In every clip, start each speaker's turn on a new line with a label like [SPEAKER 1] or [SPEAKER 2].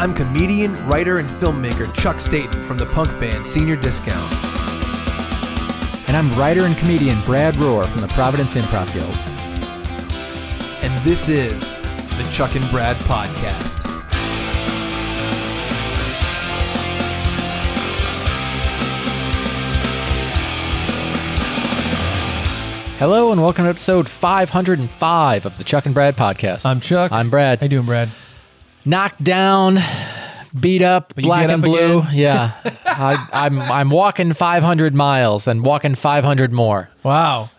[SPEAKER 1] I'm comedian, writer, and filmmaker Chuck Staten from the punk band Senior Discount.
[SPEAKER 2] And I'm writer and comedian Brad Rohr from the Providence Improv Guild.
[SPEAKER 1] And this is the Chuck and Brad Podcast.
[SPEAKER 2] Hello and welcome to episode 505 of the Chuck and Brad podcast.
[SPEAKER 1] I'm Chuck.
[SPEAKER 2] I'm Brad.
[SPEAKER 1] How you doing, Brad?
[SPEAKER 2] knocked down, beat up,
[SPEAKER 1] you
[SPEAKER 2] black
[SPEAKER 1] get
[SPEAKER 2] and
[SPEAKER 1] up
[SPEAKER 2] blue.
[SPEAKER 1] again?
[SPEAKER 2] Yeah, I, I'm I'm walking 500 miles and walking 500 more.
[SPEAKER 1] Wow.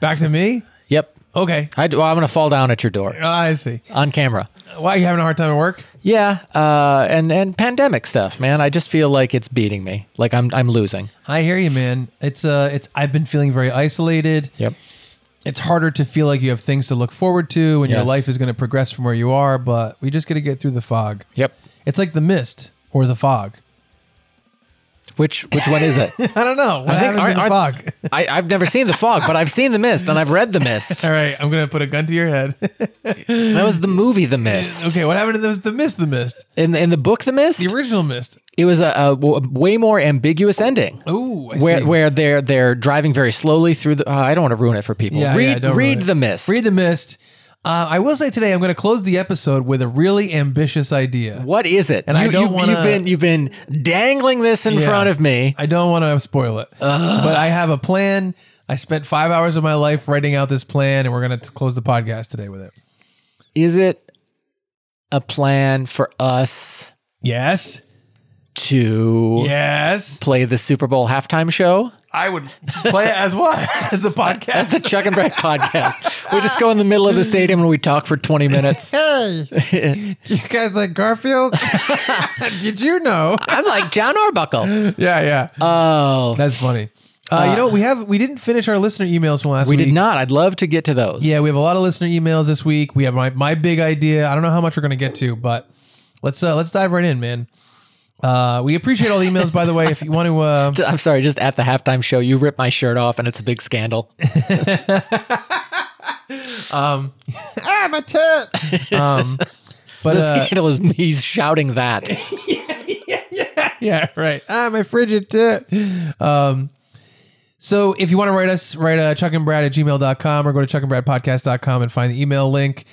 [SPEAKER 1] Back to me?
[SPEAKER 2] Yep,
[SPEAKER 1] Okay. Uh,
[SPEAKER 2] I do, I'm gonna fall down at your door
[SPEAKER 1] I see.
[SPEAKER 2] on camera.
[SPEAKER 1] Why are you having a hard time at work?
[SPEAKER 2] Yeah, uh, and and pandemic stuff, man. I just feel like it's beating me. Like I'm I'm losing.
[SPEAKER 1] I hear you, man. It's uh it's I've been feeling very isolated.
[SPEAKER 2] Yep.
[SPEAKER 1] It's harder to feel like you have things to look forward to and your
[SPEAKER 2] Yes.
[SPEAKER 1] life is going to progress from where you are, but we just got to get through the fog.
[SPEAKER 2] Yep.
[SPEAKER 1] It's like the mist or the fog.
[SPEAKER 2] Which which one is it?
[SPEAKER 1] I don't know. What
[SPEAKER 2] I think-
[SPEAKER 1] happened to the
[SPEAKER 2] aren't-
[SPEAKER 1] fog?
[SPEAKER 2] aren't- I, I've never seen the fog, but I've seen the mist and I've read the mist.
[SPEAKER 1] All right, I'm gonna put a gun to your head.
[SPEAKER 2] That was the movie The Mist.
[SPEAKER 1] okay, what happened to the, the mist? The mist,
[SPEAKER 2] In in the book The Mist,
[SPEAKER 1] the original mist.
[SPEAKER 2] it was a, a w- a way more ambiguous ending.
[SPEAKER 1] Ooh, I
[SPEAKER 2] where
[SPEAKER 1] see.
[SPEAKER 2] where they're they're driving very slowly through the. Uh, I don't want to ruin it for people.
[SPEAKER 1] Yeah, yeah,
[SPEAKER 2] read
[SPEAKER 1] don't ruin
[SPEAKER 2] read
[SPEAKER 1] it.
[SPEAKER 2] the mist.
[SPEAKER 1] read the mist. Uh, I will say today, I'm gonna close the episode with a really ambitious idea.
[SPEAKER 2] what is it?
[SPEAKER 1] And I don't
[SPEAKER 2] you,
[SPEAKER 1] wanna-
[SPEAKER 2] You've been you've been dangling this in
[SPEAKER 1] Yeah.
[SPEAKER 2] front of me.
[SPEAKER 1] I don't want to spoil it, but I have a plan. I spent five hours of my life writing out this plan, and we're gonna t- close the podcast today with it.
[SPEAKER 2] Is it a plan for us
[SPEAKER 1] Yes,
[SPEAKER 2] to
[SPEAKER 1] yes.
[SPEAKER 2] play the Super Bowl halftime show?
[SPEAKER 1] I would play it as what as a
[SPEAKER 2] That's
[SPEAKER 1] podcast.
[SPEAKER 2] the Chuck and Brad podcast. We just go in the middle of the stadium and we talk for twenty minutes.
[SPEAKER 1] Hey, do you guys like Garfield? Did you know?
[SPEAKER 2] I'm like John Arbuckle.
[SPEAKER 1] Yeah, yeah.
[SPEAKER 2] Oh,
[SPEAKER 1] That's funny. Uh, you know, we have we didn't finish our listener emails from last
[SPEAKER 2] we
[SPEAKER 1] week.
[SPEAKER 2] did not. I'd love to get to those.
[SPEAKER 1] Yeah, we have a lot of listener emails this week. We have my, my big idea. I don't know how much we're going to get to, but let's uh, let's dive right in, man. Uh, we appreciate all the emails, by the way. If you want to, uh,
[SPEAKER 2] I'm sorry, just at the halftime show, you rip my shirt off and it's a big scandal.
[SPEAKER 1] ah, my tit. Um, but
[SPEAKER 2] The
[SPEAKER 1] uh,
[SPEAKER 2] scandal is me shouting that.
[SPEAKER 1] yeah, right. Ah, my frigid tit. Um, so if you want to write us, write uh, Chuck and Brad at gmail.com or go to chuckandbradpodcast.com and find the email link.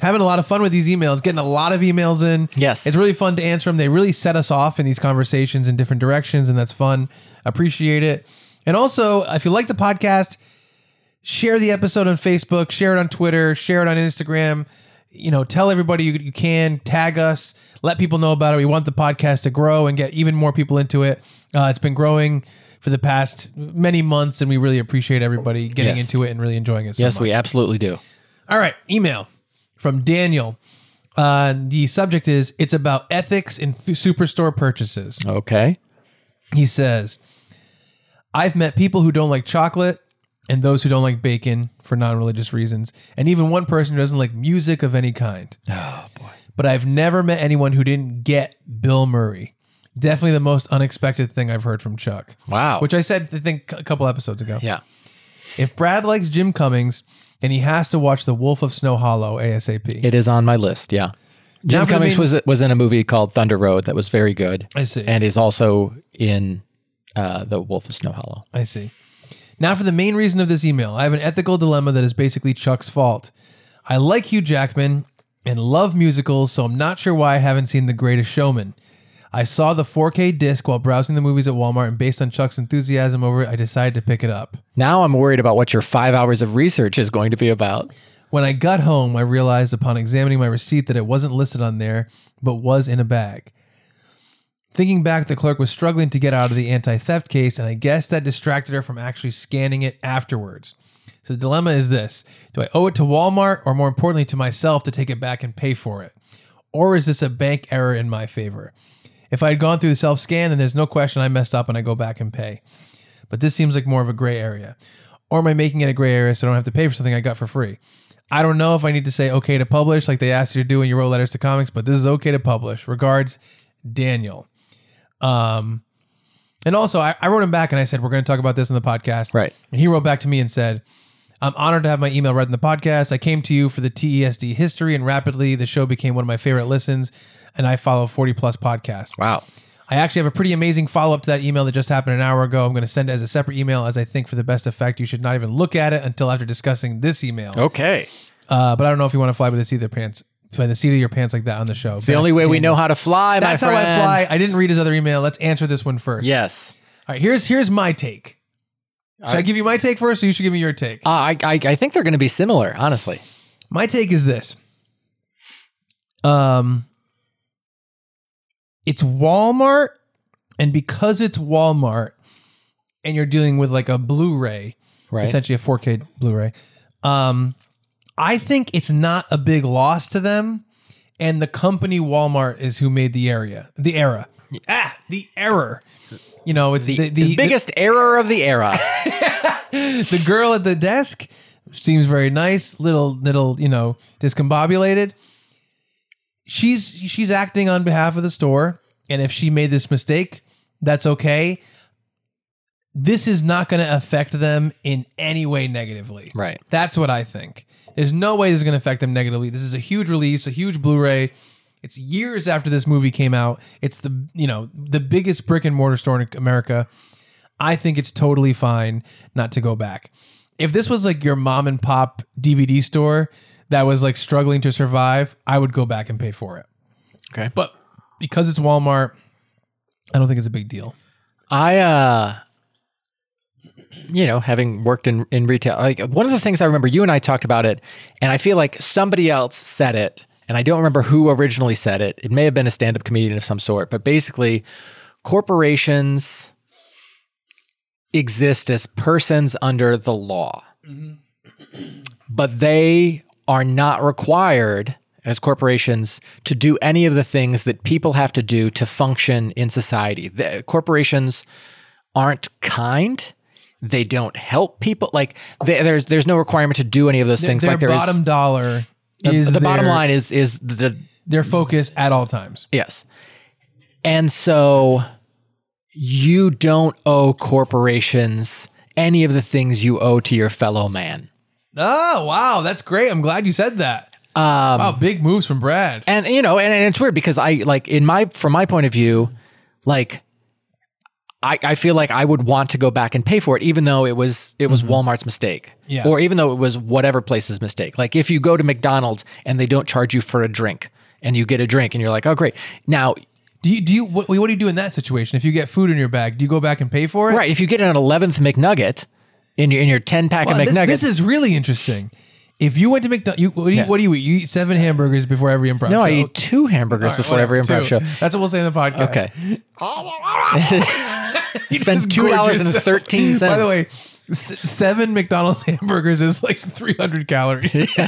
[SPEAKER 1] Having a lot of fun with these emails, getting a lot of emails in.
[SPEAKER 2] Yes.
[SPEAKER 1] It's really fun to answer them. They really set us off in these conversations in different directions, and that's fun. Appreciate it. And also, if you like the podcast, share the episode on Facebook, share it on Twitter, share it on Instagram. You know, tell everybody you, you can, tag us, let people know about it. We want the podcast to grow and get even more people into it. Uh, it's been growing for the past many months, and we really appreciate everybody getting
[SPEAKER 2] Yes.
[SPEAKER 1] into it and really enjoying it. So
[SPEAKER 2] Yes,
[SPEAKER 1] much.
[SPEAKER 2] we absolutely do.
[SPEAKER 1] All right, email from Daniel. Uh, the subject is it's about ethics in th- superstore purchases.
[SPEAKER 2] Okay.
[SPEAKER 1] He says, I've met people who don't like chocolate and those who don't like bacon for non religious reasons, and even one person who doesn't like music of any kind.
[SPEAKER 2] Oh boy.
[SPEAKER 1] But I've never met anyone who didn't get Bill Murray. Definitely the most unexpected thing I've heard from Chuck,
[SPEAKER 2] Wow.
[SPEAKER 1] which I said, I think, a couple episodes ago.
[SPEAKER 2] yeah.
[SPEAKER 1] If Brad likes Jim Cummings, and he has to watch The Wolf of Snow Hollow ASAP.
[SPEAKER 2] It is on my list. Yeah.
[SPEAKER 1] Now,
[SPEAKER 2] Jim
[SPEAKER 1] I
[SPEAKER 2] Cummings
[SPEAKER 1] mean-
[SPEAKER 2] was was in a movie called Thunder Road that was very good.
[SPEAKER 1] I see.
[SPEAKER 2] And is also in uh, The Wolf of Snow Hollow.
[SPEAKER 1] I see. Now for the main reason of this email. I have an ethical dilemma that is basically Chuck's fault. I like Hugh Jackman and love musicals, so I'm not sure why I haven't seen The Greatest Showman. I saw the 4K disc while browsing the movies at Walmart, and based on Chuck's enthusiasm over it, I decided to pick it up.
[SPEAKER 2] Now I'm worried about what your five hours of research is going to be about.
[SPEAKER 1] When I got home, I realized upon examining my receipt that it wasn't listed on there, but was in a bag. Thinking back, the clerk was struggling to get out of the anti theft case, and I guess that distracted her from actually scanning it afterwards. So the dilemma is this Do I owe it to Walmart, or more importantly, to myself to take it back and pay for it? Or is this a bank error in my favor? If I had gone through the self scan, then there's no question I messed up and I go back and pay. But this seems like more of a gray area. Or am I making it a gray area so I don't have to pay for something I got for free? I don't know if I need to say okay to publish like they asked you to do when you wrote letters to comics, but this is okay to publish. Regards, Daniel. Um, and also, I, I wrote him back and I said, We're going to talk about this in the podcast.
[SPEAKER 2] Right.
[SPEAKER 1] And he wrote back to me and said, I'm honored to have my email read in the podcast. I came to you for the TESD history, and rapidly the show became one of my favorite listens. And I follow 40 plus podcasts.
[SPEAKER 2] Wow.
[SPEAKER 1] I actually have a pretty amazing follow up to that email that just happened an hour ago. I'm going to send it as a separate email, as I think for the best effect, you should not even look at it until after discussing this email.
[SPEAKER 2] Okay.
[SPEAKER 1] Uh, but I don't know if you want to fly by the seat of their pants, by the seat of your pants like that on the show.
[SPEAKER 2] It's the only way we know how to fly,
[SPEAKER 1] That's
[SPEAKER 2] my
[SPEAKER 1] how
[SPEAKER 2] friend.
[SPEAKER 1] I fly. I didn't read his other email. Let's answer this one first.
[SPEAKER 2] Yes.
[SPEAKER 1] All right. Here's here's my take. Should I,
[SPEAKER 2] I-
[SPEAKER 1] give you my take first, or you should give me your take?
[SPEAKER 2] Uh, I, I I think they're going to be similar, honestly.
[SPEAKER 1] my take is this. Um, it's Walmart, and because it's Walmart, and you're dealing with like a Blu-ray,
[SPEAKER 2] Right.
[SPEAKER 1] essentially a 4K Blu-ray. Um, I think it's not a big loss to them, and the company Walmart is who made the area, the era, ah, the error. You know, it's the the,
[SPEAKER 2] the biggest error of the era.
[SPEAKER 1] the girl at the desk seems very nice, little little, you know, discombobulated. She's she's acting on behalf of the store, and if she made this mistake, that's okay. This is not going to affect them in any way negatively.
[SPEAKER 2] right.
[SPEAKER 1] That's what I think. There's no way this is going to affect them negatively. This is a huge release, a huge Blu-ray. It's years after this movie came out. It's the you know the biggest brick and mortar store in America. I think it's totally fine not to go back. If this was like your mom and pop DVD store that was like struggling to survive, I would go back and pay for it.
[SPEAKER 2] Okay.
[SPEAKER 1] But because it's Walmart, I don't think it's a big deal.
[SPEAKER 2] I uh you know, having worked in in retail, like one of the things I remember you and I talked about it and I feel like somebody else said it and I don't remember who originally said it. It may have been a stand-up comedian of some sort, but basically corporations exist as persons under the law.
[SPEAKER 1] Mm-hmm.
[SPEAKER 2] But they are not required as corporations to do any of the things that people have to do to function in society. The, corporations aren't kind. They don't help people. Like they, there's there's no requirement to do any of those things.
[SPEAKER 1] Their
[SPEAKER 2] like there is-
[SPEAKER 1] bottom dollar is
[SPEAKER 2] the bottom
[SPEAKER 1] their-
[SPEAKER 2] line is is the
[SPEAKER 1] Their focus at all times.
[SPEAKER 2] Yes. And so you don't owe corporations any of the things you owe to your fellow man.
[SPEAKER 1] Oh, wow. That's great. I'm glad you said that. Um,
[SPEAKER 2] Mm.
[SPEAKER 1] wow, big moves from Brad.
[SPEAKER 2] And you know, and, and it's weird because I like in my from my point of view, like I, I feel like I would want to go back and pay for it, even though it was it was Walmart's mistake.
[SPEAKER 1] Yeah.
[SPEAKER 2] Or even though it was whatever place's mistake. Like if you go to McDonald's and they don't charge you for a drink and you get a drink and you're like, oh great. Now
[SPEAKER 1] Do you, do you, what, what do you do in that situation? If you get food in your bag, do you go back and pay for it?
[SPEAKER 2] Right. If you get an eleventh McNugget in your in your ten pack
[SPEAKER 1] Wow,
[SPEAKER 2] of
[SPEAKER 1] this,
[SPEAKER 2] McNuggets,
[SPEAKER 1] this is really interesting. If you went to McDonald's, you, what, do you, what do you eat? You eat seven hamburgers before every improv
[SPEAKER 2] no,
[SPEAKER 1] show.
[SPEAKER 2] I eat two hamburgers
[SPEAKER 1] All right,
[SPEAKER 2] before
[SPEAKER 1] whatever,
[SPEAKER 2] every improv
[SPEAKER 1] two.
[SPEAKER 2] show.
[SPEAKER 1] That's what we'll say in the podcast.
[SPEAKER 2] Okay.
[SPEAKER 1] Just
[SPEAKER 2] Spend two
[SPEAKER 1] gorge
[SPEAKER 2] dollars and thirteen
[SPEAKER 1] yourself.
[SPEAKER 2] cents.
[SPEAKER 1] By the way, s- seven McDonald's hamburgers is like 300 calories.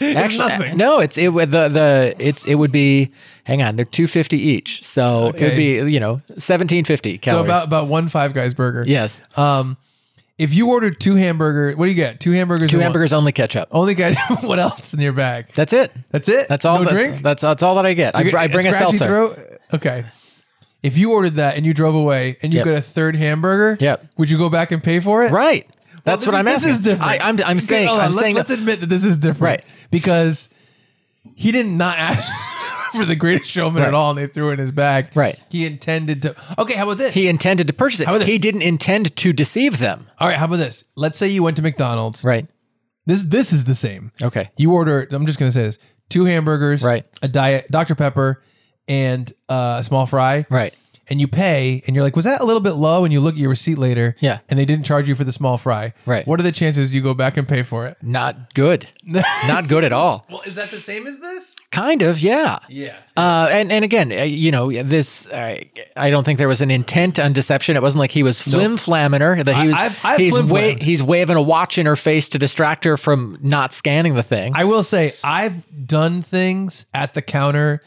[SPEAKER 1] It's
[SPEAKER 2] actually, uh,
[SPEAKER 1] nothing.
[SPEAKER 2] no, it's it would the the it's it would be. Hang on, they're two fifty each, so it would
[SPEAKER 1] Okay.
[SPEAKER 2] be you know seventeen fifty
[SPEAKER 1] so
[SPEAKER 2] calories.
[SPEAKER 1] about, about one Five Guys burger.
[SPEAKER 2] yes,
[SPEAKER 1] If you ordered two hamburger, what do you get? Two hamburgers.
[SPEAKER 2] two
[SPEAKER 1] and one-
[SPEAKER 2] hamburgers only ketchup. Oh,
[SPEAKER 1] Only got what else in your bag?
[SPEAKER 2] That's it.
[SPEAKER 1] That's it.
[SPEAKER 2] That's all.
[SPEAKER 1] No
[SPEAKER 2] that's,
[SPEAKER 1] drink.
[SPEAKER 2] That's, that's all that I get. I, br- I bring a
[SPEAKER 1] Scratchy
[SPEAKER 2] seltzer.
[SPEAKER 1] throat? Okay. If you ordered that and you drove away and you
[SPEAKER 2] Yep.
[SPEAKER 1] got a third hamburger,
[SPEAKER 2] Yep.
[SPEAKER 1] would you go back and pay for it?
[SPEAKER 2] Right.
[SPEAKER 1] Well,
[SPEAKER 2] That's
[SPEAKER 1] this
[SPEAKER 2] what
[SPEAKER 1] is-
[SPEAKER 2] I'm asking.
[SPEAKER 1] This is different.
[SPEAKER 2] I, I'm I'm
[SPEAKER 1] Okay,
[SPEAKER 2] saying
[SPEAKER 1] hold on,
[SPEAKER 2] I'm
[SPEAKER 1] let's,
[SPEAKER 2] saying
[SPEAKER 1] Let's admit that this is different,
[SPEAKER 2] Right.
[SPEAKER 1] Because he did not ask for the greatest showman at
[SPEAKER 2] Right.
[SPEAKER 1] all, and they threw it in his bag.
[SPEAKER 2] Right.
[SPEAKER 1] He intended to. Okay. How about this?
[SPEAKER 2] he intended to purchase it.
[SPEAKER 1] about this?
[SPEAKER 2] He didn't intend to deceive them.
[SPEAKER 1] all right. How about this? Let's say you went to McDonald's.
[SPEAKER 2] Right.
[SPEAKER 1] This this is the same.
[SPEAKER 2] Okay.
[SPEAKER 1] You order. I'm just gonna say this: two hamburgers,
[SPEAKER 2] Right.
[SPEAKER 1] A diet Dr Pepper, and uh, a small fry,
[SPEAKER 2] Right.
[SPEAKER 1] And you pay, and you're like, "Was that a little bit low?" And you look at your receipt later,
[SPEAKER 2] Yeah.
[SPEAKER 1] And they didn't charge you for the small fry,
[SPEAKER 2] Right.
[SPEAKER 1] What are the chances you go back and pay for it?
[SPEAKER 2] Not good. Not good at all.
[SPEAKER 1] Well, is that the same as this?
[SPEAKER 2] Kind of, yeah.
[SPEAKER 1] Yeah.
[SPEAKER 2] Uh, and and again, uh, you know, this uh, I don't think there was an intent on deception. It wasn't like he was flim flamming her. That he was
[SPEAKER 1] I've- I've
[SPEAKER 2] he's
[SPEAKER 1] flim-flammed.
[SPEAKER 2] he's waving a watch in her face to distract her from not scanning the thing.
[SPEAKER 1] I will say I've done things at the counter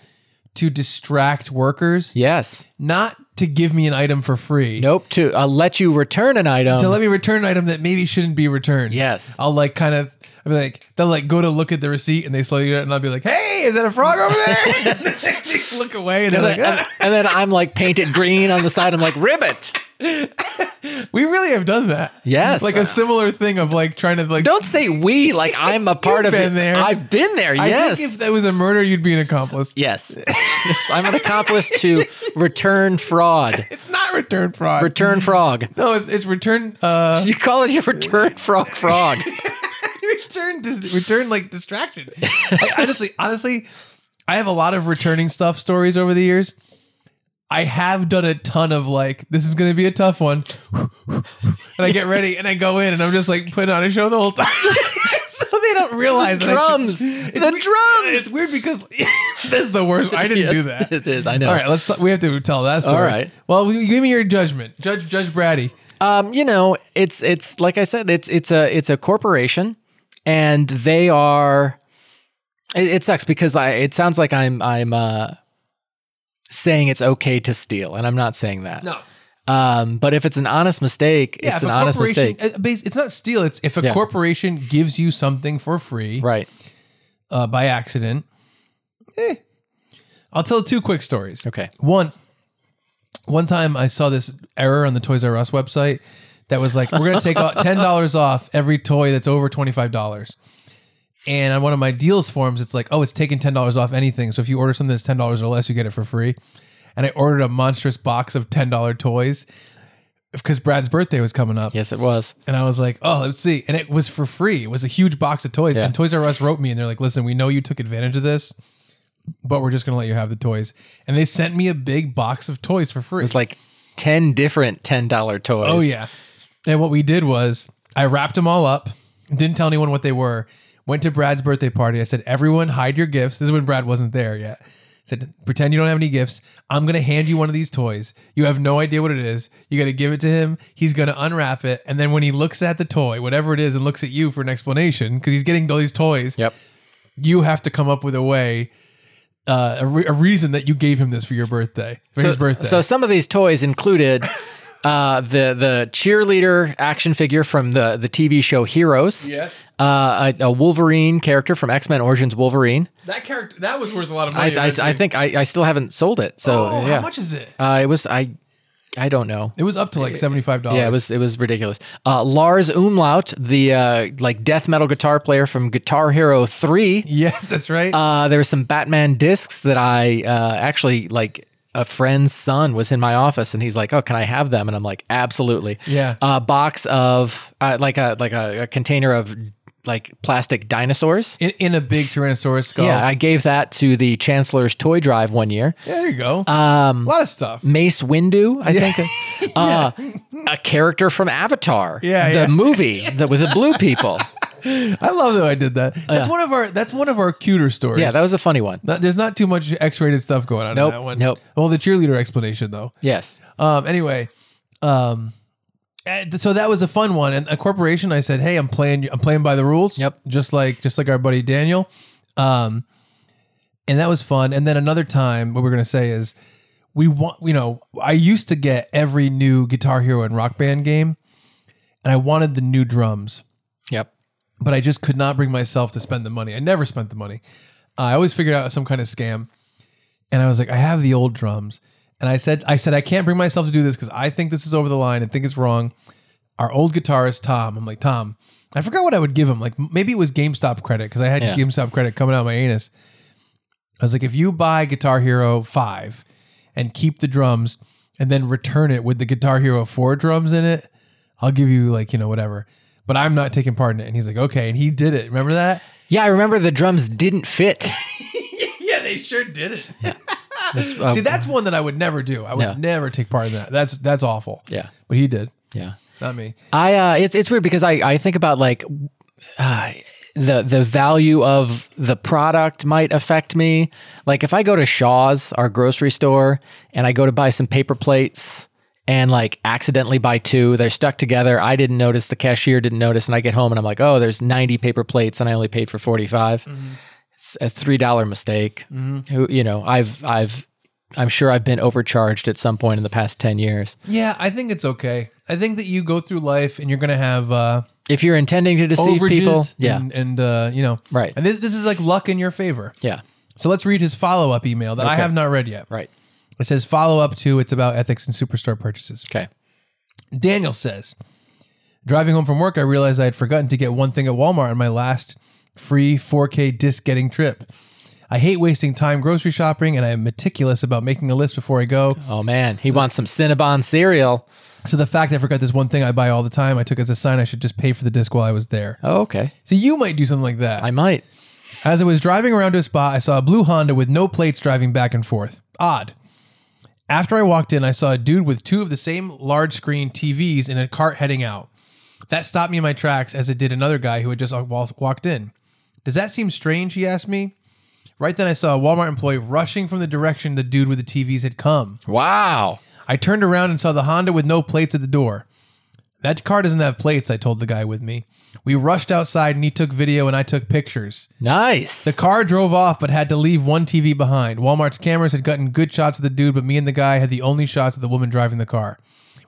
[SPEAKER 1] to distract workers,
[SPEAKER 2] yes.
[SPEAKER 1] not to give me an item for free.
[SPEAKER 2] Nope. To uh, let you return an item.
[SPEAKER 1] to let me return an item that maybe shouldn't be returned.
[SPEAKER 2] Yes.
[SPEAKER 1] I'll like kind of I'll be like they'll like go to look at the receipt and they slow you down and I'll be like, Hey, is that a frog over there? and they look away and they're
[SPEAKER 2] and,
[SPEAKER 1] like,
[SPEAKER 2] and,
[SPEAKER 1] "Ah."
[SPEAKER 2] and then I'm like painted green on the side. I'm like ribbit.
[SPEAKER 1] we really have done that.
[SPEAKER 2] Yes.
[SPEAKER 1] Like a similar thing of like trying to like.
[SPEAKER 2] Don't say we like I'm a part of
[SPEAKER 1] been
[SPEAKER 2] it.
[SPEAKER 1] there.
[SPEAKER 2] I've been there.
[SPEAKER 1] I
[SPEAKER 2] yes.
[SPEAKER 1] think if that was a murder, you'd be an accomplice.
[SPEAKER 2] yes. yes. I'm an accomplice to return fraud.
[SPEAKER 1] It's not return fraud.
[SPEAKER 2] Return frog.
[SPEAKER 1] no, it's, it's return. Uh,
[SPEAKER 2] You call it your return frog frog.
[SPEAKER 1] return dis- return like distraction. Like, honestly, honestly, I have a lot of returning stuff stories over the years. I have done a ton of like this is going to be a tough one, and I get ready and I go in and I'm just like putting on a show the whole time, so they don't realize that I should-
[SPEAKER 2] drums. the
[SPEAKER 1] weird- It's
[SPEAKER 2] drums.
[SPEAKER 1] weird because this is the worst. I didn't do
[SPEAKER 2] Yes,
[SPEAKER 1] that.
[SPEAKER 2] It is. I know.
[SPEAKER 1] All right, let's. we have to tell that story.
[SPEAKER 2] All right.
[SPEAKER 1] Well, you- give me your judgment, Judge Judge Brady.
[SPEAKER 2] Um, you know, it's it's like I said, it's it's a it's a corporation, and they are. It, it sucks because I. It sounds like I'm I'm uh, saying it's okay to steal, and I'm not saying that.
[SPEAKER 1] No.
[SPEAKER 2] Um, but if it's an honest mistake, it's
[SPEAKER 1] if
[SPEAKER 2] an
[SPEAKER 1] a
[SPEAKER 2] honest
[SPEAKER 1] corporation-
[SPEAKER 2] mistake,
[SPEAKER 1] uh, bas- It's not steal. It's if a
[SPEAKER 2] Yeah.
[SPEAKER 1] corporation gives you something for free
[SPEAKER 2] right?
[SPEAKER 1] uh, by accident. eh. I'll tell two quick stories.
[SPEAKER 2] Okay.
[SPEAKER 1] One, one time I saw this error on the Toys R Us website that was like, we're going to take off- $10 off every toy that's over $25. And on one of my deals forms, it's like, oh, it's taking $10 off anything. So if you order something that's $10 or less, you get it for free. And I ordered a monstrous box of $10 toys because Brad's birthday was coming up.
[SPEAKER 2] Yes, it was.
[SPEAKER 1] And I was like, oh, let's see. And it was for free. It was a huge box of toys.
[SPEAKER 2] Yeah.
[SPEAKER 1] And Toys R Us wrote me and they're like, listen, we know you took advantage of this, but we're just going to let you have the toys. And they sent me a big box of toys for free.
[SPEAKER 2] It's like ten different ten dollar toys.
[SPEAKER 1] oh, yeah. And what we did was I wrapped them all up, didn't tell anyone what they were, went to Brad's birthday party. I said, everyone hide your gifts. This is when Brad wasn't there yet. Said, pretend you don't have any gifts. I'm going to hand you one of these toys. You have no idea what it is. You got to give it to him. He's going to unwrap it. And then when he looks at the toy, whatever it is, and looks at you for an explanation, because he's getting all these toys,
[SPEAKER 2] Yep.
[SPEAKER 1] you have to come up with a way, uh, a, re- a reason that you gave him this for your birthday, for his birthday.
[SPEAKER 2] So some of these toys included uh, the the cheerleader action figure from the the TV show Heroes.
[SPEAKER 1] yes.
[SPEAKER 2] Uh, a, a Wolverine character from X Men Origins Wolverine.
[SPEAKER 1] That character, that was worth a lot of
[SPEAKER 2] I, I, I think I, I still haven't sold it. So
[SPEAKER 1] Oh,
[SPEAKER 2] yeah,
[SPEAKER 1] how much is it?
[SPEAKER 2] Uh, it was I I don't know.
[SPEAKER 1] It was up to like seventy five dollars.
[SPEAKER 2] Yeah, it was it was ridiculous. Uh, Lars Umlaut, the uh, like death metal guitar player from Guitar Hero Three.
[SPEAKER 1] Yes, that's right.
[SPEAKER 2] Uh, there were some Batman discs that I uh, actually like. A friend's son was in my office, and he's like, "Oh, can I have them?" And I'm like, "Absolutely."
[SPEAKER 1] Yeah.
[SPEAKER 2] A box of uh, like a like a, a container of like plastic dinosaurs.
[SPEAKER 1] in, in a big Tyrannosaurus skull.
[SPEAKER 2] Yeah, I gave that to the Chancellor's toy drive one year.
[SPEAKER 1] Yeah, there you go. Um, a lot of stuff.
[SPEAKER 2] Mace Windu, I think, uh, a character from Avatar,
[SPEAKER 1] Yeah,
[SPEAKER 2] the
[SPEAKER 1] yeah.
[SPEAKER 2] movie the, with the blue people.
[SPEAKER 1] I love that I did that. That's one of our. That's one of our cuter stories.
[SPEAKER 2] Oh, Yeah, that was a funny one.
[SPEAKER 1] Not- there's not too much X-rated stuff going on
[SPEAKER 2] Nope,
[SPEAKER 1] in that one.
[SPEAKER 2] nope.
[SPEAKER 1] Well, the cheerleader explanation though.
[SPEAKER 2] Yes,
[SPEAKER 1] Um. Anyway, um, and so that was a fun one. And a corporation, I said, "Hey, I'm playing. I'm playing by the rules.
[SPEAKER 2] Yep.
[SPEAKER 1] Just like just like our buddy Daniel." Um, and that was fun. And then another time, what we're gonna say is, we want. You know, I used to get every new Guitar Hero and Rock Band game, and I wanted the new drums
[SPEAKER 2] yep.
[SPEAKER 1] but I just could not bring myself to spend the money. I never spent the money. Uh, I always figured out some kind of scam, and I was like, I have the old drums, and I said, I said I can't bring myself to do this because I think this is over the line and think it's wrong. Our old guitarist Tom, I'm like Tom, I forgot what I would give him. Like m- maybe it was GameStop credit because I had
[SPEAKER 2] Yeah.
[SPEAKER 1] GameStop credit coming out of my anus. I was like, if you buy Guitar Hero Five and keep the drums and then return it with the Guitar Hero Four drums in it, I'll give you like, you know, whatever. But I'm not taking part in it. And he's like, okay. And he did it. Remember that?
[SPEAKER 2] Yeah, I remember the drums didn't fit.
[SPEAKER 1] yeah, they sure did it.
[SPEAKER 2] This, uh,
[SPEAKER 1] See, that's one that I would never do. I would
[SPEAKER 2] No.
[SPEAKER 1] never take part in that. That's that's awful.
[SPEAKER 2] yeah,
[SPEAKER 1] But he did.
[SPEAKER 2] yeah.
[SPEAKER 1] Not me.
[SPEAKER 2] I uh, it's it's weird because I I think about like uh, the the value of the product might affect me. Like if I go to Shaw's, our grocery store, and I go to buy some paper plates and like accidentally buy two, they're stuck together. I didn't notice, the cashier didn't notice, and I get home and I'm like, oh, there's 90 paper plates and I only paid for 45. It's a three dollar mistake. Who you know, I've I've I'm sure I've been overcharged at some point in the past 10 years.
[SPEAKER 1] Yeah, I think it's okay. I think that you go through life and you're gonna have uh
[SPEAKER 2] If you're intending to deceive
[SPEAKER 1] overages
[SPEAKER 2] people, yeah.
[SPEAKER 1] and, and uh, you know
[SPEAKER 2] Right.
[SPEAKER 1] And this this is like luck in your favor.
[SPEAKER 2] Yeah.
[SPEAKER 1] So let's read his follow up email that I have not read yet.
[SPEAKER 2] Right.
[SPEAKER 1] It says follow up to it's about ethics and superstar purchases.
[SPEAKER 2] Okay.
[SPEAKER 1] Daniel says, Driving home from work, I realized I had forgotten to get one thing at Walmart on my last free 4K disc getting trip. I hate wasting time grocery shopping and I am meticulous about making a list before I go.
[SPEAKER 2] Oh man, he wants some Cinnabon cereal.
[SPEAKER 1] So the fact I forgot this one thing I buy all the time, I took as a sign I should just pay for the disc while I was there.
[SPEAKER 2] Oh, okay,
[SPEAKER 1] So you might do something like that.
[SPEAKER 2] I might.
[SPEAKER 1] As I was driving around to a spot, I saw a blue Honda with no plates driving back and forth. Odd. After I walked in, I saw a dude with two of the same large screen TVs in a cart heading out. That stopped me in my tracks as it did another guy who had just wa- walked in. Does that seem strange? He asked me. Right then, I saw a Walmart employee rushing from the direction the dude with the TVs had come.
[SPEAKER 2] Wow.
[SPEAKER 1] I turned around and saw the Honda with no plates at the door. That car doesn't have plates, I told the guy with me. We rushed outside and he took video and I took pictures.
[SPEAKER 2] Nice.
[SPEAKER 1] The car drove off, but had to leave one TV behind. Walmart's cameras had gotten good shots of the dude, but me and the guy had the only shots of the woman driving the car.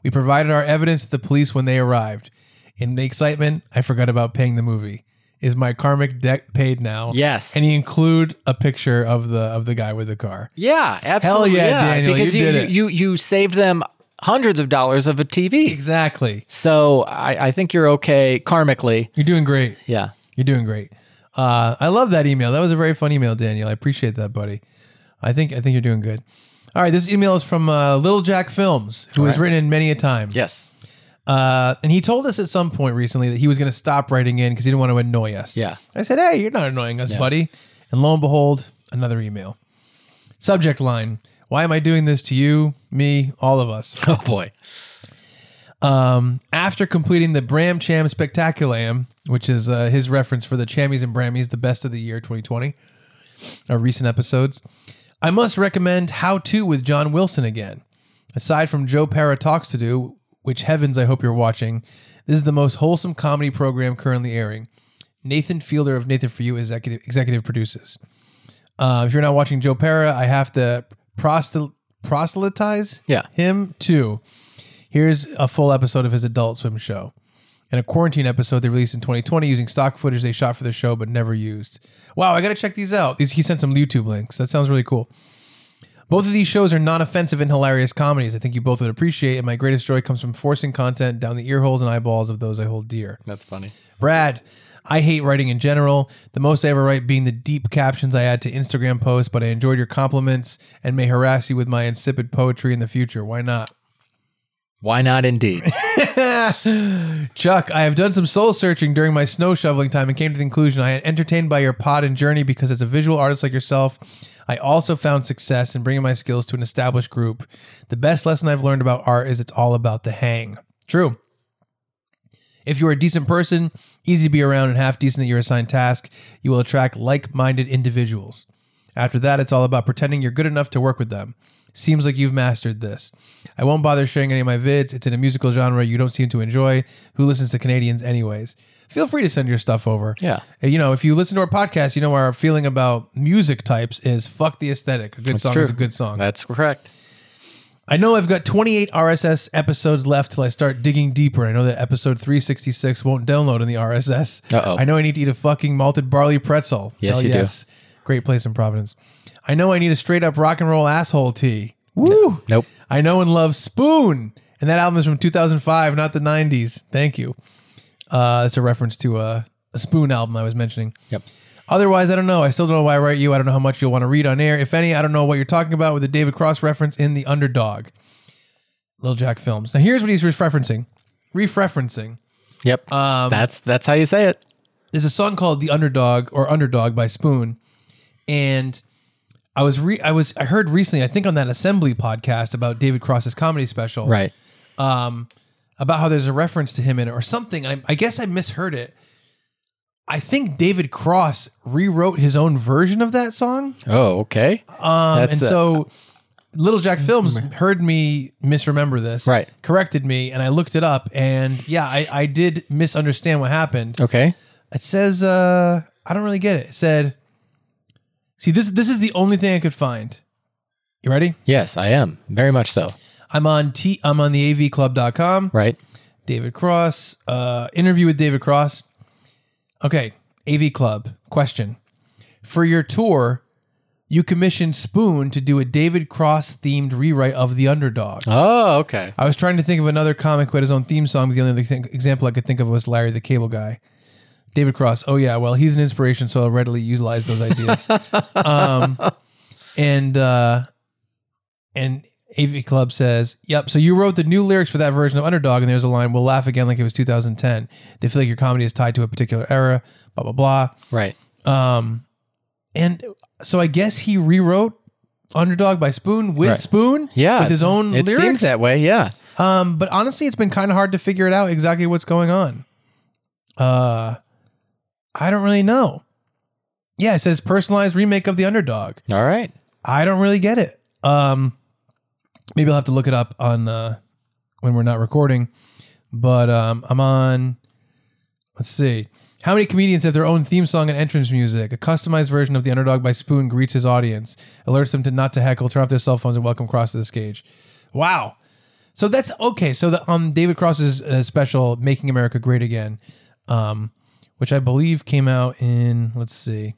[SPEAKER 1] We provided our evidence to the police when they arrived. In the excitement, I forgot about paying the movie. Is my karmic debt paid now?
[SPEAKER 2] yes.
[SPEAKER 1] And you include a picture of the of the guy with the car.
[SPEAKER 2] yeah, absolutely.
[SPEAKER 1] yeah, Daniel,
[SPEAKER 2] because
[SPEAKER 1] you
[SPEAKER 2] you,
[SPEAKER 1] did it.
[SPEAKER 2] you you saved them hundreds of dollars of a TV.
[SPEAKER 1] Exactly.
[SPEAKER 2] So I, I think you're okay karmically.
[SPEAKER 1] You're doing great.
[SPEAKER 2] Yeah.
[SPEAKER 1] You're doing great. Uh, I love that email. That was a very fun email, Daniel. I appreciate that, buddy. I think I think you're doing good. All right, this email is from uh, Little Jack Films, who has written in many a time.
[SPEAKER 2] Yes.
[SPEAKER 1] Uh, and he told us at some point recently that he was going to stop writing in because he didn't want to annoy us.
[SPEAKER 2] Yeah.
[SPEAKER 1] I said, hey, you're not annoying us, buddy. And lo and behold, another email. Subject line Why am I doing this to you, me, all of us?
[SPEAKER 2] Oh boy.
[SPEAKER 1] After completing the Bram Cham Spectaculam, which is uh, his reference for the Chammies and Brammies, the best of the year 2020, our recent episodes, I must recommend How To with John Wilson again. Aside from Joe Para Talks to Do, which heavens I hope you're watching, this is the most wholesome comedy program currently airing. Nathan Fielder of Nathan For You executive, executive produces. Uh, if you're not watching Joe Para, I have to prostel- proselytize
[SPEAKER 2] Yeah.
[SPEAKER 1] him too. Here's a full episode of his Adult Swim show and a quarantine episode they released in 2020 using stock footage they shot for the show but never used. Wow, I got to check these out. These, he sent some YouTube links. That sounds really cool. Both of these shows are non offensive and hilarious comedies. I think you both would appreciate, and my greatest joy comes from forcing content down the ear holes and eyeballs of those I hold dear.
[SPEAKER 2] That's funny.
[SPEAKER 1] Brad, I hate writing in general. The most I ever write being the deep captions I add to Instagram posts, but I enjoyed your compliments and may harass you with my insipid poetry in the future. Why not?
[SPEAKER 2] Why not indeed?
[SPEAKER 1] Chuck, I have done some soul searching during my snow shoveling time and came to the conclusion I am entertained by your pod and journey because as a visual artist like yourself, I also found success in bringing my skills to an established group. The best lesson I've learned about art is it's all about the hang. True. If you are a decent person, easy to be around, and half decent at your assigned task, you will attract like minded individuals. After that, it's all about pretending you're good enough to work with them. Seems like you've mastered this. I won't bother sharing any of my vids. It's in a musical genre you don't seem to enjoy. Who listens to Canadians, anyways? Feel free to send your stuff over.
[SPEAKER 2] Yeah.
[SPEAKER 1] You know, if you listen to our podcast, you know our feeling about music types is fuck the aesthetic. A good song is
[SPEAKER 2] true.
[SPEAKER 1] a good song.
[SPEAKER 2] That's correct.
[SPEAKER 1] I know I've got 28 RSS episodes left till I start digging deeper. I know that episode 366 won't download in the RSS.
[SPEAKER 2] Uh-oh.
[SPEAKER 1] I know I need to eat a fucking malted barley pretzel.
[SPEAKER 2] Yes, you do.
[SPEAKER 1] do. Great place in Providence. I know I need a straight up rock and roll asshole tea. Woo!
[SPEAKER 2] Nope.
[SPEAKER 1] I know and love Spoon. And that album is from 2005, not the 90s. Thank you. Uh, it's a reference to a, a Spoon album I was mentioning.
[SPEAKER 2] Yep.
[SPEAKER 1] Otherwise, I don't know. I still don't know why I write you. I don't know how much you'll want to read on air. If any, I don't know what you're talking about with the David Cross reference in The Underdog. Little Jack Films. Now, here's what he's referencing. Referencing.
[SPEAKER 2] Yep. that's that's how you say it.
[SPEAKER 1] There's a song called The Underdog or Underdog by Spoon. And I was re- I was I heard recently, I think on that assembly podcast about David Cross's comedy special.
[SPEAKER 2] Right.
[SPEAKER 1] about how there's a reference to him in it or something. I, I guess I misheard it. I think David Cross rewrote his own version of that song.
[SPEAKER 2] Oh, okay.
[SPEAKER 1] Um, and
[SPEAKER 2] That's a- uh,
[SPEAKER 1] so Little Jack Films heard me misremember this,
[SPEAKER 2] Right.
[SPEAKER 1] corrected me, and I looked it up. And yeah, I, I did misunderstand what happened.
[SPEAKER 2] Okay.
[SPEAKER 1] It says, uh, I don't really get it. It said, see, this, this is the only thing I could find. You ready?
[SPEAKER 2] Yes, I am. Very much so.
[SPEAKER 1] I'm on T I'm on the avclub.com.
[SPEAKER 2] Right.
[SPEAKER 1] David Cross, uh, interview with David Cross. Okay, AV Club, question. For your tour, you commissioned Spoon to do a David Cross themed rewrite of The Underdog.
[SPEAKER 2] Oh, okay.
[SPEAKER 1] I was trying to think of another comic who had his own theme song. but The only other thing, example I could think of was Larry the Cable Guy. David Cross. Oh yeah, well he's an inspiration, so I'll readily utilize those ideas. um, and uh, and AV Club says, "Yep." So you wrote the new lyrics for that version of Underdog, and there's a line: "We'll laugh again like it was 2010." They feel like your comedy is tied to a particular era. Blah blah
[SPEAKER 2] Right.
[SPEAKER 1] blah. Um, and so I guess he rewrote Underdog by Spoon with
[SPEAKER 2] Right.
[SPEAKER 1] Spoon.
[SPEAKER 2] Yeah.
[SPEAKER 1] with his own
[SPEAKER 2] It
[SPEAKER 1] lyrics.
[SPEAKER 2] seems that way. Yeah.
[SPEAKER 1] Um, but honestly, it's been kind of hard to figure it out exactly what's going on. Uh, I don't really know. Yeah, it says personalized remake of the underdog.
[SPEAKER 2] All right.
[SPEAKER 1] I don't really get it. Um, maybe I'll have to look it up on uh, when we're not recording. But um, I'm on. Let's see. How many comedians have their own theme song and entrance music? A customized version of the Underdog by Spoon greets his audience, alerts them to not to heckle, turn off their cell phones, and welcome Cross to the stage. Wow. So that's okay. So the, um, David Cross's uh, special, "Making America Great Again," um, which I believe came out in let's see,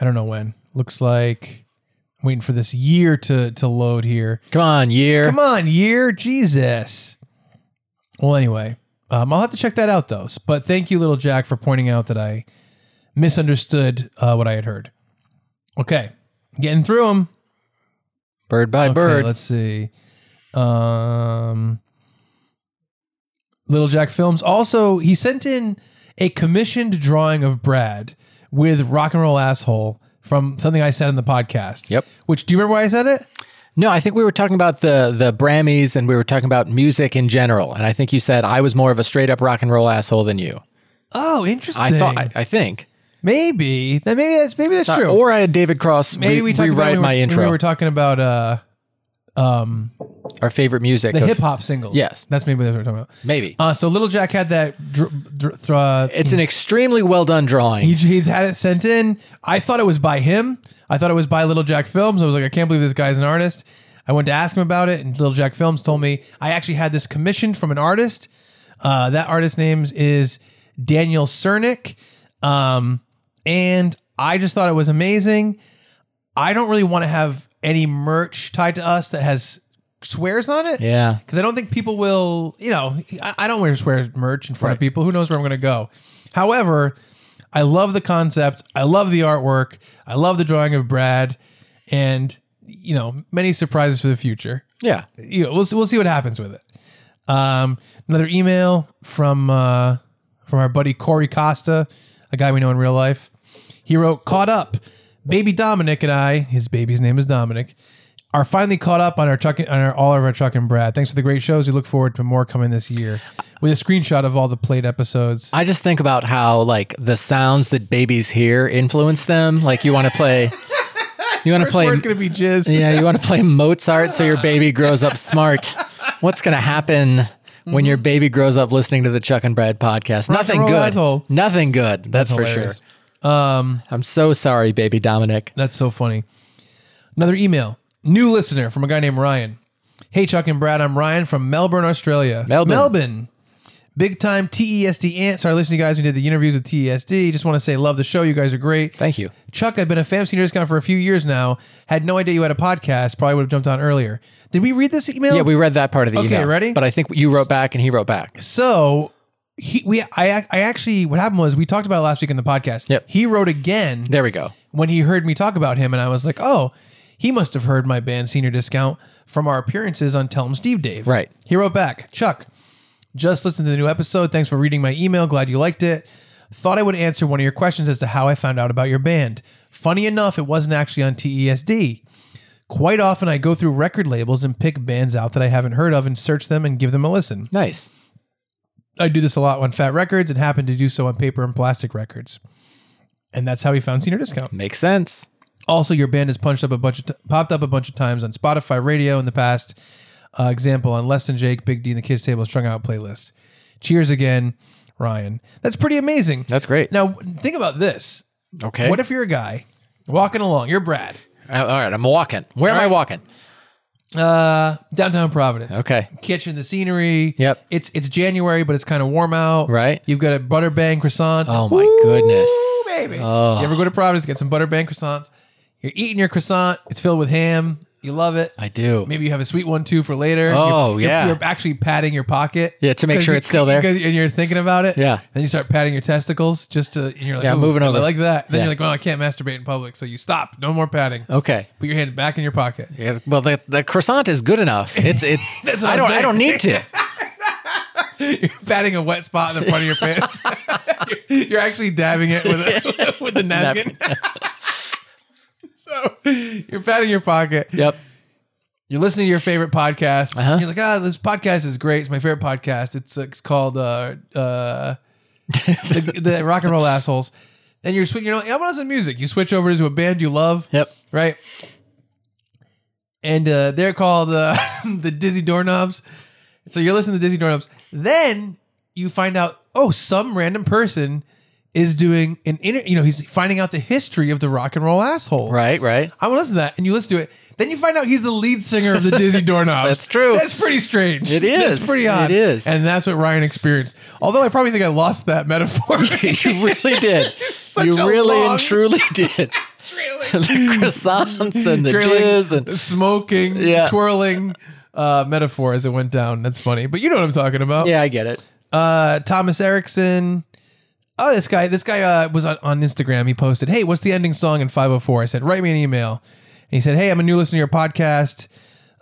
[SPEAKER 1] I don't know when. Looks like I'm waiting for this year to to load here.
[SPEAKER 2] Come on, year.
[SPEAKER 1] Come on, year, Jesus. Well, anyway, um, I'll have to check that out though. But thank you, little Jack, for pointing out that I misunderstood uh, what I had heard. Okay, getting through them.
[SPEAKER 2] Bird by
[SPEAKER 1] Okay,
[SPEAKER 2] bird.
[SPEAKER 1] Let's see. Um, Little Jack Films. Also, he sent in a commissioned drawing of Brad with rock and roll asshole from something I said in the podcast.
[SPEAKER 2] Yep.
[SPEAKER 1] Which do you remember why I said it?
[SPEAKER 2] No, I think we were talking about the the Brammys and we were talking about music in general. And I think you said I was more of a straight up rock and roll asshole than you.
[SPEAKER 1] Oh, interesting.
[SPEAKER 2] I thought I, I think.
[SPEAKER 1] maybe that maybe that's maybe that's true.
[SPEAKER 2] Or I had David Cross
[SPEAKER 1] maybe we talked about
[SPEAKER 2] rewrite
[SPEAKER 1] when we were-
[SPEAKER 2] my
[SPEAKER 1] when
[SPEAKER 2] intro.
[SPEAKER 1] We were talking about uh,
[SPEAKER 2] our favorite music.
[SPEAKER 1] the
[SPEAKER 2] of-
[SPEAKER 1] hip hop singles.
[SPEAKER 2] Yes.
[SPEAKER 1] that's maybe that's what we're talking about.
[SPEAKER 2] Maybe.
[SPEAKER 1] Uh, so Little Jack had that. Dr- dr- thr- uh,
[SPEAKER 2] it's an extremely well done drawing.
[SPEAKER 1] He, he had it sent in. I thought it was by him. I thought it was by Little Jack Films. I was like, I can't believe this guy's an artist. I went to ask him about it, and Little Jack Films told me I actually had this commissioned from an artist. Uh, that artist's name is Daniel Cernick. Um, and I just thought it was amazing. I don't really want to have any merch tied to us that has swears on it
[SPEAKER 2] yeah.
[SPEAKER 1] because I don't think people will. You know, I, I don't wear swear merch in front of
[SPEAKER 2] Right.
[SPEAKER 1] people. Who knows where I'm going to go? However, I love the concept. I love the artwork. I love the drawing of Brad, and you know, many surprises for the future.
[SPEAKER 2] Yeah.
[SPEAKER 1] You know, we'll see- we'll see what happens with it. Um, another email from uh, from our buddy Corey Costa, a guy we know in real life. He wrote, "Caught up, baby Dominic and I. His baby's name is Dominic." Are finally caught up on our Chuck on our, all of our Chuck and Brad. Thanks for the great shows. We look forward to more coming this year, with a screenshot of all the played episodes.
[SPEAKER 2] I just think about how like the sounds that babies hear influence them. Like you want to play you want to
[SPEAKER 1] First
[SPEAKER 2] play
[SPEAKER 1] word's gonna be jizz.
[SPEAKER 2] Yeah, you want to play Mozart so your baby grows up smart. What's going to happen when your baby grows up listening to the Chuck and Brad podcast? Nothing
[SPEAKER 1] Mm-hmm. roll
[SPEAKER 2] good.
[SPEAKER 1] asshole.
[SPEAKER 2] Nothing good. That's, for
[SPEAKER 1] hilarious.
[SPEAKER 2] sure. Um, I'm so sorry, baby Dominic.
[SPEAKER 1] That's so funny. Another email. New listener from a guy named Ryan. Hey, Chuck and Brad. I'm Ryan from Melbourne, Australia.
[SPEAKER 2] Melbourne.
[SPEAKER 1] Melbourne. Big time E TESD ant. Sorry, listen to you guys. We did the interviews with TESD. Just want to say, love the show. You guys are great.
[SPEAKER 2] Thank you.
[SPEAKER 1] Chuck, I've been a fan of Senior Discount for a few years now. Had no idea you had a podcast. Probably would have jumped on earlier. Did we read this email?
[SPEAKER 2] Yeah, we read that part of the
[SPEAKER 1] Okay,
[SPEAKER 2] email.
[SPEAKER 1] ready?
[SPEAKER 2] But I think you wrote back and he wrote back.
[SPEAKER 1] So he, we, I, ac- I actually, what happened was we talked about it last week in the podcast.
[SPEAKER 2] Yep.
[SPEAKER 1] He wrote again.
[SPEAKER 2] There we go.
[SPEAKER 1] when he heard me talk about him, and I was like, oh, he must have heard my band Senior Discount from our appearances on Tell Him Steve Dave.
[SPEAKER 2] Right.
[SPEAKER 1] He wrote back, Chuck, just listened to the new episode. Thanks for reading my email. Glad you liked it. Thought I would answer one of your questions as to how I found out about your band. Funny enough, it wasn't actually on TESD. Quite often, I go through record labels and pick bands out that I haven't heard of and search them and give them a listen.
[SPEAKER 2] Nice.
[SPEAKER 1] I do this a lot on Fat Records and happen to do so on Paper and Plastic Records. And that's how he found Senior Discount.
[SPEAKER 2] Makes sense.
[SPEAKER 1] Also, your band has punched up a bunch of t- popped up a bunch of times on Spotify radio in the past. Uh, example on Less Than Jake, Big D, and the Kids Table Strung Out playlist. Cheers again, Ryan. That's pretty amazing.
[SPEAKER 2] That's great.
[SPEAKER 1] Now think about this.
[SPEAKER 2] Okay.
[SPEAKER 1] What if you're a guy walking along? You're Brad,
[SPEAKER 2] Uh, All right, I'm walking. Where am I walking?
[SPEAKER 1] uh, downtown Providence.
[SPEAKER 2] Okay.
[SPEAKER 1] Catching the scenery.
[SPEAKER 2] Yep.
[SPEAKER 1] It's it's January, but it's kind of warm out.
[SPEAKER 2] Right.
[SPEAKER 1] You've got a butter bang croissant.
[SPEAKER 2] Oh my
[SPEAKER 1] Ooh,
[SPEAKER 2] goodness.
[SPEAKER 1] baby.
[SPEAKER 2] Oh.
[SPEAKER 1] You ever go to Providence, get some butter bang croissants? You're eating your croissant. It's filled with ham. You love it.
[SPEAKER 2] I do.
[SPEAKER 1] Maybe you have a sweet one too for later.
[SPEAKER 2] Oh,
[SPEAKER 1] You're- you're-
[SPEAKER 2] yeah.
[SPEAKER 1] You're, actually patting your pocket.
[SPEAKER 2] Yeah, to make
[SPEAKER 1] 'Cause
[SPEAKER 2] sure
[SPEAKER 1] you-
[SPEAKER 2] it's still there.
[SPEAKER 1] Because and you're thinking about it.
[SPEAKER 2] Yeah.
[SPEAKER 1] Then you start patting your testicles just to. And you're like,
[SPEAKER 2] Yeah,
[SPEAKER 1] "Ooh,
[SPEAKER 2] moving
[SPEAKER 1] I
[SPEAKER 2] over."
[SPEAKER 1] like that. Then
[SPEAKER 2] Yeah.
[SPEAKER 1] you're like, well, I can't masturbate in public, so you stop. No more patting.
[SPEAKER 2] Okay.
[SPEAKER 1] Put your hand back in your pocket.
[SPEAKER 2] Yeah, well, the, the croissant is good enough. It's it's.
[SPEAKER 1] That's what
[SPEAKER 2] I
[SPEAKER 1] I'm
[SPEAKER 2] don't. I
[SPEAKER 1] saying.
[SPEAKER 2] don't need to.
[SPEAKER 1] You're patting a wet spot in the front of your pants. you're, you're actually dabbing it with a, with the napkin. so you're patting your pocket.
[SPEAKER 2] Yep.
[SPEAKER 1] You're listening to your favorite podcast.
[SPEAKER 2] Uh-huh.
[SPEAKER 1] You're like, ah, this podcast is great. It's my favorite podcast. It's it's called uh, uh, the, the Rock and Roll Assholes. And you're switching. You're like, I want to listen to music. You switch over to a band you love,
[SPEAKER 2] Yep.
[SPEAKER 1] right? And uh, they're called uh, the Dizzy Doorknobs. So you're listening to Dizzy Doorknobs. Then you find out, oh, some random person is doing an inter- You know, he's finding out the history of the Rock and Roll Assholes.
[SPEAKER 2] Right. Right.
[SPEAKER 1] I want to listen to that. And you listen to it. Then you find out he's the lead singer of the Dizzy Doorknobs.
[SPEAKER 2] That's true.
[SPEAKER 1] That's pretty strange.
[SPEAKER 2] It
[SPEAKER 1] That's
[SPEAKER 2] is.
[SPEAKER 1] pretty odd.
[SPEAKER 2] It is.
[SPEAKER 1] And that's what Ryan experienced. Although I probably think I lost that metaphor.
[SPEAKER 2] you really did.
[SPEAKER 1] Such
[SPEAKER 2] you
[SPEAKER 1] a
[SPEAKER 2] really
[SPEAKER 1] long-
[SPEAKER 2] and truly did.
[SPEAKER 1] Trailing.
[SPEAKER 2] the croissants and the
[SPEAKER 1] Trailing,
[SPEAKER 2] jizz and
[SPEAKER 1] smoking,
[SPEAKER 2] Yeah.
[SPEAKER 1] twirling uh, metaphor as it went down. That's funny. But you know what I'm talking about.
[SPEAKER 2] yeah, I get it.
[SPEAKER 1] Uh, Thomas Erickson. Oh, this guy, this guy uh, was on, on Instagram. He posted, Hey, what's the ending song in 504? I said, Write me an email. And he said, Hey, I'm a new listener to your podcast.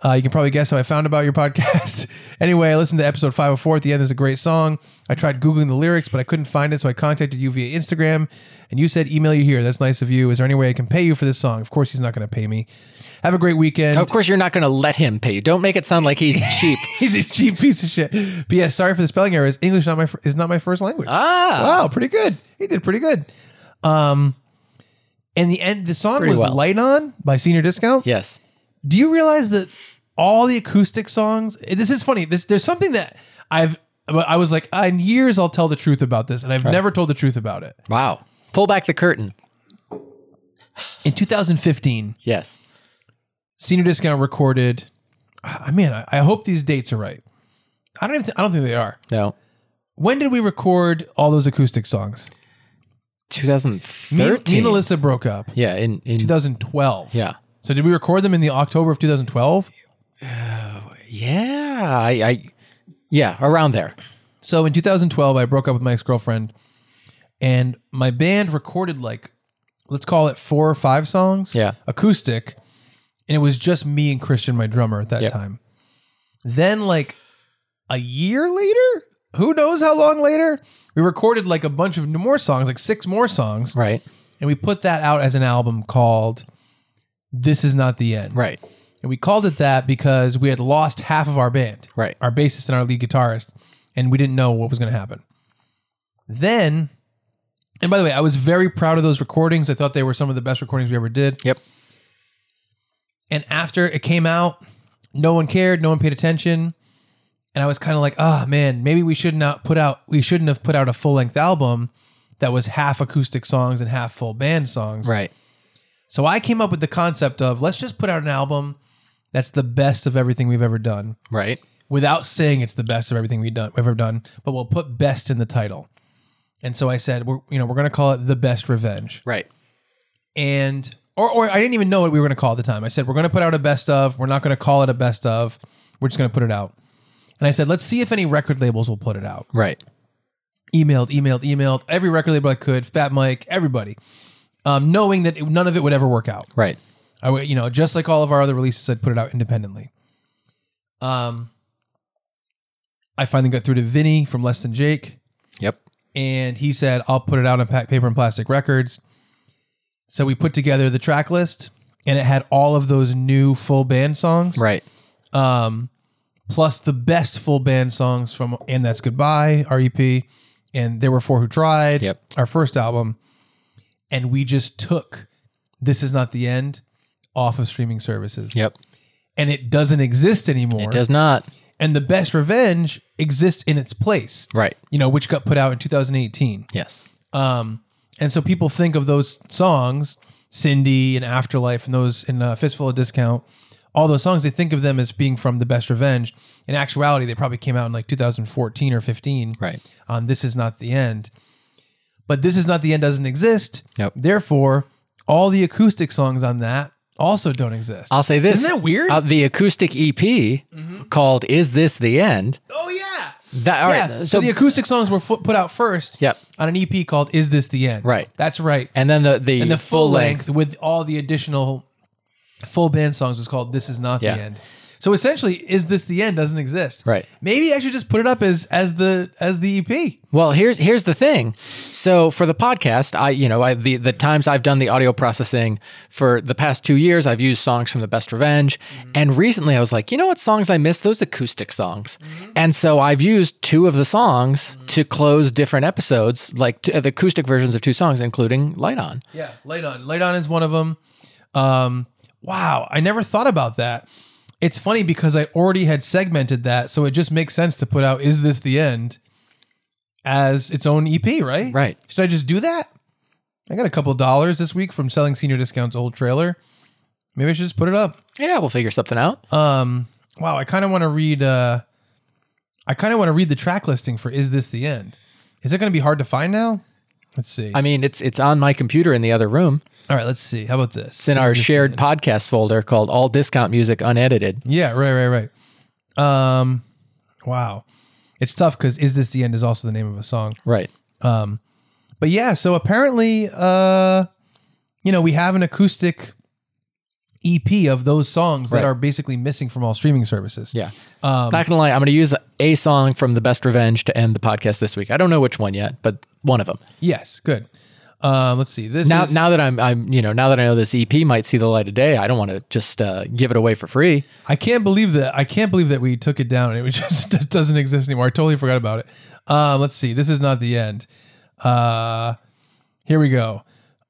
[SPEAKER 1] Uh, you can probably guess how I found about your podcast. anyway, I listened to episode 504. At the end, there's a great song. I tried Googling the lyrics, but I couldn't find it. So I contacted you via Instagram and you said, Email you here. That's nice of you. Is there any way I can pay you for this song? Of course, he's not going to pay me. Have a great weekend.
[SPEAKER 2] Of course, you're not going to let him pay you. Don't make it sound like he's cheap.
[SPEAKER 1] He's a cheap piece of shit. But yeah, sorry for the spelling errors. English not my fir- is not my first language.
[SPEAKER 2] Ah,
[SPEAKER 1] Wow, pretty good. He did pretty good. Um, and the end, the song
[SPEAKER 2] Pretty
[SPEAKER 1] was
[SPEAKER 2] well.
[SPEAKER 1] "Light On" by Senior Discount.
[SPEAKER 2] yes.
[SPEAKER 1] Do you realize that all the acoustic songs? This is funny. This there's something that I've I was like "Ah, in years I'll tell the truth about this, and I've never told the truth about it.
[SPEAKER 2] Wow. Pull back the curtain.
[SPEAKER 1] In 2015,
[SPEAKER 2] Yes.
[SPEAKER 1] Senior Discount recorded. I mean, I, I hope these dates are right. I don't even. thi- I don't think they are.
[SPEAKER 2] No.
[SPEAKER 1] When did we record all those acoustic songs? Me, me and
[SPEAKER 2] 2013.
[SPEAKER 1] Alyssa broke up.
[SPEAKER 2] yeah. In in
[SPEAKER 1] 2012.
[SPEAKER 2] yeah.
[SPEAKER 1] So did we record them in the October of 2012?
[SPEAKER 2] Yeah. I, I. Yeah. Around there.
[SPEAKER 1] So in 2012, I broke up with my ex girlfriend, and my band recorded like, let's call it four or five songs,
[SPEAKER 2] Yeah.
[SPEAKER 1] acoustic, and it was just me and Christian, my drummer, at that
[SPEAKER 2] Yep.
[SPEAKER 1] time. Then like a year later, who knows how long later, we recorded like a bunch of more songs, like six more songs,
[SPEAKER 2] Right.
[SPEAKER 1] and we put that out as an album called "This Is Not the End."
[SPEAKER 2] Right.
[SPEAKER 1] And we called it that because we had lost half of our band,
[SPEAKER 2] Right.
[SPEAKER 1] our bassist and our lead guitarist, and we didn't know what was going to happen. Then, and by the way, I was very proud of those recordings. I thought they were some of the best recordings we ever did.
[SPEAKER 2] Yep.
[SPEAKER 1] And after it came out, no one cared, no one paid attention. And I was kind of like, oh man, maybe we should not put out, we shouldn't have put out a full length album that was half acoustic songs and half full band songs.
[SPEAKER 2] Right.
[SPEAKER 1] So I came up with the concept of let's just put out an album that's the best of everything we've ever done
[SPEAKER 2] Right.
[SPEAKER 1] without saying it's the best of everything we've done, we've ever done, but we'll put best in the title. And so I said, we're, you know, we're going to call it the best revenge.
[SPEAKER 2] Right.
[SPEAKER 1] And, or, or I didn't even know what we were going to call it at the time. I said, we're going to put out a best of, we're not going to call it a best of, we're just going to put it out. And I said, let's see if any record labels will put it out
[SPEAKER 2] Right.
[SPEAKER 1] emailed, emailed, emailed every record label I could, Fat Mike, everybody, um, knowing that none of it would ever work out.
[SPEAKER 2] Right.
[SPEAKER 1] I would, you know, just like all of our other releases, I'd put it out independently. Um, I finally got through to Vinny from Less Than Jake,
[SPEAKER 2] Yep.
[SPEAKER 1] and he said, "I'll put it out on pa- paper and plastic records." So we put together the track list, and it had all of those new full band songs,
[SPEAKER 2] Right.
[SPEAKER 1] um, plus the best full band songs from "And That's Goodbye" R.E.P. and "There Were Four Who Tried,"
[SPEAKER 2] Yep.
[SPEAKER 1] our first album, and we just took "This Is Not the End" off of streaming services,
[SPEAKER 2] Yep.
[SPEAKER 1] and it doesn't exist anymore.
[SPEAKER 2] Does not.
[SPEAKER 1] And "The Best Revenge" exists in its place,
[SPEAKER 2] Right.
[SPEAKER 1] you know, which got put out in 2018.
[SPEAKER 2] Yes.
[SPEAKER 1] Um, and so people think of those songs, Cindy and Afterlife, and those in uh, Fistful of Discount, all those songs. They think of them as being from The Best Revenge. In actuality, they probably came out in like 2014 or Um, 15.
[SPEAKER 2] Right.
[SPEAKER 1] On This Is Not the End, but This Is Not the End doesn't exist.
[SPEAKER 2] Yep.
[SPEAKER 1] Therefore, All the acoustic songs on that also don't exist.
[SPEAKER 2] I'll say this.
[SPEAKER 1] Isn't that weird? Mm-hmm.
[SPEAKER 2] Uh, the acoustic EP called "Is This the End?"
[SPEAKER 1] oh yeah.
[SPEAKER 2] That all right. uh,
[SPEAKER 1] yeah.
[SPEAKER 2] So,
[SPEAKER 1] So, the acoustic songs were fu- put out first.
[SPEAKER 2] Yep.
[SPEAKER 1] On an EP called "Is This the End?"
[SPEAKER 2] Right.
[SPEAKER 1] That's right.
[SPEAKER 2] and then the the,
[SPEAKER 1] and the full length with all the additional full band songs was called "This Is Not
[SPEAKER 2] Yeah.
[SPEAKER 1] the End." So essentially, "Is This the End?" doesn't exist.
[SPEAKER 2] Right.
[SPEAKER 1] Maybe I should just put it up as as the as the E EP.
[SPEAKER 2] Well, here's here's the thing. So for the podcast, I you know I, the the times I've done the audio processing for the past two years, I've used songs from The Best Revenge,
[SPEAKER 1] Mm-hmm.
[SPEAKER 2] and recently I was like, you know what songs I miss? Those acoustic songs.
[SPEAKER 1] Mm-hmm.
[SPEAKER 2] And so I've used two of the songs to close different episodes, like t- the acoustic versions of two songs, including Light On.
[SPEAKER 1] Yeah, light on. Light on is one of them. Um, wow, I never thought about that. It's funny because I already had segmented that, so it just makes sense to put out "Is This the End" as its own EP, right?
[SPEAKER 2] Right.
[SPEAKER 1] Should I just do that? I got a couple dollars this week from selling Senior Discount's old trailer. Maybe I should just put it up.
[SPEAKER 2] Yeah, we'll figure something out.
[SPEAKER 1] Um, wow, I kind of want to read. Uh, I kind of want to read the track listing for "Is This the End." Is it going to be hard to find now? Let's see.
[SPEAKER 2] I mean, it's it's on my computer in the other room.
[SPEAKER 1] All right, let's see. How about this?
[SPEAKER 2] It's in
[SPEAKER 1] Is
[SPEAKER 2] our
[SPEAKER 1] This the
[SPEAKER 2] shared podcast folder called All Discount Music Unedited.
[SPEAKER 1] Yeah, right, right, right. Um, wow, it's tough because "Is This the End" is also the name of a song.
[SPEAKER 2] Right.
[SPEAKER 1] Um, but yeah, so apparently, uh, you know, we have an acoustic EP of those songs
[SPEAKER 2] Right.
[SPEAKER 1] that are basically missing from all streaming services.
[SPEAKER 2] Yeah.
[SPEAKER 1] Um,
[SPEAKER 2] Not gonna lie, I'm gonna use a song from The Best Revenge to end the podcast this week. I don't know which one yet, but one of them.
[SPEAKER 1] Yes, good. Um, let's see. This
[SPEAKER 2] Now,
[SPEAKER 1] is,
[SPEAKER 2] now that I'm, I'm, you know, now that I know this EP might see the light of day, I don't want to just uh, give it away for free.
[SPEAKER 1] I can't believe that I can't believe that we took it down and it just, just doesn't exist anymore. I totally forgot about it. Um, let's see. This is not the end. Uh, here we go.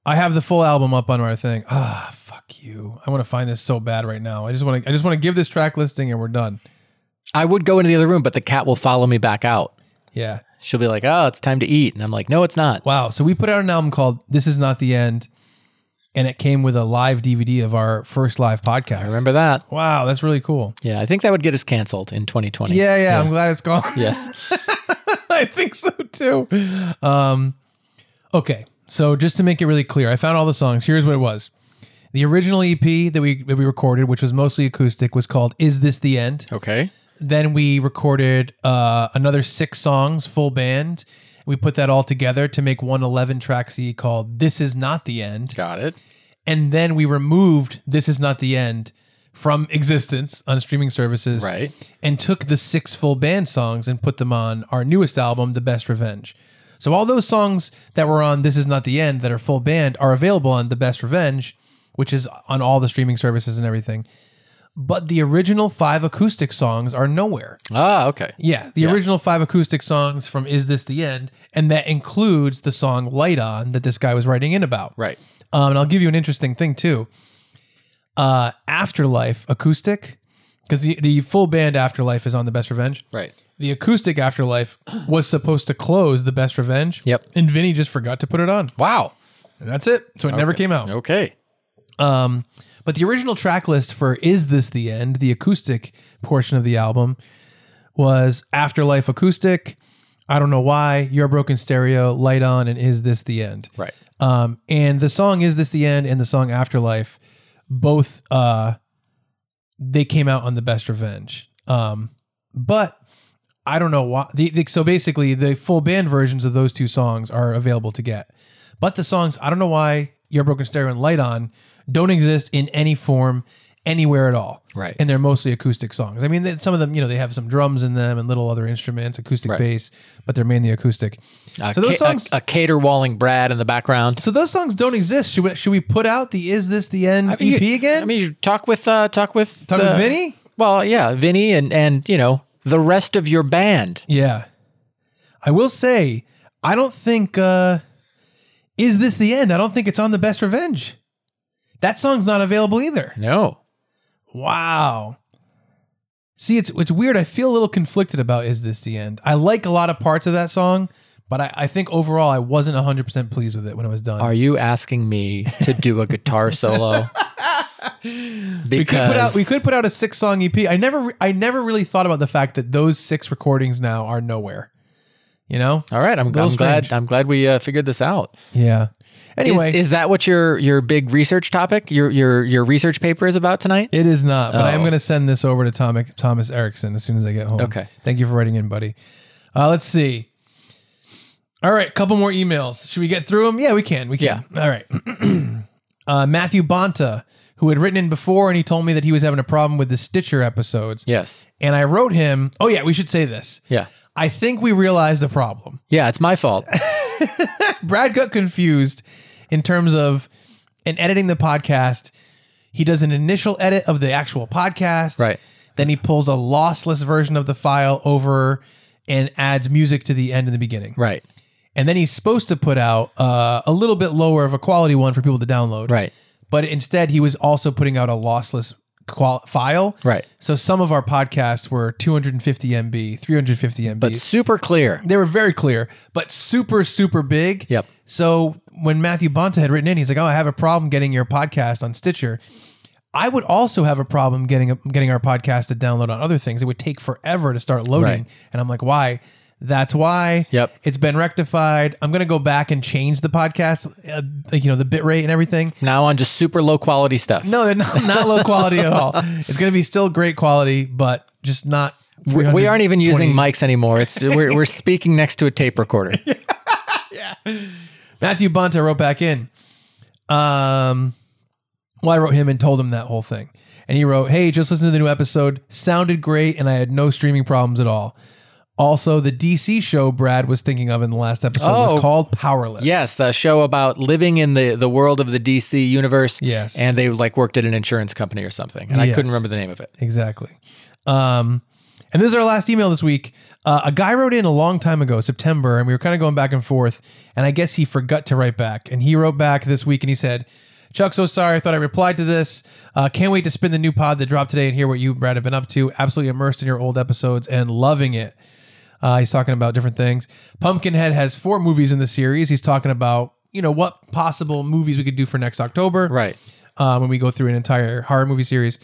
[SPEAKER 1] I have the full album up on our thing. Ah, fuck you. I want to find this so bad right now. I just want to. I just want to give this track listing and we're done.
[SPEAKER 2] I would go into the other room, but the cat will follow me back out.
[SPEAKER 1] Yeah.
[SPEAKER 2] She'll be like, "Oh, it's time to eat," and I'm like, "No, it's not."
[SPEAKER 1] Wow. So we put out an album called "This Is Not the End," and it came with a live DVD of our first live podcast.
[SPEAKER 2] I remember that.
[SPEAKER 1] Wow, that's really cool.
[SPEAKER 2] Yeah, I think that would get us canceled in 2020.
[SPEAKER 1] Yeah, yeah. I'm glad it's gone.
[SPEAKER 2] Yes.
[SPEAKER 1] I think so too. Um, okay, so just to make it really clear, I found all the songs. Here's what it was: the original EP that we that we recorded, which was mostly acoustic, was called "Is This the End."
[SPEAKER 2] Okay.
[SPEAKER 1] Then we recorded uh, another six songs, full band. We put that all together to make one 11 track CD called "This Is Not the End,"
[SPEAKER 2] Got it.
[SPEAKER 1] and then we removed "This Is Not the End." From existence on streaming services,
[SPEAKER 2] Right.
[SPEAKER 1] and took the six full band songs and put them on our newest album, The Best Revenge. So all those songs that were on This Is Not the End that are full band are available on The Best Revenge, which is on all the streaming services and everything. But the original five acoustic songs are nowhere.
[SPEAKER 2] Ah, okay.
[SPEAKER 1] Yeah, the original five acoustic songs from Is This the End? And that includes the song Light On that this guy was writing in about.
[SPEAKER 2] Right.
[SPEAKER 1] Um, and I'll give you an interesting thing too. Uh, Afterlife acoustic, because the, the full band Afterlife is on the Best Revenge.
[SPEAKER 2] Right.
[SPEAKER 1] The acoustic Afterlife was supposed to close the Best Revenge.
[SPEAKER 2] Yep.
[SPEAKER 1] And Vinny just forgot to put it on,
[SPEAKER 2] Wow.
[SPEAKER 1] and that's it. So it never came out.
[SPEAKER 2] Okay.
[SPEAKER 1] Um, but the original track list for "Is This the End?" the acoustic portion of the album was Afterlife acoustic. I don't know why. Your broken stereo, light on, and "Is This the End?"
[SPEAKER 2] Right.
[SPEAKER 1] Um, and the song "Is This the End?" and the song "Afterlife," both uh, they came out on the Best Revenge. Um, but I don't know why. The, the, so basically, the full band versions of those two songs are available to get, but the songs I don't know why "Your Broken Stereo" and "Light On" don't exist in any form anywhere at all.
[SPEAKER 2] Right.
[SPEAKER 1] And they're mostly acoustic songs. I mean, that- some of them, you know, they have some drums in them and little other instruments, acoustic
[SPEAKER 2] Right.
[SPEAKER 1] bass, but they're mainly acoustic.
[SPEAKER 2] A,
[SPEAKER 1] So those
[SPEAKER 2] ca- a-
[SPEAKER 1] songs-
[SPEAKER 2] a cater walling Brad in the background.
[SPEAKER 1] So those songs don't exist. Should we, should we put out the "Is This the End"
[SPEAKER 2] I mean,
[SPEAKER 1] EP
[SPEAKER 2] you-
[SPEAKER 1] again?
[SPEAKER 2] I mean, you talk with uh, talk with
[SPEAKER 1] Talk
[SPEAKER 2] uh,
[SPEAKER 1] with Vinny?
[SPEAKER 2] Well, yeah, Vinny, and and you know the rest of your band.
[SPEAKER 1] Yeah, I will say I don't think uh, "Is This the End." I don't think it's on the Best Revenge. That song's not available either.
[SPEAKER 2] No,
[SPEAKER 1] Wow. See, it's it's weird. I feel a little conflicted about "Is This the End." I like a lot of parts of that song, but I, I think overall I wasn't hundred percent pleased with it when it was done.
[SPEAKER 2] are you asking me to do a guitar solo? Because
[SPEAKER 1] we could put out we could put out a six E song EP. I never I never really thought about the fact that those six recordings now are nowhere. You know?
[SPEAKER 2] All right, I'm, I'm
[SPEAKER 1] Little
[SPEAKER 2] glad.
[SPEAKER 1] strange.
[SPEAKER 2] I'm glad we uh, figured this out.
[SPEAKER 1] Yeah.
[SPEAKER 2] Is-
[SPEAKER 1] Anyway,
[SPEAKER 2] is, that what your your big research topic, your your your research paper is about tonight?
[SPEAKER 1] it is not, but I am
[SPEAKER 2] Oh.
[SPEAKER 1] going to send this over to Tom, Thomas Erickson as soon as I get home.
[SPEAKER 2] Okay.
[SPEAKER 1] Thank you for writing in, buddy. Uh, let's see. All right, couple more emails. Should we get through them? Yeah, we can. We can. All right. uh, Matthew Bonta, who had written in before, and he told me that he was having a problem with the Stitcher episodes.
[SPEAKER 2] Yes.
[SPEAKER 1] And I wrote him, oh, yeah, we should say this.
[SPEAKER 2] Yeah.
[SPEAKER 1] I think we realized the problem.
[SPEAKER 2] Yeah, it's my fault.
[SPEAKER 1] Brad got confused in terms of in editing the podcast. He does an initial edit of the actual podcast.
[SPEAKER 2] Right.
[SPEAKER 1] Then he pulls a lossless version of the file over and adds music to the end and the beginning.
[SPEAKER 2] right.
[SPEAKER 1] And then he's supposed to put out uh, a little bit lower of a quality one for people to download.
[SPEAKER 2] Right.
[SPEAKER 1] But instead, he was also putting out a lossless qual- file.
[SPEAKER 2] Right.
[SPEAKER 1] So some of our podcasts were 250 MB, 350 MB
[SPEAKER 2] But super clear.
[SPEAKER 1] they were very clear, but super, super big.
[SPEAKER 2] Yep.
[SPEAKER 1] So when Matthew Bonta had written in, he's like, "Oh, I have a problem getting your podcast on Stitcher." I would also have a problem getting getting our podcast to download on other things. It would take forever to start loading,
[SPEAKER 2] Right.
[SPEAKER 1] and I'm like, "Why?" That's why.
[SPEAKER 2] Yep.
[SPEAKER 1] It's been rectified. I'm gonna go back and change the podcast, uh, you know, the bit rate and everything.
[SPEAKER 2] Now on just super low quality stuff.
[SPEAKER 1] No, they're not, not low quality at all. It's gonna be still great quality, but just not.
[SPEAKER 2] We, we aren't even
[SPEAKER 1] 320.
[SPEAKER 2] using mics anymore. It's we're, we're speaking next to a tape recorder.
[SPEAKER 1] Matthew Bonta wrote back in. Um, well, I wrote him and told him that whole thing. And he wrote, Hey, just listened to the new episode. Sounded great, and I had no streaming problems at all. Also, the DC show Brad was thinking of in the last episode
[SPEAKER 2] Oh.
[SPEAKER 1] was called Powerless.
[SPEAKER 2] Yes, a show about living in the, the world of the DC universe.
[SPEAKER 1] Yes.
[SPEAKER 2] And they like worked at an insurance company or something. And I
[SPEAKER 1] Yes.
[SPEAKER 2] couldn't remember the name of it.
[SPEAKER 1] Exactly. Um, and this is our last email this week. Uh, a guy wrote in a long time ago, September, and we were kind of going back and forth. And I guess he forgot to write back. And he wrote back this week and he said, Chuck, so sorry. I thought I replied to this. Uh, can't wait to spin the new pod that dropped today and hear what you, Brad, have been up to. Absolutely immersed in your old episodes and loving it. Uh, he's talking about different things. Pumpkinhead has four movies in the series. He's talking about, you know, what possible movies we could do for next October
[SPEAKER 2] Right.
[SPEAKER 1] uh, when we go through an entire horror movie series.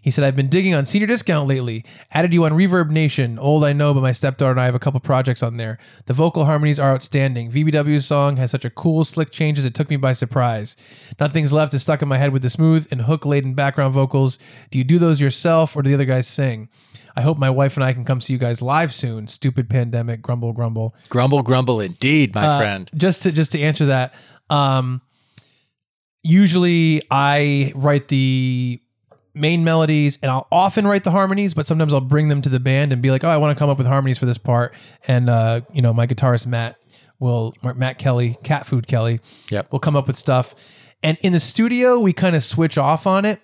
[SPEAKER 1] He said, I've been digging on Senior Discount lately. Added you on Reverb Nation. Old I know, but my stepdaughter and I have a couple projects on there. The vocal harmonies are outstanding. VBW's song has such a cool, slick changes, it took me by surprise. Nothing's Left is stuck in my head with the smooth and hook laden background vocals. Do you do those yourself or do the other guys sing? I hope my wife and I can come see you guys live soon. Stupid pandemic, grumble, grumble.
[SPEAKER 2] Grumble, grumble indeed, my
[SPEAKER 1] Uh,
[SPEAKER 2] friend.
[SPEAKER 1] Just to just to answer that, um, usually I write the main melodies and I'll often write the harmonies, but sometimes I'll bring them to the band and be like, "Oh, I want to come up with harmonies for this part," and uh, you know, my guitarist Matt will Matt Kelly, Cat Food Kelly,
[SPEAKER 2] Yep.
[SPEAKER 1] will come up with stuff. And in the studio, we kind of switch off on it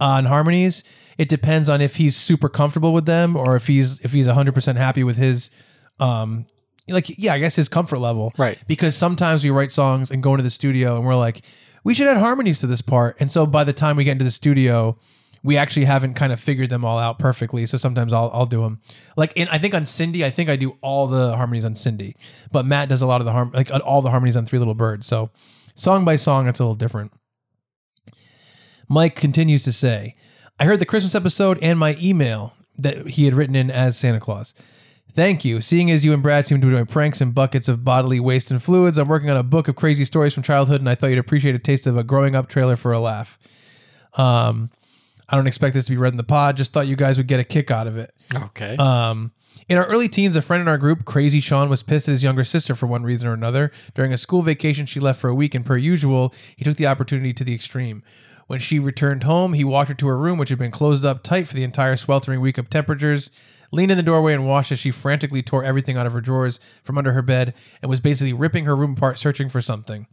[SPEAKER 1] on harmonies. It depends on if he's super comfortable with them or if he's if he's 100% happy with his um like yeah, I guess his comfort level.
[SPEAKER 2] Right.
[SPEAKER 1] Because sometimes we write songs and go into the studio and we're like, we should add harmonies to this part. And so by the time we get into the studio, we actually haven't kind of figured them all out perfectly. So sometimes I'll I'll do them. Like in I think on Cindy, I think I do all the harmonies on Cindy, but Matt does a lot of the harm like all the harmonies on Three Little Birds. So song by song, it's a little different. Mike continues to say, I heard the Christmas episode and my email that he had written in as Santa Claus. Thank you. Seeing as you and Brad seem to enjoy pranks and buckets of bodily waste and fluids, I'm working on a book of crazy stories from childhood, and I thought you'd appreciate a taste of a growing up trailer for a laugh. Um, I don't expect this to be read in the pod, just thought you guys would get a kick out of it.
[SPEAKER 2] Okay.
[SPEAKER 1] Um, in our early teens, a friend in our group, Crazy Sean, was pissed at his younger sister for one reason or another. During a school vacation, she left for a week, and per usual, he took the opportunity to the extreme. When she returned home, he walked her to her room, which had been closed up tight for the entire sweltering week of temperatures, leaned in the doorway and watched as she frantically tore everything out of her drawers from under her bed and was basically ripping her room apart, searching for something.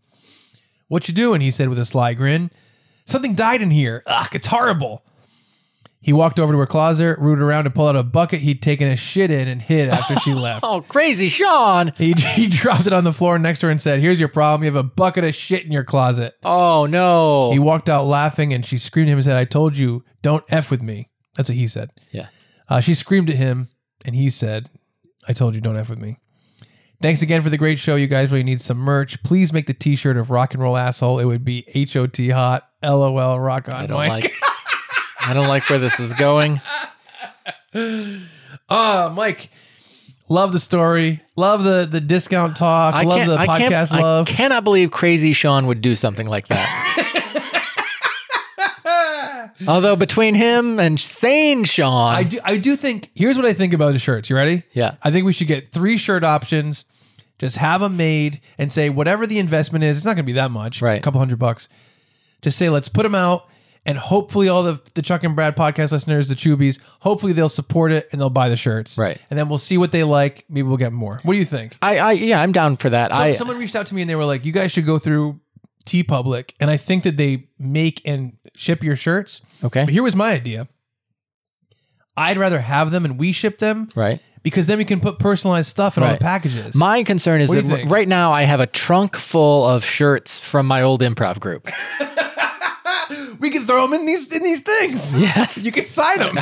[SPEAKER 1] What you doing? he said with a sly grin. Something died in here. Ugh, it's horrible. He walked over to her closet, rooted around, and pulled out a bucket he'd taken a shit in and hid after she left.
[SPEAKER 2] oh, crazy Sean.
[SPEAKER 1] He, he dropped it on the floor next to her and said, Here's your problem. You have a bucket of shit in your closet.
[SPEAKER 2] Oh, no.
[SPEAKER 1] He walked out laughing and she screamed at him and said, I told you, don't F with me. That's what he said.
[SPEAKER 2] Yeah.
[SPEAKER 1] Uh, she screamed at him and he said, I told you, don't F with me. Thanks again for the great show. You guys really need some merch. Please make the t shirt of rock and roll asshole. It would be H O T hot. LOL rock on.
[SPEAKER 2] I don't
[SPEAKER 1] Mike.
[SPEAKER 2] like I don't like where this is going.
[SPEAKER 1] Ah, Mike. Love the story. Love the the discount talk.
[SPEAKER 2] I
[SPEAKER 1] love
[SPEAKER 2] can't,
[SPEAKER 1] the
[SPEAKER 2] I can't-
[SPEAKER 1] podcast
[SPEAKER 2] I
[SPEAKER 1] love.
[SPEAKER 2] cannot believe Crazy Sean would do something like that. Although between him and Sane Sean,
[SPEAKER 1] I do I do think here's what I think about the shirts. You ready?
[SPEAKER 2] yeah,
[SPEAKER 1] I think we should get three shirt options. Just have them made and say whatever the investment is. It's not going to be that much,
[SPEAKER 2] Right.
[SPEAKER 1] A couple hundred bucks. Just say let's put them out, and hopefully all the the Chuck and Brad podcast listeners, the Chubies, hopefully they'll support it and they'll buy the shirts,
[SPEAKER 2] Right.
[SPEAKER 1] And then we'll see what they like. Maybe we'll get more. What do you think?
[SPEAKER 2] I, I yeah, I'm down for that.
[SPEAKER 1] Some,
[SPEAKER 2] I
[SPEAKER 1] someone reached out to me and they were like, "You guys should go through T Public," and I think that they make and ship your shirts. But
[SPEAKER 2] okay,
[SPEAKER 1] here was my idea. I'd rather have them and we ship them
[SPEAKER 2] right.
[SPEAKER 1] because then we can put personalized stuff in all
[SPEAKER 2] Right.
[SPEAKER 1] the packages.
[SPEAKER 2] My concern is
[SPEAKER 1] What do
[SPEAKER 2] that
[SPEAKER 1] you
[SPEAKER 2] r-
[SPEAKER 1] think?
[SPEAKER 2] right now I have a trunk full of shirts from my old improv group.
[SPEAKER 1] we can throw them in these in these things.
[SPEAKER 2] Yes.
[SPEAKER 1] you can sign them.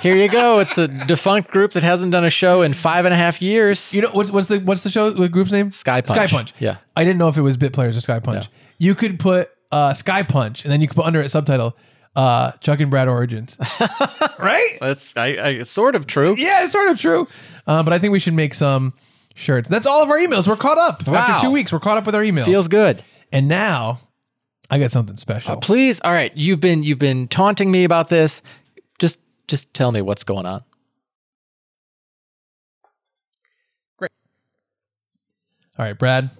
[SPEAKER 2] Here you go. It's a defunct group that hasn't done a show in five and a half years.
[SPEAKER 1] you know what's what's the what's the show the group's name?
[SPEAKER 2] Sky Punch.
[SPEAKER 1] Sky Punch.
[SPEAKER 2] Yeah.
[SPEAKER 1] I didn't know if it was Bit Players or Sky Punch. You could put uh, Sky Punch, and then you could put under it subtitle uh, Chuck and Brad Origins. right?
[SPEAKER 2] That's I, I it's sort of true.
[SPEAKER 1] Yeah, it's sort of true. Uh, but I think we should make some shirts. That's all of our emails. We're caught up
[SPEAKER 2] Wow.
[SPEAKER 1] after two weeks. We're caught up with our emails.
[SPEAKER 2] Feels good.
[SPEAKER 1] And now I got something special.
[SPEAKER 2] Please, all right. You've been you've been taunting me about this. Just just tell me what's going on.
[SPEAKER 1] All right, Brad.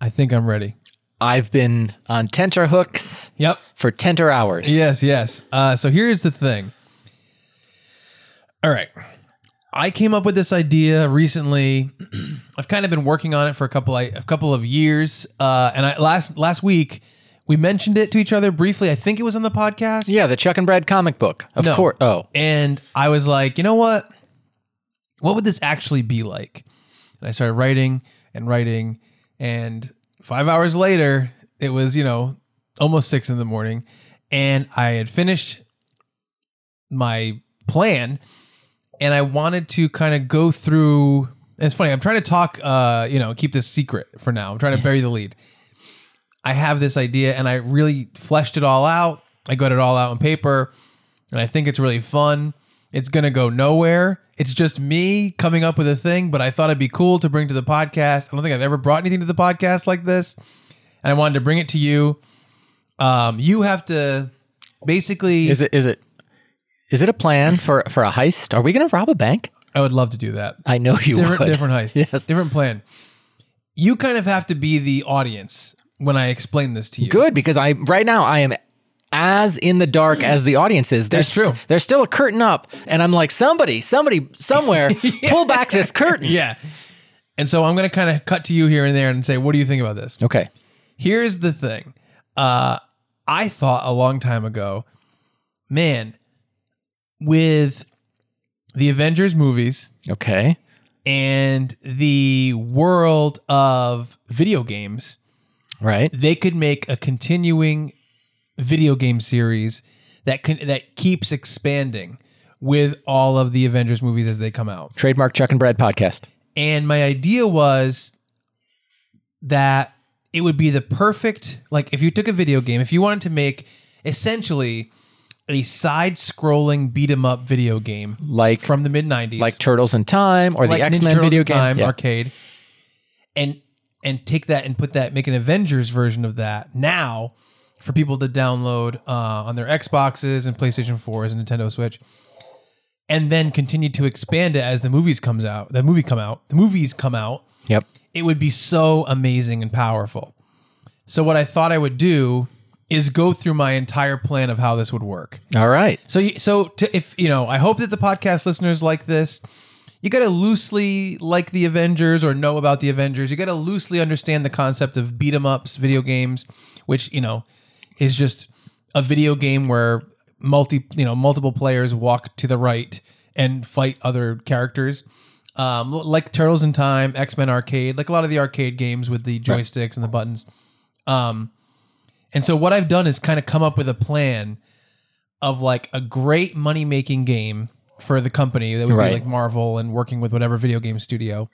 [SPEAKER 1] I think I'm ready.
[SPEAKER 2] I've been on tenter hooks
[SPEAKER 1] Yep.
[SPEAKER 2] for tenter hours.
[SPEAKER 1] Yes, yes. Uh, so here's the thing. All right. I came up with this idea recently. I've kind of been working on it for a couple like, a couple of years. Uh, and I last last week we mentioned it to each other briefly. I think it was on the podcast.
[SPEAKER 2] Yeah, the Chuck and Brad comic book. Of
[SPEAKER 1] No.
[SPEAKER 2] course. Oh,
[SPEAKER 1] And I was like, you know what? What would this actually be like? And I started writing and writing. And five hours later, it was, you know, almost six in the morning. And I had finished my plan. And I wanted to kind of go through. and It's funny. I'm trying to talk, uh, you know, keep this secret for now. I'm trying to bury the lead. I have this idea and I really fleshed it all out. I got it all out on paper and I think it's really fun. It's going to go nowhere. It's just me coming up with a thing, but I thought it'd be cool to bring to the podcast. I don't think I've ever brought anything to the podcast like this, and I wanted to bring it to you. Um, you have to basically.
[SPEAKER 2] is it is it is it a plan for for a heist? Are we going to rob a bank?
[SPEAKER 1] I would love to do that.
[SPEAKER 2] I know you
[SPEAKER 1] different
[SPEAKER 2] would.
[SPEAKER 1] different heist.
[SPEAKER 2] Yes.
[SPEAKER 1] Different plan. You kind of have to be the audience when I explain this to you.
[SPEAKER 2] Good because I right now I am as in the dark as the audience is. There's,
[SPEAKER 1] That's true.
[SPEAKER 2] There's still a curtain up, and I'm like somebody, somebody, somewhere, pull back this curtain.
[SPEAKER 1] Yeah. And so I'm going to kind of cut to you here and there and say, what do you think about this?
[SPEAKER 2] Okay.
[SPEAKER 1] Here's the thing. Uh, I thought a long time ago, man, with the Avengers movies
[SPEAKER 2] Okay.
[SPEAKER 1] and the world of video games,
[SPEAKER 2] Right.
[SPEAKER 1] they could make a continuing video game series that can, that keeps expanding with all of the Avengers movies as they come out.
[SPEAKER 2] Trademark Chuck and Brad podcast.
[SPEAKER 1] And my idea was that it would be the perfect, like, if you took a video game, if you wanted to make essentially a side scrolling beat 'em up video game
[SPEAKER 2] Like
[SPEAKER 1] from the mid 90s,
[SPEAKER 2] like Turtles in Time or the X Men video game. Yeah.
[SPEAKER 1] arcade, and and take that and put that, make an Avengers version of that now for people to download uh, on their Xboxes and PlayStation 4s and Nintendo Switch and then continue to expand it as the movies comes out. The movie come out. The movies come out.
[SPEAKER 2] Yep.
[SPEAKER 1] It would be so amazing and powerful. So what I thought I would do is go through my entire plan of how this would work.
[SPEAKER 2] All right.
[SPEAKER 1] So you, so to, if you know, I hope that the podcast listeners like this. You got to loosely like the Avengers or know about the Avengers. You got to loosely understand the concept of beat 'em ups video games, which, you know, is just a video game where multi, you know, multiple players walk to the right and fight other characters. Um, l- like Turtles in Time, X-Men Arcade, like a lot of the arcade games with the joysticks and the buttons. Um, and so what I've done is kind of come up with a plan of like a great money making game for the company that would
[SPEAKER 2] Right.
[SPEAKER 1] be like Marvel and working with whatever video game studio,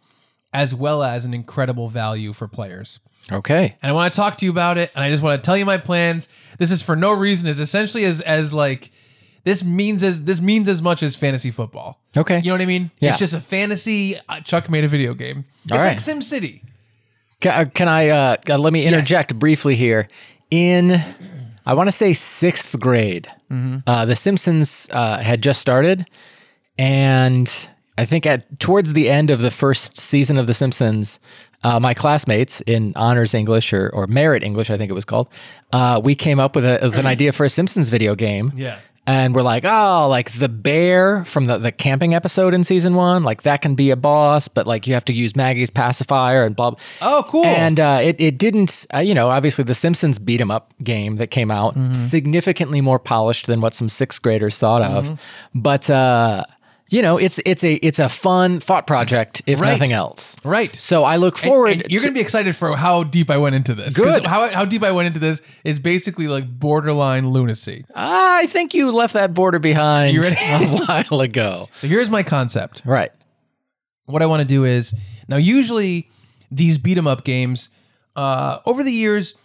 [SPEAKER 1] as well as an incredible value for players.
[SPEAKER 2] Okay.
[SPEAKER 1] And I want to talk to you about it, and I just want to tell you my plans. This is for no reason. It's essentially as as like This means as this means as much as fantasy football.
[SPEAKER 2] Okay.
[SPEAKER 1] You know what I mean?
[SPEAKER 2] Yeah.
[SPEAKER 1] It's just a fantasy. Uh, Chuck made a video game. It's
[SPEAKER 2] All
[SPEAKER 1] like
[SPEAKER 2] right.
[SPEAKER 1] SimCity.
[SPEAKER 2] Ca- uh, Can, I uh, uh, let me interject briefly here? In I want to say sixth grade,
[SPEAKER 1] Mm-hmm.
[SPEAKER 2] uh, The Simpsons uh, had just started, and I think at towards the end of the first season of The Simpsons, uh, my classmates in honors English or, or merit English, I think it was called, uh, we came up with, a, with an idea for a Simpsons video game.
[SPEAKER 1] Yeah.
[SPEAKER 2] And we're like, oh, like the bear from the, the camping episode in season one, like that can be a boss, but like you have to use Maggie's pacifier and blah. blah.
[SPEAKER 1] Oh, cool.
[SPEAKER 2] And uh, it, it didn't, uh, you know, obviously the Simpsons beat 'em up game that came out
[SPEAKER 1] Mm-hmm.
[SPEAKER 2] significantly more polished than what some sixth graders thought of.
[SPEAKER 1] Mm-hmm.
[SPEAKER 2] But, uh, you know, it's it's a it's a fun thought project, if
[SPEAKER 1] Right.
[SPEAKER 2] nothing else.
[SPEAKER 1] Right.
[SPEAKER 2] So I look
[SPEAKER 1] And-
[SPEAKER 2] forward.
[SPEAKER 1] and you're gonna be excited for how deep I went into this. 'Cause
[SPEAKER 2] Good.
[SPEAKER 1] How how deep I went into this is basically like borderline lunacy.
[SPEAKER 2] "Ah, I think you left that border behind
[SPEAKER 1] ready?
[SPEAKER 2] a while ago.
[SPEAKER 1] So here's my concept.
[SPEAKER 2] Right.
[SPEAKER 1] what I want to do is now usually these beat 'em up games uh, over the years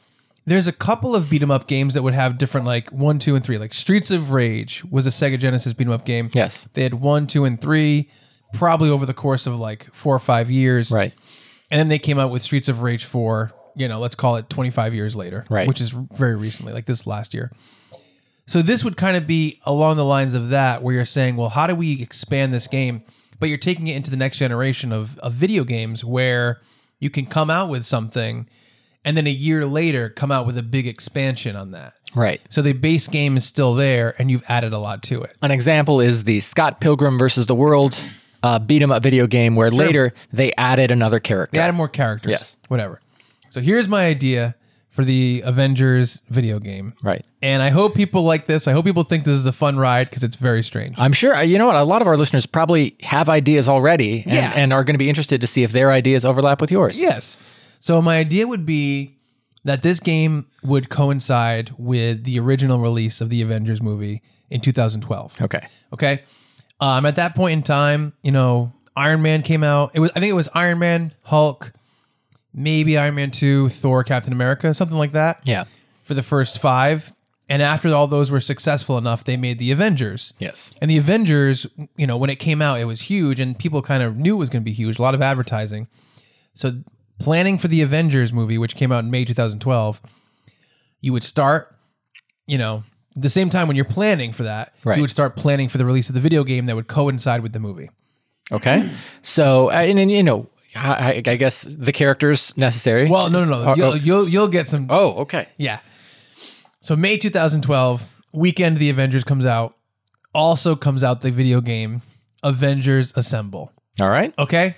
[SPEAKER 1] there's a couple of beat 'em up games that would have different like 1 2 and 3 like Streets of Rage was a Sega Genesis beat 'em up game.
[SPEAKER 2] Yes.
[SPEAKER 1] They had 1 2 and 3 probably over the course of like 4 or 5 years.
[SPEAKER 2] Right.
[SPEAKER 1] And then they came out with Streets of Rage 4, you know, let's call it 25 years later,
[SPEAKER 2] Right.
[SPEAKER 1] which is very recently, like this last year. So this would kind of be along the lines of that where you're saying, well, how do we expand this game? But you're taking it into the next generation of, of video games where you can come out with something and then a year later come out with a big expansion on that.
[SPEAKER 2] Right.
[SPEAKER 1] So the base game is still there and you've added a lot to it.
[SPEAKER 2] An example is the Scott Pilgrim versus the World uh, beat 'em up video game, where later they added another character.
[SPEAKER 1] They added more characters.
[SPEAKER 2] Yes.
[SPEAKER 1] Whatever. So here's my idea for the Avengers video game.
[SPEAKER 2] Right.
[SPEAKER 1] And I hope people like this. I hope people think this is a fun ride because it's very strange.
[SPEAKER 2] I'm sure uh, you know what a lot of our listeners probably have ideas already, and,
[SPEAKER 1] Yeah.
[SPEAKER 2] and are going to be interested to see if their ideas overlap with yours.
[SPEAKER 1] Yes. So my idea would be that this game would coincide with the original release of the Avengers movie in 2012.
[SPEAKER 2] Okay.
[SPEAKER 1] Okay. Um, at that point in time, you know, Iron Man came out. It was I think it was Iron Man, Hulk, maybe Iron Man 2, Thor, Captain America, something like that.
[SPEAKER 2] Yeah.
[SPEAKER 1] For the first five. And after all those were successful enough, they made the Avengers.
[SPEAKER 2] Yes.
[SPEAKER 1] And the Avengers, you know, when it came out, it was huge and people kind of knew it was going to be huge, a lot of advertising. So, planning for the Avengers movie, which came out in May 2012, you would start, you know, the same time when you're planning for that,
[SPEAKER 2] Right.
[SPEAKER 1] you would start planning for the release of the video game that would coincide with the movie.
[SPEAKER 2] Okay. So uh, and, and you know, I, I I guess the characters necessary.
[SPEAKER 1] Well, no, no, no.
[SPEAKER 2] Oh,
[SPEAKER 1] You'll,
[SPEAKER 2] okay.
[SPEAKER 1] you'll, you'll get some.
[SPEAKER 2] oh, okay.
[SPEAKER 1] Yeah. So, May 2012, Weekend of the Avengers comes out. Also comes out the video game Avengers Assemble.
[SPEAKER 2] All right.
[SPEAKER 1] Okay.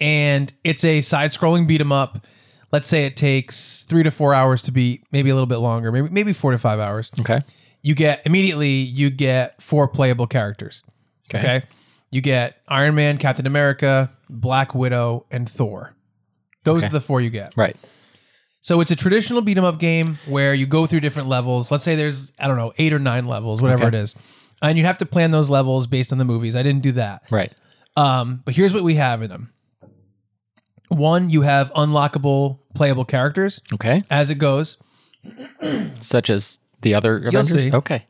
[SPEAKER 1] And it's a side scrolling beat 'em up. Let's say it takes three to four hours to beat, maybe a little bit longer, maybe maybe four to five hours.
[SPEAKER 2] Okay.
[SPEAKER 1] You get immediately you get four playable characters.
[SPEAKER 2] Okay.
[SPEAKER 1] okay? You get Iron Man, Captain America, Black Widow, and Thor. Those are the four you get.
[SPEAKER 2] Right.
[SPEAKER 1] So it's a traditional beat 'em up game where you go through different levels. Let's say there's I don't know eight or nine levels, whatever
[SPEAKER 2] Okay.
[SPEAKER 1] it is, and you have to plan those levels based on the movies. I didn't do that.
[SPEAKER 2] Right.
[SPEAKER 1] Um, but here's what we have in them. One, you have unlockable playable characters
[SPEAKER 2] Okay.
[SPEAKER 1] as it goes.
[SPEAKER 2] Such as the other Avengers.
[SPEAKER 1] see.
[SPEAKER 2] Okay.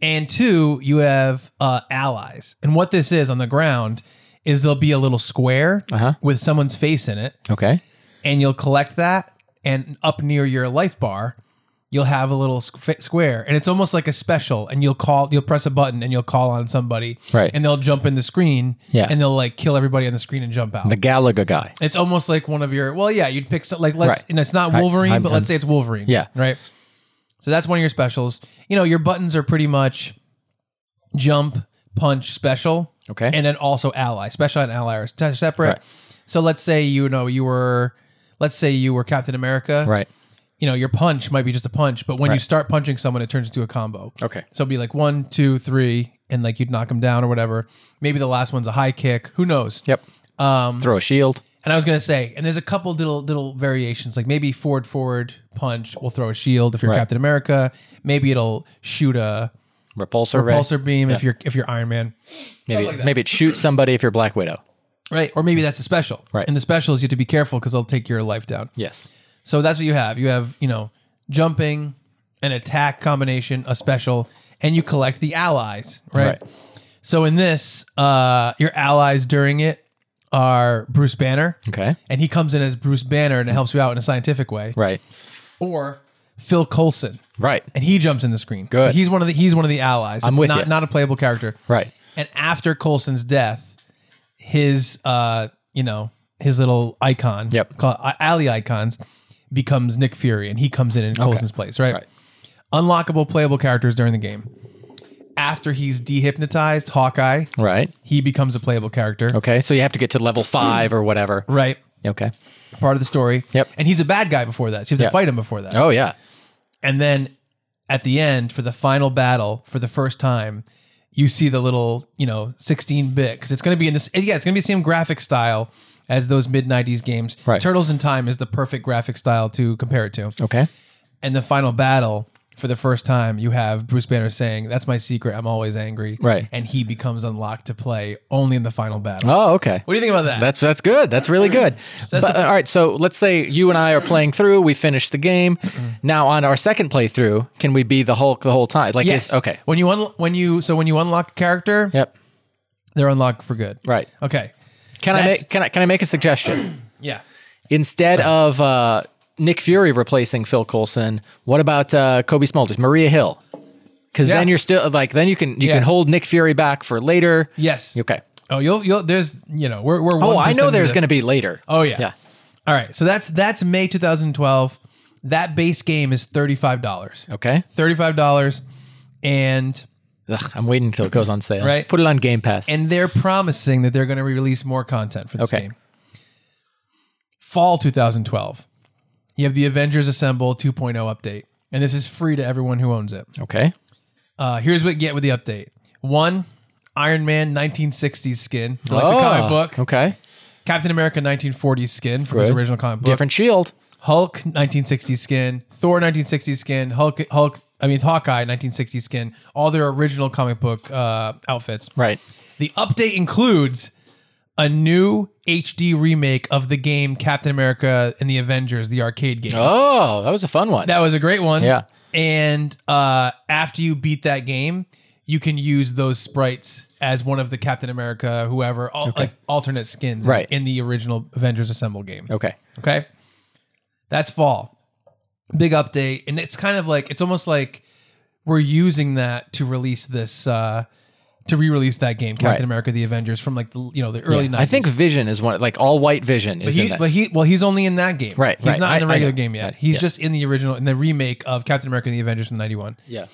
[SPEAKER 1] And two, you have uh, allies. And what this is on the ground is there'll be a little square
[SPEAKER 2] Uh-huh.
[SPEAKER 1] with someone's face in it,
[SPEAKER 2] Okay.
[SPEAKER 1] and you'll collect that. And up near your life bar, you'll have a little squ- square, and it's almost like a special. And you'll call, you'll press a button, and you'll call on somebody,
[SPEAKER 2] Right.
[SPEAKER 1] And they'll jump in the screen,
[SPEAKER 2] Yeah.
[SPEAKER 1] And they'll like kill everybody on the screen and jump out.
[SPEAKER 2] The Galaga guy.
[SPEAKER 1] It's almost like one of your. Well, yeah, you'd pick some, like let's,
[SPEAKER 2] Right.
[SPEAKER 1] and it's not
[SPEAKER 2] I-
[SPEAKER 1] Wolverine,
[SPEAKER 2] I'm-
[SPEAKER 1] but
[SPEAKER 2] I'm-
[SPEAKER 1] let's say it's Wolverine.
[SPEAKER 2] Yeah.
[SPEAKER 1] right. So that's one of your specials. You know, your buttons are pretty much jump, punch, special,
[SPEAKER 2] Okay.
[SPEAKER 1] and then also ally. Special and ally are t- separate.
[SPEAKER 2] Right.
[SPEAKER 1] So let's say you know you were, let's say you were Captain America.
[SPEAKER 2] right.
[SPEAKER 1] You know, your punch might be just a punch, but when you
[SPEAKER 2] Right.
[SPEAKER 1] start punching someone, it turns into a combo.
[SPEAKER 2] Okay.
[SPEAKER 1] So it'd be like one, two, three, and like you'd knock them down or whatever. Maybe the last one's a high kick. Who knows?
[SPEAKER 2] Yep.
[SPEAKER 1] Um,
[SPEAKER 2] Throw a shield.
[SPEAKER 1] and I was gonna say, and there's a couple little little variations. Like maybe forward forward punch will throw a shield if you're
[SPEAKER 2] Right.
[SPEAKER 1] Captain America. Maybe it'll shoot a
[SPEAKER 2] Repulsor, ray.
[SPEAKER 1] pulsar beam if you're if you're Iron Man.
[SPEAKER 2] Maybe maybe it shoots somebody if you're Black Widow.
[SPEAKER 1] Right. Or maybe that's a special.
[SPEAKER 2] Right.
[SPEAKER 1] And the specials you have to be careful because they'll take your life down.
[SPEAKER 2] Yes.
[SPEAKER 1] So that's what you have. You have, you know, jumping, an attack combination, a special, and you collect the allies, right?
[SPEAKER 2] Right.
[SPEAKER 1] So in this, uh, your allies during it are Bruce Banner,
[SPEAKER 2] Okay.
[SPEAKER 1] and he comes in as Bruce Banner and it helps you out in a scientific way,
[SPEAKER 2] Right.
[SPEAKER 1] or Phil Coulson,
[SPEAKER 2] Right.
[SPEAKER 1] and he jumps in the screen. So
[SPEAKER 2] Good.
[SPEAKER 1] he's one of the he's one of the allies.
[SPEAKER 2] I'm
[SPEAKER 1] It's
[SPEAKER 2] with
[SPEAKER 1] not
[SPEAKER 2] ya.
[SPEAKER 1] not a playable character.
[SPEAKER 2] Right.
[SPEAKER 1] And after Coulson's death, his uh, you know, his little icon,
[SPEAKER 2] Yep.
[SPEAKER 1] called uh, alley icons, becomes Nick Fury, and he comes in in Coulson's place, right?
[SPEAKER 2] Right.
[SPEAKER 1] Unlockable playable characters during the game. After he's dehypnotized, Hawkeye,
[SPEAKER 2] Right.
[SPEAKER 1] he becomes a playable character,
[SPEAKER 2] Okay. So you have to get to level five or whatever.
[SPEAKER 1] right?
[SPEAKER 2] Okay.
[SPEAKER 1] Part of the story.
[SPEAKER 2] Yep.
[SPEAKER 1] And he's a bad guy before that, so you have to
[SPEAKER 2] Yeah.
[SPEAKER 1] fight him before that.
[SPEAKER 2] Oh yeah.
[SPEAKER 1] And then at the end, for the final battle, for the first time, you see the little, you know, 16 bit, because it's going to be in this, yeah, it's going to be the same graphic style as those mid 90s games.
[SPEAKER 2] Right.
[SPEAKER 1] Turtles in Time is the perfect graphic style to compare it to.
[SPEAKER 2] Okay.
[SPEAKER 1] And the final battle, for the first time, you have Bruce Banner saying, That's my secret. I'm always angry.
[SPEAKER 2] Right.
[SPEAKER 1] And he becomes unlocked to play only in the final battle.
[SPEAKER 2] Oh okay.
[SPEAKER 1] What do you think about that?
[SPEAKER 2] That's that's good. That's really good. But, uh, all right, so let's say you and I are playing through. We finish the game. Now on our second playthrough, can we be the Hulk the whole time? Like
[SPEAKER 1] yes.
[SPEAKER 2] is- Okay.
[SPEAKER 1] When you unlo- when you so when you unlock a character,
[SPEAKER 2] Yep.
[SPEAKER 1] they're unlocked for good.
[SPEAKER 2] Right.
[SPEAKER 1] Okay.
[SPEAKER 2] Can I
[SPEAKER 1] That's-
[SPEAKER 2] make can I can I make a suggestion?
[SPEAKER 1] Yeah.
[SPEAKER 2] Instead of uh, Nick Fury replacing Phil Coulson, what about uh, Kobe Smulders, Maria Hill? Because
[SPEAKER 1] Yeah.
[SPEAKER 2] then you're still like then you can you can
[SPEAKER 1] Yes.
[SPEAKER 2] hold Nick Fury back for later.
[SPEAKER 1] Yes.
[SPEAKER 2] Okay.
[SPEAKER 1] Oh, you'll you'll there's you know we're we're
[SPEAKER 2] Oh, I know there's going
[SPEAKER 1] to
[SPEAKER 2] to be later.
[SPEAKER 1] oh yeah
[SPEAKER 2] Yeah.
[SPEAKER 1] all right so that's that's May 2012 that base game is thirty five dollars
[SPEAKER 2] Okay.
[SPEAKER 1] thirty five dollars and
[SPEAKER 2] Ugh, I'm waiting until it goes on sale.
[SPEAKER 1] Right.
[SPEAKER 2] Put it on Game Pass.
[SPEAKER 1] and they're promising that they're going to release more content for this
[SPEAKER 2] Okay.
[SPEAKER 1] game fall 2012 you have the Avengers Assemble 2.0 update and this is free to everyone who owns it
[SPEAKER 2] okay.
[SPEAKER 1] uh, here's what you get with the update one Iron Man 1960s skin so like the comic
[SPEAKER 2] Oh,
[SPEAKER 1] book
[SPEAKER 2] Okay.
[SPEAKER 1] Captain America 1940s skin from his
[SPEAKER 2] Good.
[SPEAKER 1] original comic book
[SPEAKER 2] Different shield.
[SPEAKER 1] Hulk 1960 skin, Thor 1960 skin, Hulk Hulk I mean Hawkeye 1960 skin, all their original comic book uh, outfits.
[SPEAKER 2] Right.
[SPEAKER 1] The update includes a new HD remake of the game Captain America and the Avengers, the arcade game.
[SPEAKER 2] Oh, that was a fun one.
[SPEAKER 1] That was a great one.
[SPEAKER 2] Yeah.
[SPEAKER 1] And uh, after you beat that game, you can use those sprites as one of the Captain America, whoever, al- like alternate skins
[SPEAKER 2] Right.
[SPEAKER 1] in the original Avengers Assemble game.
[SPEAKER 2] okay.
[SPEAKER 1] Okay. That's fall. Big update. And it's kind of like, it's almost like we're using that to release this, uh, to re release that game, Captain
[SPEAKER 2] Right.
[SPEAKER 1] America, the Avengers from like the, you know, the early 90s.
[SPEAKER 2] I think Vision is one like all white Vision
[SPEAKER 1] But
[SPEAKER 2] is in
[SPEAKER 1] he,
[SPEAKER 2] that.
[SPEAKER 1] but he, well, he's only in that game.
[SPEAKER 2] Right,
[SPEAKER 1] He's
[SPEAKER 2] right.
[SPEAKER 1] not in the
[SPEAKER 2] I- I
[SPEAKER 1] regular
[SPEAKER 2] know.
[SPEAKER 1] game yet.
[SPEAKER 2] Right,
[SPEAKER 1] He's
[SPEAKER 2] yeah.
[SPEAKER 1] just in the original, in the remake of Captain America and the Avengers from 91.
[SPEAKER 2] yeah.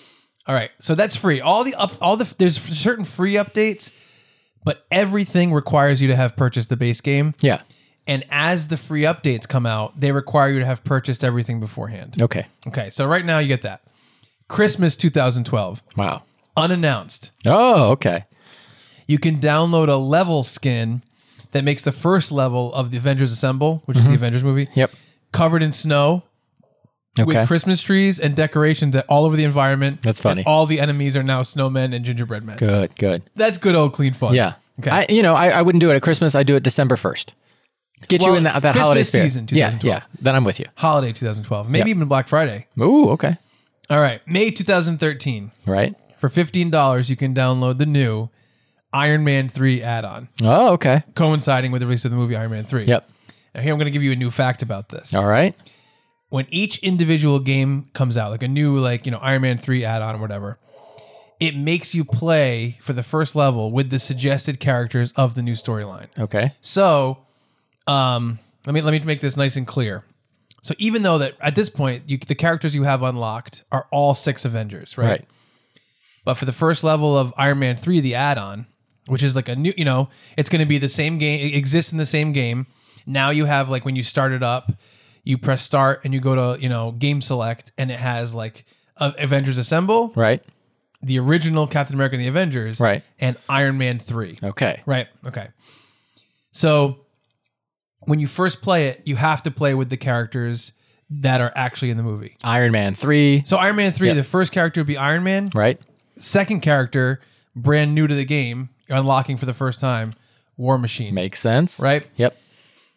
[SPEAKER 1] All right. So that's free. All the up, all the, there's certain free updates, but everything requires you to have purchased the base game.
[SPEAKER 2] Yeah.
[SPEAKER 1] And as the free updates come out, they require you to have purchased everything beforehand.
[SPEAKER 2] Okay.
[SPEAKER 1] Okay, so right now you get that. Christmas 2012,
[SPEAKER 2] Wow.
[SPEAKER 1] unannounced.
[SPEAKER 2] Oh, okay.
[SPEAKER 1] You can download a level skin that makes the first level of the Avengers Assemble, which is the Avengers movie,
[SPEAKER 2] Mm-hmm. Yep.
[SPEAKER 1] covered in snow
[SPEAKER 2] Okay.
[SPEAKER 1] with Christmas trees and decorations that- all over the environment.
[SPEAKER 2] That's
[SPEAKER 1] And
[SPEAKER 2] funny.
[SPEAKER 1] all the enemies are now snowmen and gingerbread men.
[SPEAKER 2] Good, good.
[SPEAKER 1] That's good old clean fun.
[SPEAKER 2] Yeah.
[SPEAKER 1] Okay.
[SPEAKER 2] I, you know, I, I wouldn't do it at Christmas. I do it December 1st. Get
[SPEAKER 1] Well,
[SPEAKER 2] you in that, that
[SPEAKER 1] Christmas
[SPEAKER 2] holiday spirit.
[SPEAKER 1] season,
[SPEAKER 2] yeah,
[SPEAKER 1] 2012.
[SPEAKER 2] yeah. Then I'm with you.
[SPEAKER 1] Holiday 2012, maybe even Black Friday.
[SPEAKER 2] Ooh, okay.
[SPEAKER 1] All right, May 2013.
[SPEAKER 2] Right.
[SPEAKER 1] For $15, you can download the new Iron Man 3 add on,
[SPEAKER 2] Oh, okay.
[SPEAKER 1] coinciding with the release of the movie Iron Man 3.
[SPEAKER 2] Yep.
[SPEAKER 1] Now, here I'm going to give you a new fact about this.
[SPEAKER 2] All right.
[SPEAKER 1] When each individual game comes out, like a new, like you know, Iron Man three add-on or whatever, it makes you play for the first level with the suggested characters of the new storyline.
[SPEAKER 2] Okay.
[SPEAKER 1] So, um, let me let me make this nice and clear. So even though that at this point you, the characters you have unlocked are all six Avengers,
[SPEAKER 2] Right.
[SPEAKER 1] right? But for the first level of Iron Man 3, the add on, which is like a new, you know, it's going to be the same game, it exists in the same game. Now you have like when you start it up, you press start and you go to, you know, game select and it has like uh, Avengers Assemble,
[SPEAKER 2] Right.
[SPEAKER 1] the original Captain America and the Avengers,
[SPEAKER 2] Right.
[SPEAKER 1] and Iron Man 3.
[SPEAKER 2] Okay.
[SPEAKER 1] Right. Okay. So when you first play it, you have to play with the characters that are actually in the movie.
[SPEAKER 2] Iron Man 3.
[SPEAKER 1] So Iron Man 3, the first character would be Iron Man
[SPEAKER 2] Right.
[SPEAKER 1] second character, brand new to the game, you're unlocking for the first time, War Machine.
[SPEAKER 2] Makes sense.
[SPEAKER 1] Right?
[SPEAKER 2] Yep.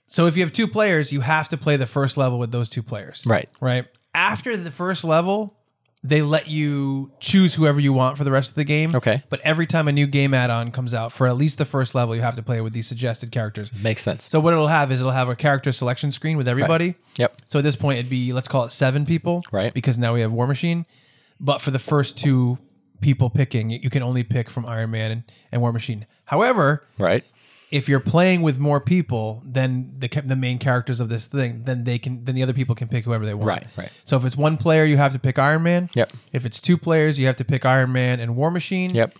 [SPEAKER 1] So if you have two players, you have to play the first level with those two players.
[SPEAKER 2] Right.
[SPEAKER 1] Right. After the first level, they let you choose whoever you want for the rest of the game.
[SPEAKER 2] Okay.
[SPEAKER 1] But every time a new game add-on comes out for at least the first level, you have to play with these suggested characters.
[SPEAKER 2] Makes sense.
[SPEAKER 1] So what it'll have is it'll have a character selection screen with everybody.
[SPEAKER 2] yep.
[SPEAKER 1] So at this point, it'd be let's call it seven people,
[SPEAKER 2] Right.
[SPEAKER 1] Because now we have War Machine. But for the first two people picking, you can only pick from Iron Man and, and War Machine. However,
[SPEAKER 2] Right.
[SPEAKER 1] if you're playing with more people than the ca- the main characters of this thing, then they can then the other people can pick whoever they want.
[SPEAKER 2] Right, right.
[SPEAKER 1] So if it's one player, you have to pick Iron Man.
[SPEAKER 2] Yep.
[SPEAKER 1] If it's two players, you have to pick Iron Man and War Machine.
[SPEAKER 2] Yep.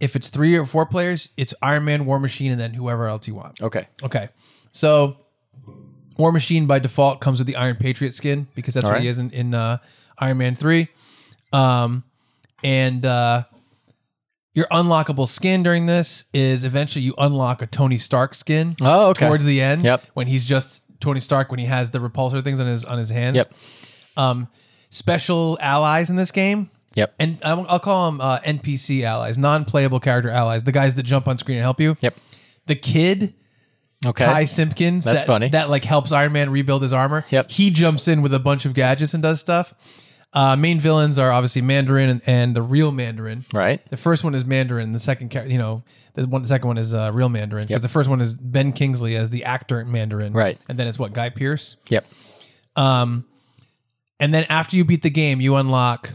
[SPEAKER 1] If it's three or four players, it's Iron Man, War Machine, and then whoever else you want.
[SPEAKER 2] Okay.
[SPEAKER 1] Okay. So War Machine by default comes with the Iron Patriot skin because that's what
[SPEAKER 2] right.
[SPEAKER 1] he is in, in uh, Iron Man 3. Um, and uh, your unlockable skin during this is eventually you unlock a Tony Stark skin
[SPEAKER 2] Oh, okay.
[SPEAKER 1] towards the end
[SPEAKER 2] Yep.
[SPEAKER 1] when he's just Tony Stark when he has the repulsor things on his on his hands.
[SPEAKER 2] Yep.
[SPEAKER 1] Um, special allies in this game
[SPEAKER 2] Yep.
[SPEAKER 1] and I'll, I'll call them uh, NPC allies, non-playable character allies, the guys that jump on screen and help you.
[SPEAKER 2] Yep.
[SPEAKER 1] The kid
[SPEAKER 2] Okay.
[SPEAKER 1] Ty Simpkins.
[SPEAKER 2] That's
[SPEAKER 1] that,
[SPEAKER 2] funny.
[SPEAKER 1] That like helps Iron Man rebuild his armor.
[SPEAKER 2] Yep.
[SPEAKER 1] He jumps in with a bunch of gadgets and does stuff. Uh, main villains are obviously Mandarin and, and the real Mandarin.
[SPEAKER 2] Right.
[SPEAKER 1] The first one is Mandarin. The second, char- you know, the one, the second one is uh, real Mandarin because
[SPEAKER 2] Yep.
[SPEAKER 1] the first one is Ben Kingsley as the actor Mandarin.
[SPEAKER 2] Right.
[SPEAKER 1] And then it's what Guy Pierce.
[SPEAKER 2] Yep.
[SPEAKER 1] And then after you beat the game, you unlock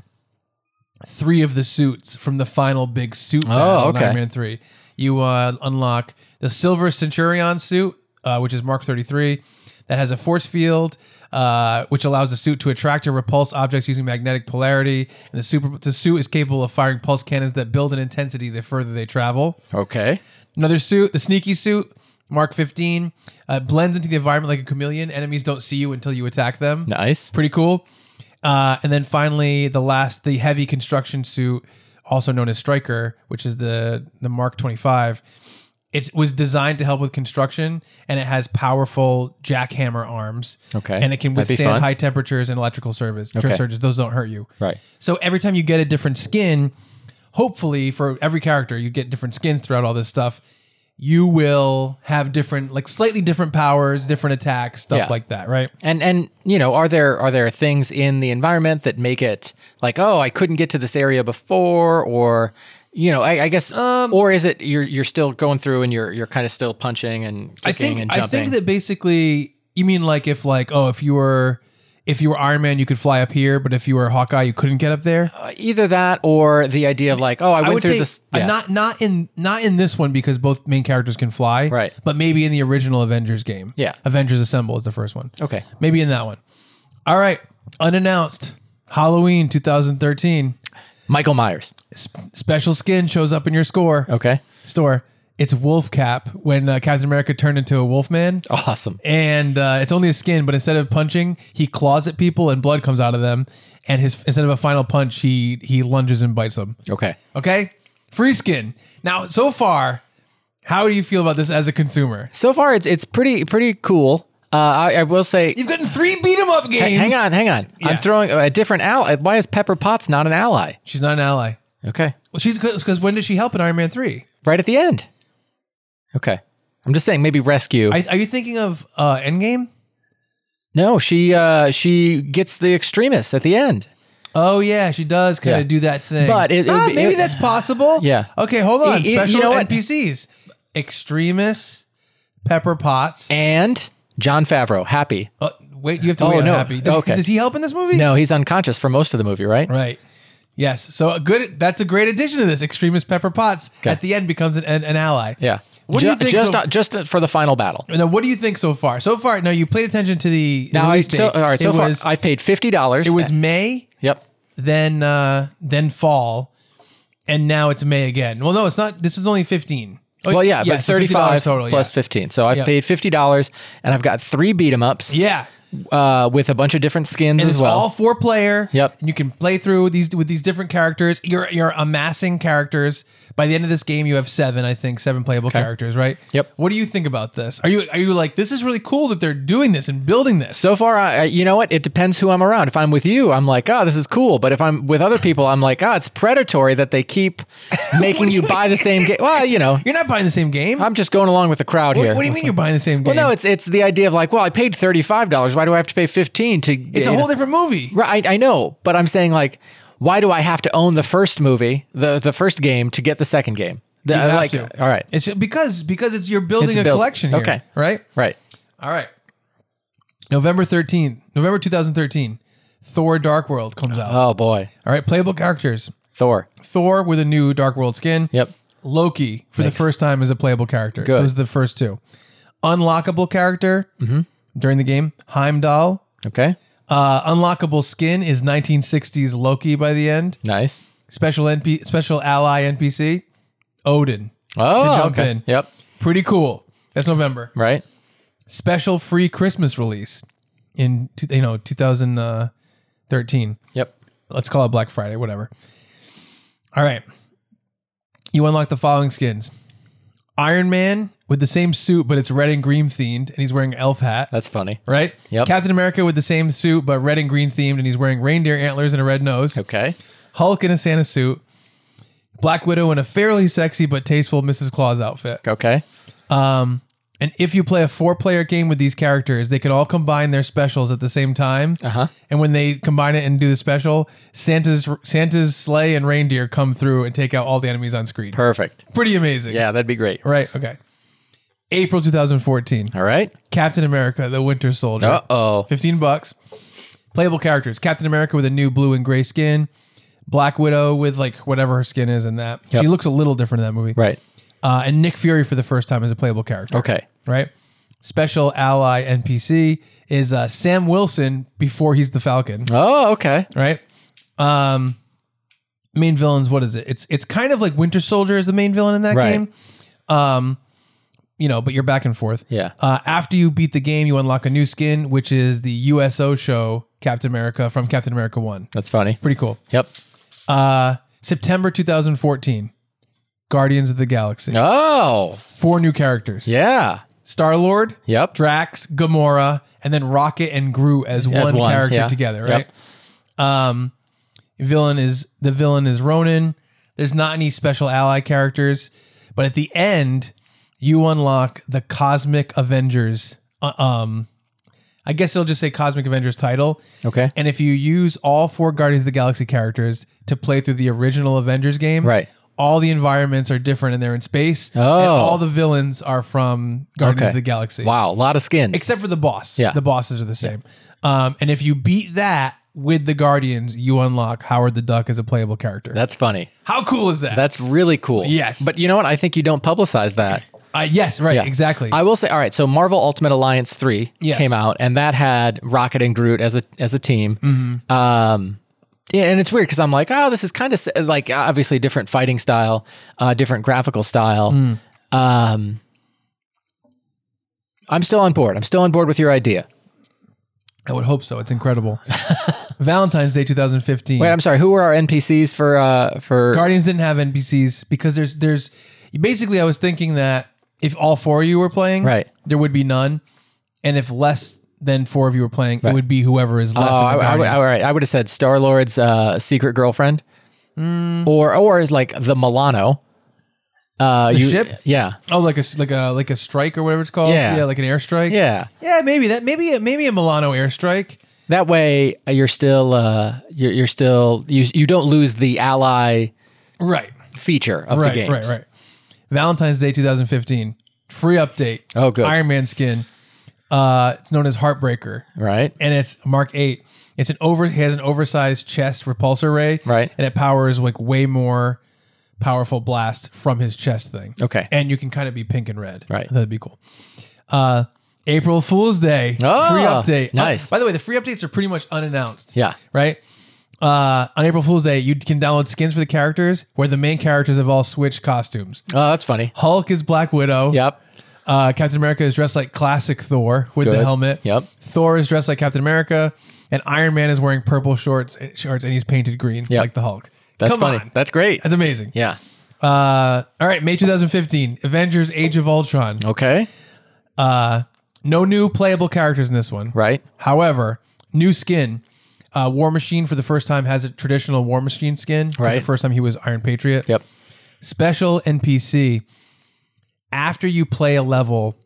[SPEAKER 1] three of the suits from the final big suit battle in
[SPEAKER 2] okay.
[SPEAKER 1] Iron Man 3. You uh, unlock the Silver Centurion suit, uh, which is Mark 33, that has a force field, uh, which allows the suit to attract or repulse objects using magnetic polarity. And the, super, the suit is capable of firing pulse cannons that build in intensity the further they travel.
[SPEAKER 2] Okay.
[SPEAKER 1] Another suit, the sneaky suit, Mark 15, uh, blends into the environment like a chameleon. Enemies don't see you until you attack them
[SPEAKER 2] Nice.
[SPEAKER 1] pretty cool. Uh, and then finally, the last, the heavy construction suit, also known as Striker, which is the the Mark 25. It was designed to help with construction, and it has powerful jackhammer arms.
[SPEAKER 2] Okay.
[SPEAKER 1] and it can
[SPEAKER 2] That'd be
[SPEAKER 1] withstand
[SPEAKER 2] fun.
[SPEAKER 1] high temperatures and electrical service
[SPEAKER 2] Okay.
[SPEAKER 1] surges. Those don't hurt you.
[SPEAKER 2] Right.
[SPEAKER 1] So every time you get a different skin, hopefully for every character, you get different skins throughout all this stuff. You will have different, like slightly different powers, different attacks, stuff
[SPEAKER 2] Yeah.
[SPEAKER 1] like that, right?
[SPEAKER 2] And and you know, are there are there things in the environment that make it like, oh, I couldn't get to this area before, or you know, I, I guess,
[SPEAKER 1] Um,
[SPEAKER 2] or is it you're you're still going through and you're you're kind of still punching and kicking
[SPEAKER 1] I think
[SPEAKER 2] and
[SPEAKER 1] I
[SPEAKER 2] jumping?
[SPEAKER 1] think that basically you mean like if like oh if you were if you were Iron Man you could fly up here, but if you were Hawkeye you couldn't get up there.
[SPEAKER 2] Uh, Either that or the idea of like, oh, I went
[SPEAKER 1] I would
[SPEAKER 2] through
[SPEAKER 1] say
[SPEAKER 2] this.
[SPEAKER 1] uh,
[SPEAKER 2] yeah.
[SPEAKER 1] not not in not in this one because both main characters can fly,
[SPEAKER 2] Right.
[SPEAKER 1] But maybe in the original Avengers game,
[SPEAKER 2] Yeah.
[SPEAKER 1] Avengers Assemble is the first one.
[SPEAKER 2] okay.
[SPEAKER 1] Maybe in that one. All right, unannounced Halloween 2013
[SPEAKER 2] Michael Myers.
[SPEAKER 1] S- special skin shows up in your score
[SPEAKER 2] Okay.
[SPEAKER 1] store. It's Wolf Cap when uh, Captain America turned into a Wolfman.
[SPEAKER 2] Awesome.
[SPEAKER 1] and uh, it's only a skin. But instead of punching, he claws at people and blood comes out of them. And his instead of a final punch, he he lunges and bites them.
[SPEAKER 2] Okay.
[SPEAKER 1] Okay, free skin. Now, so far, how do you feel about this as a consumer?
[SPEAKER 2] So far, it's it's pretty pretty cool. Uh, I, I will say,
[SPEAKER 1] You've gotten three beat 'em up
[SPEAKER 2] Hey,
[SPEAKER 1] games.
[SPEAKER 2] hang on, hang on.
[SPEAKER 1] Yeah.
[SPEAKER 2] I'm throwing a different ally. Why is Pepper Potts not an ally?
[SPEAKER 1] she's not an ally.
[SPEAKER 2] Okay.
[SPEAKER 1] Well, she's because when did she help in Iron Man three?
[SPEAKER 2] Right at the end. Okay. I'm just saying maybe rescue.
[SPEAKER 1] Are, are you thinking of uh, Endgame?
[SPEAKER 2] no, she uh she gets the extremists at the end.
[SPEAKER 1] Oh yeah, she does kind
[SPEAKER 2] Yeah.
[SPEAKER 1] of do that thing.
[SPEAKER 2] But it- it would
[SPEAKER 1] ah,
[SPEAKER 2] be-
[SPEAKER 1] maybe
[SPEAKER 2] it-
[SPEAKER 1] that's possible.
[SPEAKER 2] Yeah.
[SPEAKER 1] Okay, hold on.
[SPEAKER 2] It- it- you
[SPEAKER 1] Special
[SPEAKER 2] know what?
[SPEAKER 1] NPCs, extremists, Pepper Potts.
[SPEAKER 2] And John Favreau, happy.
[SPEAKER 1] Uh, wait, you have to
[SPEAKER 2] Oh,
[SPEAKER 1] wait.
[SPEAKER 2] no.
[SPEAKER 1] No. Happy. Does,
[SPEAKER 2] Okay.
[SPEAKER 1] does he help in this movie?
[SPEAKER 2] No, he's unconscious for most of the movie, right?
[SPEAKER 1] Right. Yes. So a good. That's a great addition to this. Extremist Pepper Potts at the end becomes an, an, an ally.
[SPEAKER 2] Yeah.
[SPEAKER 1] What do
[SPEAKER 2] Ju-
[SPEAKER 1] you think
[SPEAKER 2] just
[SPEAKER 1] so-
[SPEAKER 2] just for the final battle.
[SPEAKER 1] Now, what do you think so far? So far, no. You paid attention to the
[SPEAKER 2] Now I
[SPEAKER 1] release
[SPEAKER 2] so,
[SPEAKER 1] dates.
[SPEAKER 2] all right, so
[SPEAKER 1] it
[SPEAKER 2] far
[SPEAKER 1] was,
[SPEAKER 2] I've paid fifty dollars.
[SPEAKER 1] it was May,
[SPEAKER 2] Yep.
[SPEAKER 1] then uh, then fall, and now it's May again. Well, no, it's not. This is only fifteen. Oh,
[SPEAKER 2] Well, yeah, but
[SPEAKER 1] so
[SPEAKER 2] thirty-five
[SPEAKER 1] $50 total.
[SPEAKER 2] plus
[SPEAKER 1] yeah.
[SPEAKER 2] fifteen. So I've
[SPEAKER 1] Yeah.
[SPEAKER 2] paid fifty dollars, and I've got three beat 'em ups.
[SPEAKER 1] Yeah.
[SPEAKER 2] uh, with a bunch of different skins
[SPEAKER 1] And
[SPEAKER 2] as
[SPEAKER 1] it's
[SPEAKER 2] well.
[SPEAKER 1] all four player.
[SPEAKER 2] Yep.
[SPEAKER 1] And you can play through these with these different characters. You're you're amassing characters. By the end of this game, you have seven, I think, seven playable characters, right?
[SPEAKER 2] Yep.
[SPEAKER 1] What do you think about this? Are you are you like this is really cool that they're doing this and building this?
[SPEAKER 2] So far, I, I- you know what? It depends who I'm around. If I'm with you, I'm like, oh, this is cool. But if I'm with other people, I'm like, oh, it's predatory that they keep making you buy the same game. Well, you know,
[SPEAKER 1] You're not buying the same game.
[SPEAKER 2] I'm just going along with the crowd
[SPEAKER 1] what,
[SPEAKER 2] here.
[SPEAKER 1] what do you mean you're buying the same game?
[SPEAKER 2] Well, no, it's it's the idea of like, well, I paid thirty five dollars. Why do I have to pay fifteen to?
[SPEAKER 1] it's a whole different movie.
[SPEAKER 2] Right, I know, but I'm saying like, why do I have to own the first movie, the the first game, to get the second game? The-
[SPEAKER 1] You have
[SPEAKER 2] like,
[SPEAKER 1] to.
[SPEAKER 2] all right,
[SPEAKER 1] It's because because it's you're building
[SPEAKER 2] It's
[SPEAKER 1] a
[SPEAKER 2] built-
[SPEAKER 1] collection here.
[SPEAKER 2] okay.
[SPEAKER 1] Right?
[SPEAKER 2] right.
[SPEAKER 1] All right. November 13th, November 2013, Thor Dark World comes out.
[SPEAKER 2] Oh boy,
[SPEAKER 1] All right, playable characters.
[SPEAKER 2] Thor.
[SPEAKER 1] Thor with a new Dark World skin.
[SPEAKER 2] Yep.
[SPEAKER 1] Loki for
[SPEAKER 2] Makes-
[SPEAKER 1] the first time as a playable character.
[SPEAKER 2] Good. Mm-hmm.
[SPEAKER 1] Those are the first two. Unlockable character during the game, Heimdall.
[SPEAKER 2] Okay.
[SPEAKER 1] Uh, unlockable skin is 1960s Loki by the end.
[SPEAKER 2] Nice.
[SPEAKER 1] Special NP, special ally NPC, Odin.
[SPEAKER 2] Oh,
[SPEAKER 1] jump
[SPEAKER 2] okay.
[SPEAKER 1] in.
[SPEAKER 2] Yep.
[SPEAKER 1] Pretty cool. That's November.
[SPEAKER 2] Right.
[SPEAKER 1] Special free Christmas release in two- uh, you know 2013.
[SPEAKER 2] Yep.
[SPEAKER 1] Let's call it Black Friday, whatever. All right. You unlock the following skins. Iron Man with the same suit, but it's red and green themed, and he's wearing an elf hat.
[SPEAKER 2] That's funny.
[SPEAKER 1] Right?
[SPEAKER 2] Yep.
[SPEAKER 1] Captain America with the same suit, but red and green themed, and he's wearing reindeer antlers and a red nose.
[SPEAKER 2] Okay.
[SPEAKER 1] Hulk in a Santa suit. Black Widow in a fairly sexy but tasteful Mrs. Claus outfit.
[SPEAKER 2] Okay.
[SPEAKER 1] Um, and if you play a four player game with these characters, they can all combine their specials at the same time.
[SPEAKER 2] Uh-huh.
[SPEAKER 1] And when they combine it and do the special, Santa's Santa's sleigh and reindeer come through and take out all the enemies on screen.
[SPEAKER 2] Perfect.
[SPEAKER 1] Pretty amazing.
[SPEAKER 2] Yeah, that'd be great.
[SPEAKER 1] Right. Okay. April 2014,
[SPEAKER 2] All right.
[SPEAKER 1] Captain America: The Winter Soldier.
[SPEAKER 2] Uh oh.
[SPEAKER 1] 15 bucks. Playable characters Captain America with a new blue and gray skin, Black Widow with like whatever her skin is in that.
[SPEAKER 2] Yep.
[SPEAKER 1] She looks a little different in that movie.
[SPEAKER 2] Right.
[SPEAKER 1] Uh, and Nick Fury for the first time as a playable character.
[SPEAKER 2] Okay.
[SPEAKER 1] Right? Special ally NPC is uh, Sam Wilson before he's the Falcon.
[SPEAKER 2] Oh, okay.
[SPEAKER 1] Right? Um, main villains, what is it? It's it's kind of like Winter Soldier is the main villain in that
[SPEAKER 2] Right.
[SPEAKER 1] game. Um, you know, but you're back and forth.
[SPEAKER 2] Yeah.
[SPEAKER 1] Uh, after you beat the game, you unlock a new skin, which is the USO show Captain America from Captain America 1.
[SPEAKER 2] That's funny.
[SPEAKER 1] Pretty cool.
[SPEAKER 2] Yep.
[SPEAKER 1] Uh, September 2014, Guardians of the Galaxy.
[SPEAKER 2] Oh,
[SPEAKER 1] Four new characters
[SPEAKER 2] yeah.
[SPEAKER 1] Star Lord,
[SPEAKER 2] Yep.
[SPEAKER 1] Drax, Gamora, and then Rocket and Gru as, one,
[SPEAKER 2] one,
[SPEAKER 1] character
[SPEAKER 2] yeah.
[SPEAKER 1] together, right? Um, villain is the villain is Ronan. There's not any special ally characters, but at the end, you unlock the Cosmic Avengers. uh, um, I guess it'll just say Cosmic Avengers title.
[SPEAKER 2] Okay.
[SPEAKER 1] And if you use all four Guardians of the Galaxy characters to play through the original Avengers game,
[SPEAKER 2] Right.
[SPEAKER 1] all the environments are different and they're in space. And
[SPEAKER 2] Oh.
[SPEAKER 1] all the villains are from Guardians
[SPEAKER 2] Okay.
[SPEAKER 1] of the Galaxy.
[SPEAKER 2] Wow. A lot of skins.
[SPEAKER 1] Except for the boss.
[SPEAKER 2] Yeah.
[SPEAKER 1] The bosses are the same. Um, and if you beat that with the Guardians, you unlock Howard the Duck as a playable character.
[SPEAKER 2] That's funny.
[SPEAKER 1] How cool is that?
[SPEAKER 2] That's really cool.
[SPEAKER 1] Yes.
[SPEAKER 2] But you know what? I think you don't publicize that.
[SPEAKER 1] uh, yes, right,
[SPEAKER 2] Yeah.
[SPEAKER 1] exactly.
[SPEAKER 2] I will say, all right. So Marvel Ultimate Alliance three
[SPEAKER 1] Yes.
[SPEAKER 2] came out, and that had Rocket and Groot as a as a team.
[SPEAKER 1] Mm-hmm.
[SPEAKER 2] Um, yeah, and it's weird because I'm like, oh, this is kind of like obviously different fighting style, uh, different graphical style.
[SPEAKER 1] Mm.
[SPEAKER 2] Um, I'm still on board. I'm still on board with your idea.
[SPEAKER 1] I would hope so. It's incredible. Valentine's Day 2015.
[SPEAKER 2] Wait, I'm sorry. Who were our NPCs for uh, for?
[SPEAKER 1] Guardians didn't have NPCs because there's there's basically I was thinking that if all four of you were playing,
[SPEAKER 2] Right.
[SPEAKER 1] there would be none, and if less than four of you were playing, it would be whoever is left.
[SPEAKER 2] Oh,
[SPEAKER 1] in
[SPEAKER 2] I,
[SPEAKER 1] the
[SPEAKER 2] I, would-
[SPEAKER 1] Guardians.
[SPEAKER 2] all right. I would have said Star Lord's uh, secret girlfriend,
[SPEAKER 1] Mm.
[SPEAKER 2] or or is like the Milano. Uh, the
[SPEAKER 1] ship?
[SPEAKER 2] Yeah,
[SPEAKER 1] oh, like a s- like a like a strike or whatever it's called.
[SPEAKER 2] Yeah.
[SPEAKER 1] like an airstrike.
[SPEAKER 2] yeah.
[SPEAKER 1] yeah, maybe that maybe a, maybe a Milano airstrike.
[SPEAKER 2] That way, uh, you're still uh, you're, you're still you you don't lose the ally
[SPEAKER 1] Right,
[SPEAKER 2] feature of
[SPEAKER 1] right,
[SPEAKER 2] the game.
[SPEAKER 1] right, right. Valentine's Day 2015, free update.
[SPEAKER 2] Oh, good.
[SPEAKER 1] Iron Man skin. Uh, it's known as Heartbreaker.
[SPEAKER 2] right,
[SPEAKER 1] and it's Mark Eight. It's an over it has an oversized chest repulsor ray,
[SPEAKER 2] Right.
[SPEAKER 1] And it powers like way more powerful blast from his chest thing.
[SPEAKER 2] Okay.
[SPEAKER 1] and you can kind of be pink and red,
[SPEAKER 2] Right.
[SPEAKER 1] That'd be cool. Uh, April Fool's Day
[SPEAKER 2] Oh,
[SPEAKER 1] free update.
[SPEAKER 2] nice.
[SPEAKER 1] Uh, by the way, the free updates are pretty much unannounced.
[SPEAKER 2] Yeah.
[SPEAKER 1] right. Uh, on April Fool's Day, you can download skins for the characters where the main characters have all switched costumes.
[SPEAKER 2] Oh, that's funny.
[SPEAKER 1] Hulk is Black Widow.
[SPEAKER 2] Yep.
[SPEAKER 1] Uh, Captain America is dressed like classic Thor with the
[SPEAKER 2] Good.
[SPEAKER 1] helmet.
[SPEAKER 2] Yep.
[SPEAKER 1] Thor is dressed like Captain America, and Iron Man is wearing purple shorts shorts and he's painted green
[SPEAKER 2] Yep.
[SPEAKER 1] like the Hulk.
[SPEAKER 2] That's
[SPEAKER 1] Come
[SPEAKER 2] funny.
[SPEAKER 1] on.
[SPEAKER 2] That's great.
[SPEAKER 1] That's amazing.
[SPEAKER 2] yeah.
[SPEAKER 1] Uh, all right, May 2015, Avengers: Age of Ultron.
[SPEAKER 2] Okay.
[SPEAKER 1] No new playable characters in this one.
[SPEAKER 2] Right.
[SPEAKER 1] However, new skin. Uh, War Machine for the first time has a traditional War Machine skin. 'cause The
[SPEAKER 2] Right.
[SPEAKER 1] first time he was Iron Patriot.
[SPEAKER 2] Yep.
[SPEAKER 1] special NPC after you play a level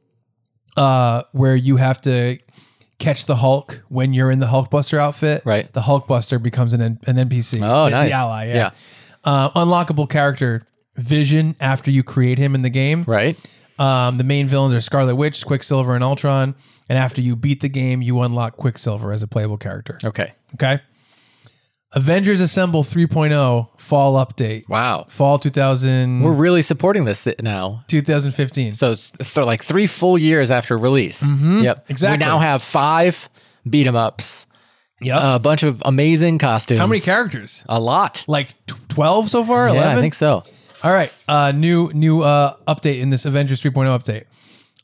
[SPEAKER 1] uh, where you have to catch the Hulk when you're in the Hulkbuster outfit,
[SPEAKER 2] Right.
[SPEAKER 1] The Hulkbuster becomes an N- an NPC.
[SPEAKER 2] Oh,
[SPEAKER 1] the-
[SPEAKER 2] nice.
[SPEAKER 1] The ally, yeah.
[SPEAKER 2] Yeah.
[SPEAKER 1] Uh, unlockable character Vision after you create him in the game.
[SPEAKER 2] Right.
[SPEAKER 1] Um, the main villains are Scarlet Witch, Quicksilver, and Ultron. And after you beat the game, you unlock Quicksilver as a playable character.
[SPEAKER 2] Okay.
[SPEAKER 1] Okay. Avengers Assemble 3.0 Fall Update.
[SPEAKER 2] Wow.
[SPEAKER 1] Fall 2000,
[SPEAKER 2] We're really supporting this now.
[SPEAKER 1] 2015.
[SPEAKER 2] So it's th- like three full years after release. Yep.
[SPEAKER 1] Mm-hmm. Exactly.
[SPEAKER 2] We now have five beat 'em ups,
[SPEAKER 1] Yep.
[SPEAKER 2] a bunch of amazing costumes.
[SPEAKER 1] How many characters?
[SPEAKER 2] A lot.
[SPEAKER 1] Like tw- 12 so far?
[SPEAKER 2] Yeah,
[SPEAKER 1] 11?
[SPEAKER 2] I think so.
[SPEAKER 1] All right. Uh, new new uh, update in this Avengers 3.0 update.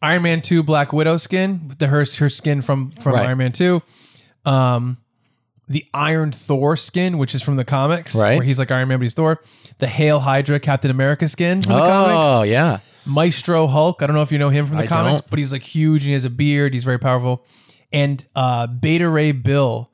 [SPEAKER 1] Iron Man 2 Black Widow skin, the her, her skin from, from
[SPEAKER 2] Right.
[SPEAKER 1] Iron Man 2. Um, the Iron Thor skin, which is from the comics,
[SPEAKER 2] Right.
[SPEAKER 1] where he's like Iron Man, but he's Thor. The Hail Hydra Captain America skin from the comics.
[SPEAKER 2] Oh, yeah.
[SPEAKER 1] Maestro Hulk. I don't know if you know him from the
[SPEAKER 2] I
[SPEAKER 1] comics,
[SPEAKER 2] don't.
[SPEAKER 1] but he's like huge and he has a beard. He's very powerful. And uh, Beta Ray Bill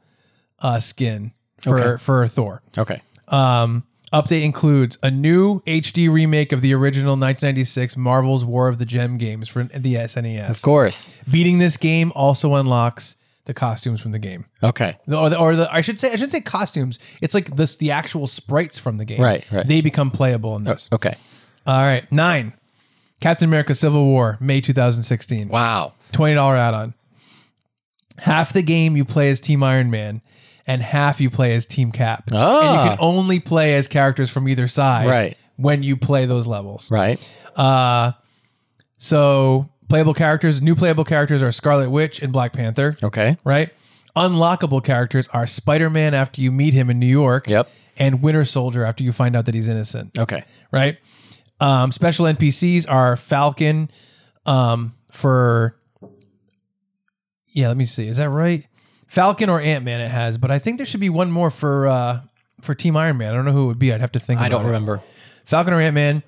[SPEAKER 1] uh, skin for
[SPEAKER 2] Okay.
[SPEAKER 1] for Thor.
[SPEAKER 2] Okay.
[SPEAKER 1] Um, update includes a new HD remake of the original 1996 Marvel's War of the Gem games for the
[SPEAKER 2] Of
[SPEAKER 1] SNES.
[SPEAKER 2] course.
[SPEAKER 1] Beating this game also unlocks the costumes from the game,
[SPEAKER 2] Okay.
[SPEAKER 1] The- or the, or the I should say I should say costumes. It's like this the actual sprites from the game.
[SPEAKER 2] Right, right. Oh.
[SPEAKER 1] They become playable in this.
[SPEAKER 2] Okay.
[SPEAKER 1] All right, nine. Captain America: Civil War, May 2016.
[SPEAKER 2] Wow.
[SPEAKER 1] $20 add on. Half the game you play as Team Iron Man and half you play as Team Cap. And you
[SPEAKER 2] Ah.
[SPEAKER 1] can only play as characters from either side
[SPEAKER 2] Right.
[SPEAKER 1] when you play those levels.
[SPEAKER 2] Right.
[SPEAKER 1] Uh, so, playable characters, new playable characters are Scarlet Witch and Black Panther,
[SPEAKER 2] Okay.
[SPEAKER 1] right? Unlockable characters are Spider Man after you meet him in New York
[SPEAKER 2] Yep.
[SPEAKER 1] and Winter Soldier after you find out that he's innocent
[SPEAKER 2] Okay.
[SPEAKER 1] right? Um, special NPCs are Falcon um, for. Yeah, let me see. Is that right? Falcon or Ant Man? It has, but I think there should be one more for uh, for Team Iron Man. I don't know who it would be. I'd have to think.
[SPEAKER 2] I
[SPEAKER 1] about
[SPEAKER 2] don't
[SPEAKER 1] it.
[SPEAKER 2] remember.
[SPEAKER 1] Falcon or Ant Man.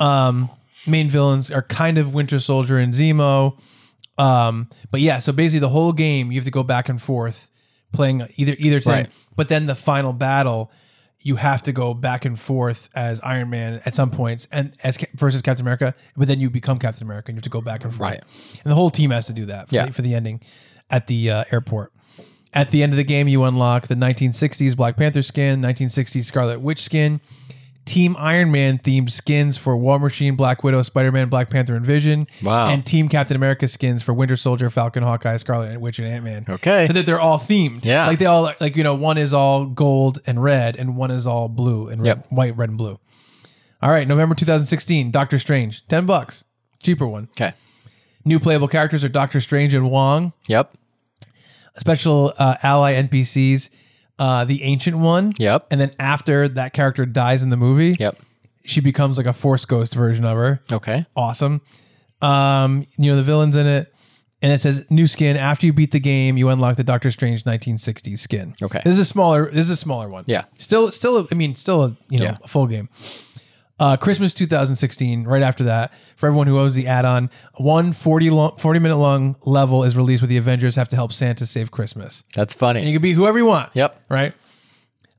[SPEAKER 1] Um, main villains are kind of Winter Soldier and Zemo. Um, but yeah, so basically the whole game you have to go back and forth playing either either thing.
[SPEAKER 2] Right.
[SPEAKER 1] But then the final battle, you have to go back and forth as Iron Man at some points and as Ca- versus Captain America. But then you become Captain America and you have to go back and forth.
[SPEAKER 2] Right.
[SPEAKER 1] And the whole team has to do that for,
[SPEAKER 2] Yeah.
[SPEAKER 1] the, for the ending at the uh, airport. At the end of the game, you unlock the 1960s Black Panther skin, 1960s Scarlet Witch skin, Team Iron Man themed skins for War Machine, Black Widow, Spider Man, Black Panther, and Vision.
[SPEAKER 2] Wow.
[SPEAKER 1] And Team Captain America skins for Winter Soldier, Falcon, Hawkeye, Scarlet Witch, and Ant Man.
[SPEAKER 2] Okay.
[SPEAKER 1] So that they're all themed.
[SPEAKER 2] Yeah.
[SPEAKER 1] Like they all, like, you know, one is all gold and red, and one is all blue and red,
[SPEAKER 2] Yep.
[SPEAKER 1] white, red, and blue. All right, November 2016, Doctor Strange, 10 bucks, cheaper one.
[SPEAKER 2] Okay.
[SPEAKER 1] New playable characters are Doctor Strange and Wong
[SPEAKER 2] Yep.
[SPEAKER 1] special uh, ally NPCs, uh, the ancient one.
[SPEAKER 2] Yep.
[SPEAKER 1] And then after that character dies in the movie,
[SPEAKER 2] Yep.
[SPEAKER 1] she becomes like a force ghost version of her.
[SPEAKER 2] Okay.
[SPEAKER 1] Awesome. Um, you know, the villain's in it. And it says new skin. After you beat the game, you unlock the Doctor Strange 1960s skin.
[SPEAKER 2] Okay.
[SPEAKER 1] This is a smaller this is a smaller one.
[SPEAKER 2] Yeah.
[SPEAKER 1] Still still a- I mean still a, you know,
[SPEAKER 2] Yeah.
[SPEAKER 1] a full game. Uh, Christmas 2016, right after that, for everyone who owns the add-on, one 40 long, 40 minute long level is released where the Avengers have to help Santa save Christmas.
[SPEAKER 2] That's
[SPEAKER 1] And
[SPEAKER 2] funny.
[SPEAKER 1] you can be whoever you want.
[SPEAKER 2] Yep.
[SPEAKER 1] Right?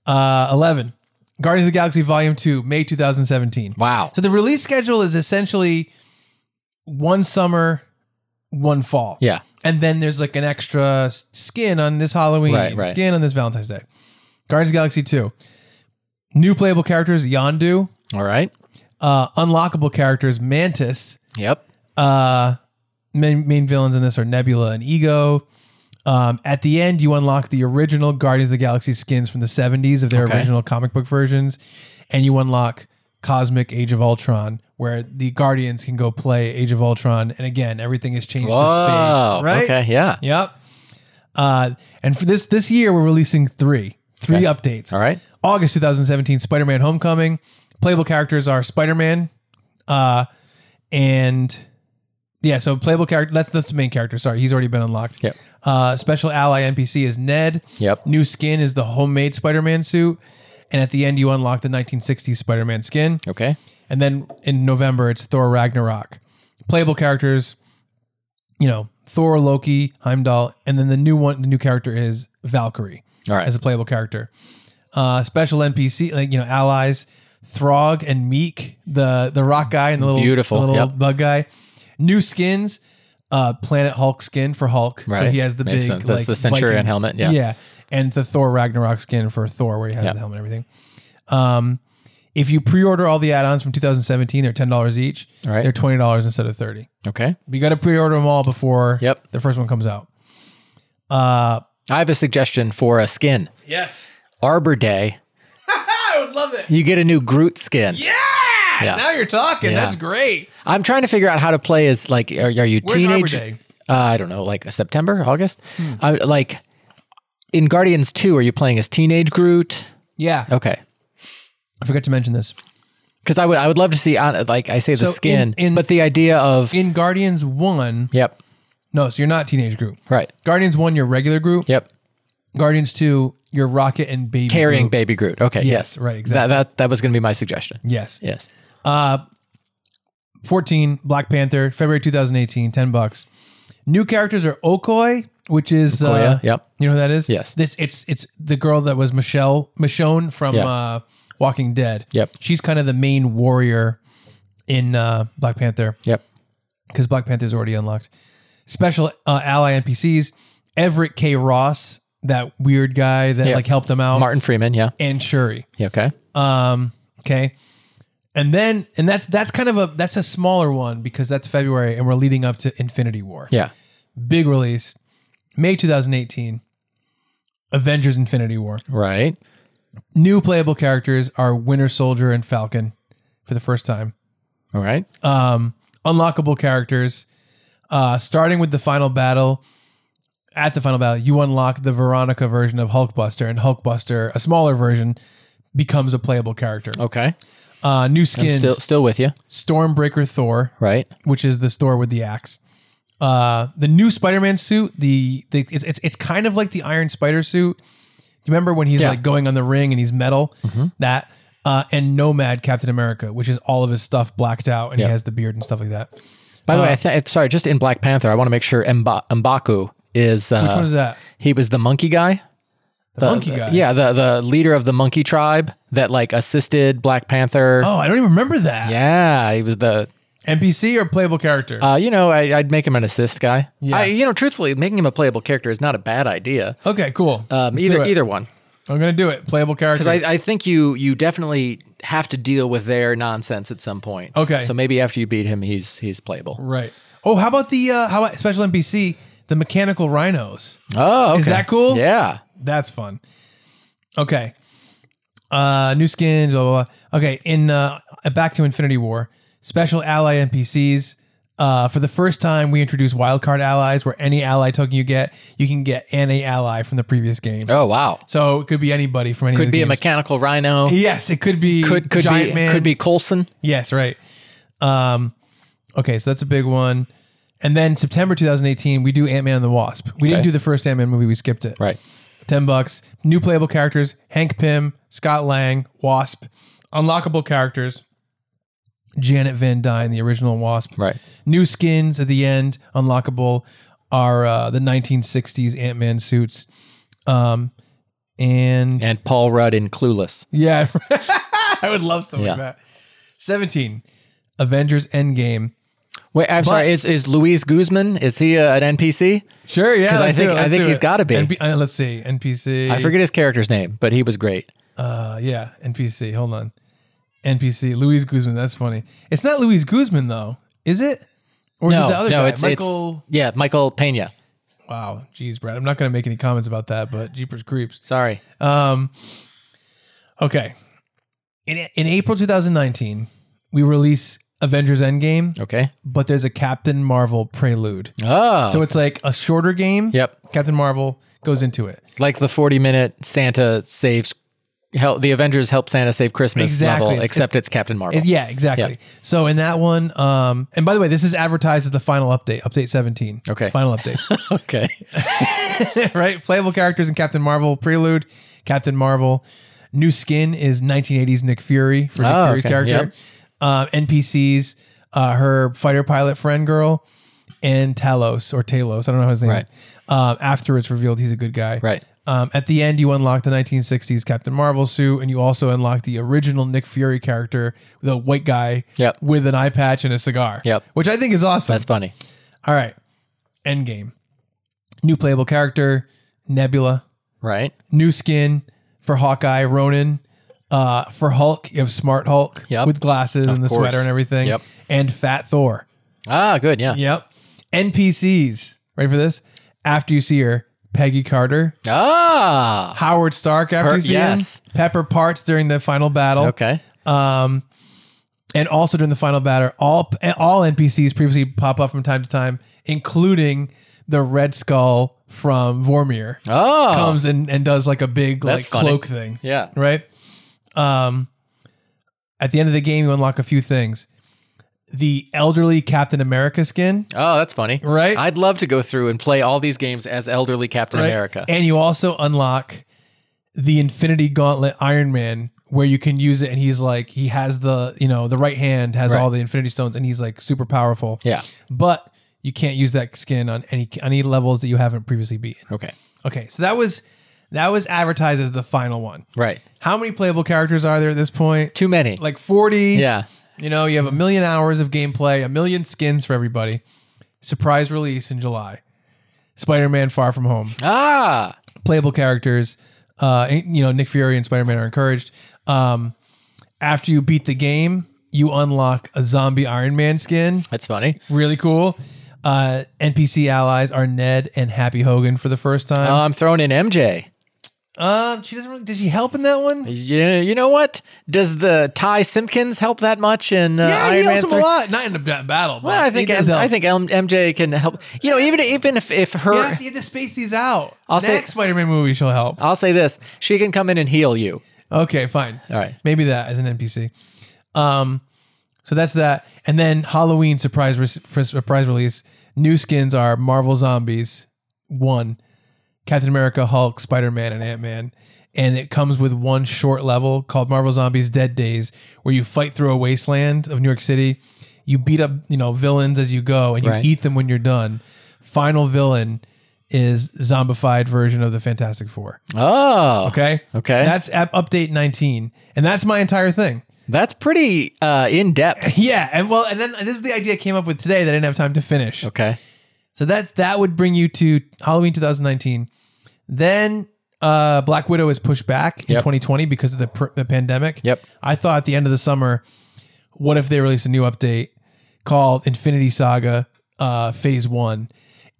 [SPEAKER 1] Uh, 11. Guardians of the Galaxy Volume 2, May 2017.
[SPEAKER 2] Wow.
[SPEAKER 1] So the release schedule is essentially one summer, one fall.
[SPEAKER 2] Yeah.
[SPEAKER 1] And then there's like an extra s- skin on this Halloween,
[SPEAKER 2] Right, right.
[SPEAKER 1] skin on this Valentine's Day. Guardians of the Galaxy 2. New playable characters, Yondu.
[SPEAKER 2] All right.
[SPEAKER 1] Uh, unlockable characters, Mantis.
[SPEAKER 2] Yep.
[SPEAKER 1] Uh, main, main villains in this are Nebula and Ego. Um, at the end, you unlock the original Guardians of the Galaxy skins from the 70s of their
[SPEAKER 2] Okay.
[SPEAKER 1] original comic book versions, and you unlock Cosmic Age of Ultron, where the Guardians can go play Age of Ultron, and again, everything is changed to
[SPEAKER 2] Whoa.
[SPEAKER 1] space, right?
[SPEAKER 2] Okay. Yeah.
[SPEAKER 1] Yep. Uh, and for this this year, we're releasing three three updates.
[SPEAKER 2] All right.
[SPEAKER 1] August 2017, Spider Man Homecoming. Playable characters are Spider Man, uh, and yeah, so playable character that's that's the main character. Sorry, he's already been unlocked.
[SPEAKER 2] Yep.
[SPEAKER 1] Uh, special ally NPC is Ned.
[SPEAKER 2] Yep.
[SPEAKER 1] New skin is the homemade Spider Man suit, and at the end you unlock the 1960s Spider Man skin.
[SPEAKER 2] Okay.
[SPEAKER 1] And then in November, it's Thor Ragnarok. Playable characters, you know, Thor, Loki, Heimdall, and then the new one, the new character is Valkyrie
[SPEAKER 2] All right.
[SPEAKER 1] as a playable character. Uh, special NPC, like you know, allies, Throg and Meek, the the rock guy and the little
[SPEAKER 2] Beautiful,
[SPEAKER 1] the little
[SPEAKER 2] yep.
[SPEAKER 1] bug guy. New skins, uh, Planet Hulk skin for Hulk. So
[SPEAKER 2] Right.
[SPEAKER 1] he has the
[SPEAKER 2] Makes
[SPEAKER 1] big
[SPEAKER 2] sense. That's
[SPEAKER 1] like,
[SPEAKER 2] the Centurion
[SPEAKER 1] Viking-
[SPEAKER 2] helmet, yeah.
[SPEAKER 1] and the Thor Ragnarok skin for Thor, where he has
[SPEAKER 2] Yeah.
[SPEAKER 1] the helmet and everything. Um, if you pre-order all the add-ons from 2017, they're ten dollars each.
[SPEAKER 2] Right.
[SPEAKER 1] They're twenty dollars instead of thirty.
[SPEAKER 2] Okay.
[SPEAKER 1] But you got to pre-order them all before
[SPEAKER 2] Yep.
[SPEAKER 1] the first one comes out. Uh,
[SPEAKER 2] I have a suggestion for a skin.
[SPEAKER 1] yeah,
[SPEAKER 2] Arbor Day.
[SPEAKER 1] I would love it.
[SPEAKER 2] You get a new Groot skin.
[SPEAKER 1] Yeah,
[SPEAKER 2] Yeah.
[SPEAKER 1] now you're talking.
[SPEAKER 2] Yeah.
[SPEAKER 1] That's great.
[SPEAKER 2] I'm trying to figure out how to play as like are, are you
[SPEAKER 1] Where's
[SPEAKER 2] teenage?
[SPEAKER 1] Arbor Day?
[SPEAKER 2] Uh, I don't know, like September, August.
[SPEAKER 1] Hmm.
[SPEAKER 2] I- like in Guardians Two, are you playing as teenage Groot?
[SPEAKER 1] Yeah,
[SPEAKER 2] Okay,
[SPEAKER 1] I forgot to mention this.
[SPEAKER 2] because I would I would love to see on like I say the
[SPEAKER 1] So in-
[SPEAKER 2] skin,
[SPEAKER 1] in-
[SPEAKER 2] but the idea of
[SPEAKER 1] In Guardians One,
[SPEAKER 2] yep,
[SPEAKER 1] no, so you're not teenage group.
[SPEAKER 2] right,
[SPEAKER 1] Guardians One, your regular group.
[SPEAKER 2] yep,
[SPEAKER 1] Guardians Two, your Rocket and Baby.
[SPEAKER 2] carrying
[SPEAKER 1] Groot.
[SPEAKER 2] baby Groot. Okay, yes,
[SPEAKER 1] Yes, right, exactly.
[SPEAKER 2] That that that was going to be my suggestion.
[SPEAKER 1] Yes.
[SPEAKER 2] Yes,
[SPEAKER 1] Uh, 14, Black Panther, February 2018, 10 bucks. New characters are Okoi, which is uh,
[SPEAKER 2] Okoye, yep.
[SPEAKER 1] You know who that is?
[SPEAKER 2] Yes.
[SPEAKER 1] This it's it's the girl that was Michelle Michonne from
[SPEAKER 2] Yeah.
[SPEAKER 1] uh, Walking Dead.
[SPEAKER 2] Yep.
[SPEAKER 1] She's kind of the main warrior in uh, Black Panther
[SPEAKER 2] yep,
[SPEAKER 1] because Black Panther's already unlocked. Special uh, ally NPCs, Everett K. Ross, that weird guy that
[SPEAKER 2] Yeah.
[SPEAKER 1] like helped them out,
[SPEAKER 2] Martin Freeman. Yeah,
[SPEAKER 1] and Shuri.
[SPEAKER 2] yeah, okay,
[SPEAKER 1] Um, okay. And then and that's that's kind of a that's a smaller one because that's February and we're leading up to Infinity War.
[SPEAKER 2] yeah,
[SPEAKER 1] Big release. May 2018. Avengers Infinity War.
[SPEAKER 2] right,
[SPEAKER 1] New playable characters are Winter Soldier and Falcon for the first time.
[SPEAKER 2] all right,
[SPEAKER 1] Um unlockable characters uh starting with the final battle at the final battle you unlock the Veronica version of Hulkbuster and Hulkbuster a smaller version becomes a playable character.
[SPEAKER 2] okay.
[SPEAKER 1] Uh new
[SPEAKER 2] I'm
[SPEAKER 1] skins.
[SPEAKER 2] still still with you,
[SPEAKER 1] Stormbreaker Thor,
[SPEAKER 2] right?
[SPEAKER 1] which is the Thor with the axe. Uh, the new Spider-Man suit, the, the it's, it's it's kind of like the Iron Spider suit. Do you remember when he's
[SPEAKER 2] Yeah. Mm-hmm.
[SPEAKER 1] like going on the ring and he's metal? That uh, and Nomad Captain America, which is all of his stuff blacked out and
[SPEAKER 2] Yeah.
[SPEAKER 1] he has the beard and stuff like that. Which
[SPEAKER 2] By the
[SPEAKER 1] Uh,
[SPEAKER 2] way, I th- sorry, just in Black Panther, I want to make sure Mba- Mbaku is uh,
[SPEAKER 1] one is that?
[SPEAKER 2] He was the monkey guy.
[SPEAKER 1] The, monkey guy.
[SPEAKER 2] Yeah, the the leader of the monkey tribe that like assisted Black Panther.
[SPEAKER 1] Oh, I don't even remember that.
[SPEAKER 2] Yeah, he was the
[SPEAKER 1] NPC or playable character.
[SPEAKER 2] uh, you know I, I'd make him an assist guy.
[SPEAKER 1] Yeah.
[SPEAKER 2] I, you know, truthfully, making him a playable character is not a bad idea.
[SPEAKER 1] okay, cool.
[SPEAKER 2] Um,
[SPEAKER 1] Let's do
[SPEAKER 2] either
[SPEAKER 1] it.
[SPEAKER 2] either one,
[SPEAKER 1] I'm gonna do it. Playable character.
[SPEAKER 2] because I, I think you you definitely have to deal with their nonsense at some point.
[SPEAKER 1] Okay.
[SPEAKER 2] so maybe after you beat him, he's he's playable.
[SPEAKER 1] right. Oh, how about the uh, how about special NPC? The mechanical rhinos.
[SPEAKER 2] Oh, okay.
[SPEAKER 1] Is that cool?
[SPEAKER 2] Yeah,
[SPEAKER 1] That's fun. Okay. Uh, new skins, blah, blah, blah. Okay. In uh, Back to Infinity War, special ally NPCs. Uh, for the first time, we introduce wildcard allies where any ally token you get, you can get any ally from the previous game.
[SPEAKER 2] Oh wow,
[SPEAKER 1] So it could be anybody from any of
[SPEAKER 2] could
[SPEAKER 1] the
[SPEAKER 2] be a
[SPEAKER 1] games.
[SPEAKER 2] mechanical rhino.
[SPEAKER 1] Yes, it could be
[SPEAKER 2] Could could
[SPEAKER 1] Giant
[SPEAKER 2] be
[SPEAKER 1] Man.
[SPEAKER 2] could be Colson.
[SPEAKER 1] Yes, right. Um, okay, so that's a big one. And then September 2018, we do Ant Man and the Wasp. We didn't
[SPEAKER 2] Okay.
[SPEAKER 1] do the first Ant Man movie, we skipped it.
[SPEAKER 2] Right.
[SPEAKER 1] 10 bucks. New playable characters Hank Pym, Scott Lang, Wasp. Unlockable characters Janet Van Dyne, the original Wasp.
[SPEAKER 2] Right.
[SPEAKER 1] New skins at the end, unlockable, are uh, the 1960s Ant Man suits. Um, and
[SPEAKER 2] And Paul Rudd in Clueless.
[SPEAKER 1] yeah, I would love something
[SPEAKER 2] Yeah.
[SPEAKER 1] like that. 17, Avengers Endgame.
[SPEAKER 2] Wait, I'm sorry. Is is Luis Guzman? Is he uh, an NPC?
[SPEAKER 1] Sure, yeah.
[SPEAKER 2] 'Cause I
[SPEAKER 1] let's
[SPEAKER 2] think-
[SPEAKER 1] do it,
[SPEAKER 2] I
[SPEAKER 1] let's
[SPEAKER 2] think
[SPEAKER 1] do
[SPEAKER 2] he's
[SPEAKER 1] it.
[SPEAKER 2] gotta be.
[SPEAKER 1] NP- uh, let's see, NPC.
[SPEAKER 2] I forget his character's name, but he was great.
[SPEAKER 1] Uh, yeah, NPC. Hold on, NPC. Luis Guzman. That's funny. It's not Luis Guzman though, is it? Or is
[SPEAKER 2] no,
[SPEAKER 1] it the other
[SPEAKER 2] no,
[SPEAKER 1] guy?
[SPEAKER 2] it's
[SPEAKER 1] Michael.
[SPEAKER 2] It's, yeah, Michael Pena.
[SPEAKER 1] wow, jeez, Brad. I'm not gonna make any comments about that, but Jeepers Creeps.
[SPEAKER 2] Sorry.
[SPEAKER 1] Um, okay. In in April 2019, we release Avengers Endgame,
[SPEAKER 2] Okay.
[SPEAKER 1] but there's a Captain Marvel prelude.
[SPEAKER 2] Oh,
[SPEAKER 1] So it's like a shorter game.
[SPEAKER 2] yep.
[SPEAKER 1] Captain Marvel goes into it.
[SPEAKER 2] Like the forty-minute Santa saves. Help, the Avengers help Santa save Christmas
[SPEAKER 1] Exactly.
[SPEAKER 2] level,
[SPEAKER 1] It's-
[SPEAKER 2] except it's, Captain Marvel.
[SPEAKER 1] It- yeah, exactly.
[SPEAKER 2] Yeah.
[SPEAKER 1] So in that one, um, and by the way, this is advertised as the final update, update 17.
[SPEAKER 2] Okay.
[SPEAKER 1] Final update.
[SPEAKER 2] Okay.
[SPEAKER 1] right? Playable characters in Captain Marvel, Prelude, Captain Marvel. New skin is 1980s Nick Fury for Nick
[SPEAKER 2] Oh,
[SPEAKER 1] Fury's
[SPEAKER 2] okay.
[SPEAKER 1] character. Uh, NPCs, uh, her fighter pilot friend girl, and Talos or Talos. I don't know his name.
[SPEAKER 2] Right.
[SPEAKER 1] Um, after it's revealed he's a good guy.
[SPEAKER 2] Right.
[SPEAKER 1] Um, at the end, you unlock the 1960s Captain Marvel suit, and you also unlock the original Nick Fury character, the white guy
[SPEAKER 2] Yep.
[SPEAKER 1] with an eye patch and a cigar.
[SPEAKER 2] Yep.
[SPEAKER 1] Which I think is awesome.
[SPEAKER 2] That's funny.
[SPEAKER 1] All right. Endgame. New playable character, Nebula.
[SPEAKER 2] right?
[SPEAKER 1] New skin for Hawkeye, Ronan. Uh, for Hulk, you have Smart Hulk
[SPEAKER 2] Yep.
[SPEAKER 1] with glasses and the
[SPEAKER 2] course.
[SPEAKER 1] sweater and everything.
[SPEAKER 2] Yep.
[SPEAKER 1] And Fat Thor.
[SPEAKER 2] Ah, good. Yeah.
[SPEAKER 1] Yep. NPCs. Ready for this? After you see her, Peggy Carter,
[SPEAKER 2] Ah.
[SPEAKER 1] Howard Stark. After
[SPEAKER 2] Per-
[SPEAKER 1] you see
[SPEAKER 2] yes.
[SPEAKER 1] him, Pepper Parts during the final battle.
[SPEAKER 2] Okay.
[SPEAKER 1] Um, and also during the final battle, all all NPCs previously pop up from time to time, including the Red Skull from Vormir
[SPEAKER 2] Oh.
[SPEAKER 1] comes and, and does like a big like
[SPEAKER 2] That's funny.
[SPEAKER 1] cloak thing,
[SPEAKER 2] yeah.
[SPEAKER 1] right? Um, at the end of the game, you unlock a few things: the elderly Captain America skin,
[SPEAKER 2] Oh, that's funny.
[SPEAKER 1] right?
[SPEAKER 2] I'd love to go through and play all these games as elderly Captain
[SPEAKER 1] Right?
[SPEAKER 2] America.
[SPEAKER 1] and you also unlock the Infinity Gauntlet Iron Man, where you can use it, and he's like he has the you know the right hand has
[SPEAKER 2] Right.
[SPEAKER 1] all the Infinity Stones, and he's like super powerful.
[SPEAKER 2] yeah.
[SPEAKER 1] but you can't use that skin on any any levels that you haven't previously beaten.
[SPEAKER 2] Okay.
[SPEAKER 1] Okay, so that was that was advertised as the final one.
[SPEAKER 2] Right.
[SPEAKER 1] How many playable characters are there at this point?
[SPEAKER 2] Too many.
[SPEAKER 1] Like forty.
[SPEAKER 2] yeah.
[SPEAKER 1] You know, you have a million hours of gameplay, a million skins for everybody. Surprise release in July. Spider-Man: Far From Home.
[SPEAKER 2] Ah.
[SPEAKER 1] Playable characters. Uh, you know, Nick Fury and Spider-Man are encouraged. Um, after you beat the game, you unlock a zombie Iron Man skin.
[SPEAKER 2] That's funny.
[SPEAKER 1] Really cool. Uh, NPC allies are Ned and Happy Hogan for the first time.
[SPEAKER 2] I'm Um, throwing in MJ.
[SPEAKER 1] um, she doesn't really. Did she help in that one?
[SPEAKER 2] You, you know what? Does the Ty Simpkins help that much in uh,
[SPEAKER 1] yeah,
[SPEAKER 2] Iron
[SPEAKER 1] he
[SPEAKER 2] Man
[SPEAKER 1] helps him
[SPEAKER 2] 3?
[SPEAKER 1] a lot. Not in the ba- battle, but
[SPEAKER 2] Well, I think
[SPEAKER 1] he does
[SPEAKER 2] M- I
[SPEAKER 1] help.
[SPEAKER 2] think M- MJ can help. You know, even even if if her,
[SPEAKER 1] you have, to, you have to space these out.
[SPEAKER 2] I'll say-
[SPEAKER 1] Next Spider-Man movie, she'll help.
[SPEAKER 2] I'll say this, she can come in and heal you.
[SPEAKER 1] Okay, fine.
[SPEAKER 2] All right.
[SPEAKER 1] Maybe that as an NPC. Um, so that's that. And then Halloween surprise re- for surprise release. New skins are Marvel Zombies one, Captain America, Hulk, Spider Man, and Ant Man. And it comes with one short level called Marvel Zombies Dead Days, where you fight through a wasteland of New York City. You beat up you know villains as you go, and you
[SPEAKER 2] Right.
[SPEAKER 1] eat them when you're done. Final villain is zombified version of the Fantastic Four.
[SPEAKER 2] Oh,
[SPEAKER 1] Okay.
[SPEAKER 2] Okay.
[SPEAKER 1] That's app update 19. And that's my entire thing.
[SPEAKER 2] that's pretty uh, in depth.
[SPEAKER 1] Yeah. And well, and then this is the idea I came up with today that I didn't have time to finish.
[SPEAKER 2] Okay.
[SPEAKER 1] So that that would bring you to Halloween 2019. Then uh Black Widow is pushed back in
[SPEAKER 2] Yep.
[SPEAKER 1] 2020 because of the pr- the pandemic.
[SPEAKER 2] Yep.
[SPEAKER 1] I thought at the end of the summer, what if they release a new update called Infinity Saga uh Phase 1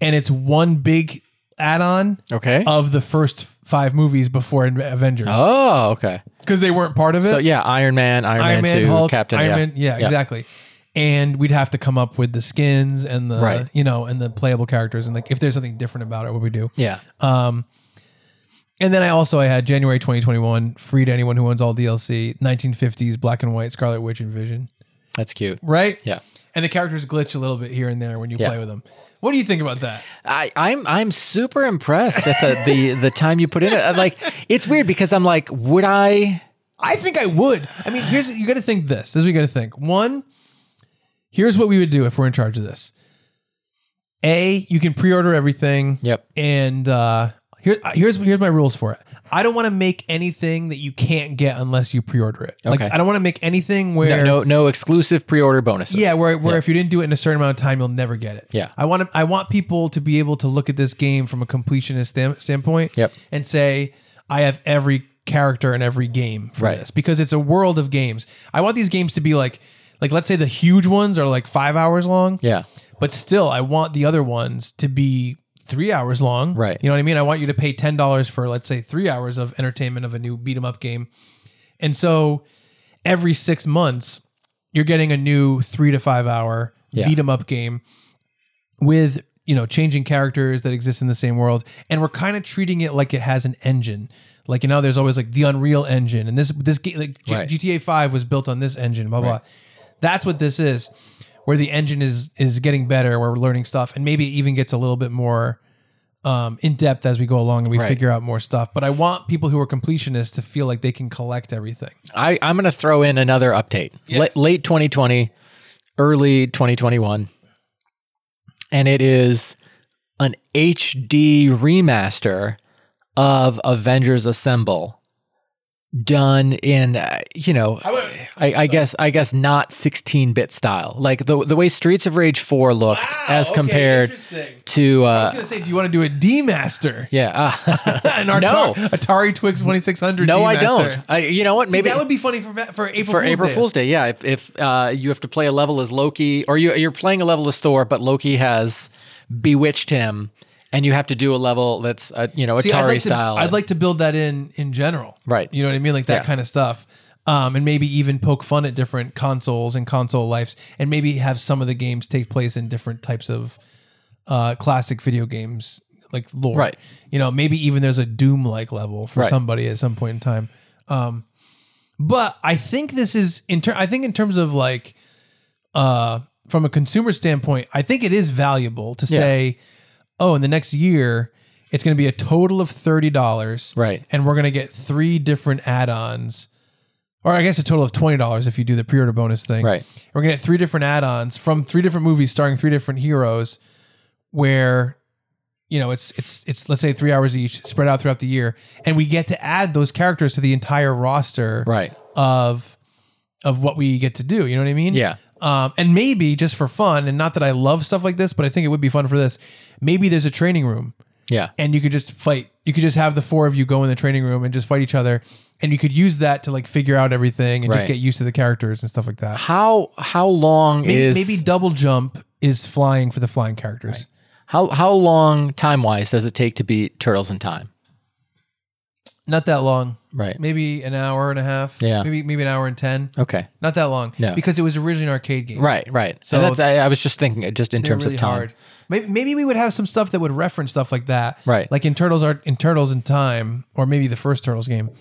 [SPEAKER 1] and it's one big add-on
[SPEAKER 2] Okay.
[SPEAKER 1] of the first 5 movies before Avengers
[SPEAKER 2] oh, okay.
[SPEAKER 1] because they weren't part of it.
[SPEAKER 2] So yeah, Iron Man, Iron,
[SPEAKER 1] Iron Man,
[SPEAKER 2] Man Two,
[SPEAKER 1] Hulk,
[SPEAKER 2] Captain.
[SPEAKER 1] Iron
[SPEAKER 2] yeah.
[SPEAKER 1] Man, yeah, exactly. And we'd have to come up with the skins and the
[SPEAKER 2] Right.
[SPEAKER 1] you know and the playable characters and like if there's something different about it, what we do.
[SPEAKER 2] Yeah.
[SPEAKER 1] Um, and then I also I had January 2021 free to anyone who owns all DLC 1950s Black and White Scarlet Witch and Vision.
[SPEAKER 2] That's cute.
[SPEAKER 1] Right.
[SPEAKER 2] Yeah.
[SPEAKER 1] And the characters glitch a little bit here and there when you
[SPEAKER 2] Yeah.
[SPEAKER 1] play with them. What do you think about that?
[SPEAKER 2] I, I'm I'm super impressed at the, the the time you put in it. I'm Like it's weird because I'm like, would I?
[SPEAKER 1] I think I would. I mean, here's you got to think this. This is what you got to think. One, here's what we would do if we're in charge of this. A, you can pre-order everything.
[SPEAKER 2] Yep.
[SPEAKER 1] And uh, here, here's here's my rules for it. I don't want to make anything that you can't get unless you pre-order it.
[SPEAKER 2] Okay.
[SPEAKER 1] Like I don't want to make anything where
[SPEAKER 2] No, no, no exclusive pre-order bonuses.
[SPEAKER 1] yeah, where, where if you didn't do it in a certain amount of time, you'll never get it.
[SPEAKER 2] Yeah.
[SPEAKER 1] I want to, I want people to be able to look at this game from a completionist stam- standpoint.
[SPEAKER 2] Yep.
[SPEAKER 1] And say, I have every character in every game for
[SPEAKER 2] Right.
[SPEAKER 1] this because it's a world of games. I want these games to be like, like let's say the huge ones are like five hours long.
[SPEAKER 2] Yeah.
[SPEAKER 1] But still, I want the other ones to be three hours long.
[SPEAKER 2] Right.
[SPEAKER 1] You know what I mean? I want you to pay ten dollars for let's say three hours of entertainment of a new beat 'em up game, and so every six months you're getting a new three to five hour
[SPEAKER 2] Yeah.
[SPEAKER 1] beat 'em up game with you know changing characters that exist in the same world and we're kind of treating it like it has an engine like you know there's always like the unreal engine and this this game like G-
[SPEAKER 2] Right.
[SPEAKER 1] gta 5 was built on this engine blah blah that's what this is where the engine is is getting better where we're learning stuff and maybe it even gets a little bit more um, in depth as we go along and we
[SPEAKER 2] Right.
[SPEAKER 1] figure out more stuff but i want people who are completionists to feel like they can collect everything
[SPEAKER 2] I, I'm going to throw in another update.
[SPEAKER 1] Yes.
[SPEAKER 2] La- late 2020, early 2021. And it is an HD remaster of Avengers Assemble done in, uh, you know, I, I guess, I guess not 16 bit style. Like the, the way Streets of Rage 4 looked as Ah, compared to
[SPEAKER 1] I
[SPEAKER 2] uh,
[SPEAKER 1] was gonna say, do you want to do a D master?
[SPEAKER 2] yeah. Uh,
[SPEAKER 1] An
[SPEAKER 2] no,
[SPEAKER 1] Atari, Atari Twix 2600.
[SPEAKER 2] no, I
[SPEAKER 1] D-Master.
[SPEAKER 2] don't. I, you know what?
[SPEAKER 1] See,
[SPEAKER 2] Maybe
[SPEAKER 1] that would be funny for for April
[SPEAKER 2] for
[SPEAKER 1] Fool's
[SPEAKER 2] April
[SPEAKER 1] Day.
[SPEAKER 2] Fool's Day. Yeah, if if uh, you have to play a level as Loki, or you you're playing a level as Thor, but Loki has bewitched him, and you have to do a level that's uh, you know Atari
[SPEAKER 1] See, I'd like
[SPEAKER 2] style.
[SPEAKER 1] To, I'd like to build that in in general.
[SPEAKER 2] Right.
[SPEAKER 1] You know what I mean? Like that
[SPEAKER 2] Yeah.
[SPEAKER 1] kind of stuff. Um, and maybe even poke fun at different consoles and console lives, and maybe have some of the games take place in different types of uh, classic video games, like lore.
[SPEAKER 2] Right.
[SPEAKER 1] You know, maybe even there's a Doom like level for
[SPEAKER 2] Right.
[SPEAKER 1] somebody at some point in time. Um, but I think this is in ter- I think in terms of like uh, from a consumer standpoint, I think it is valuable to
[SPEAKER 2] Yeah.
[SPEAKER 1] say, oh, in the next year, it's going to be a total of thirty dollars,
[SPEAKER 2] Right.
[SPEAKER 1] And we're going to get three different add-ons, or I guess a total of twenty dollars if you do the pre-order bonus thing,
[SPEAKER 2] Right.
[SPEAKER 1] We're going to get three different add-ons from three different movies starring three different heroes, where you know it's it's it's let's say three hours each spread out throughout the year, and we get to add those characters to the entire roster,
[SPEAKER 2] right.
[SPEAKER 1] of of what we get to do. You know what I mean?
[SPEAKER 2] Yeah.
[SPEAKER 1] Um, and maybe just for fun, and not that I love stuff like this, but I think it would be fun for this. Maybe there's a training room,
[SPEAKER 2] Yeah.
[SPEAKER 1] and you could just fight. You could just have the four of you go in the training room and just fight each other, and you could use that to like figure out everything and just
[SPEAKER 2] Right.
[SPEAKER 1] get used to the characters and stuff like that.
[SPEAKER 2] How how long
[SPEAKER 1] Maybe,
[SPEAKER 2] is
[SPEAKER 1] maybe double jump is flying for the flying characters.
[SPEAKER 2] how how long time wise does it take to beat Turtles in Time?
[SPEAKER 1] Not that long,
[SPEAKER 2] Right.
[SPEAKER 1] maybe an hour and a half.
[SPEAKER 2] Yeah.
[SPEAKER 1] maybe maybe an hour and ten.
[SPEAKER 2] Okay.
[SPEAKER 1] Not that long,
[SPEAKER 2] No.
[SPEAKER 1] because it was originally an arcade game.
[SPEAKER 2] Right. Right. So
[SPEAKER 1] So-
[SPEAKER 2] that's I, I was just thinking just in
[SPEAKER 1] They're
[SPEAKER 2] terms of time.
[SPEAKER 1] Maybe, maybe we would have some stuff that would reference stuff like that.
[SPEAKER 2] Right.
[SPEAKER 1] Like in Turtles are in Turtles in Time, or maybe the first Turtles game,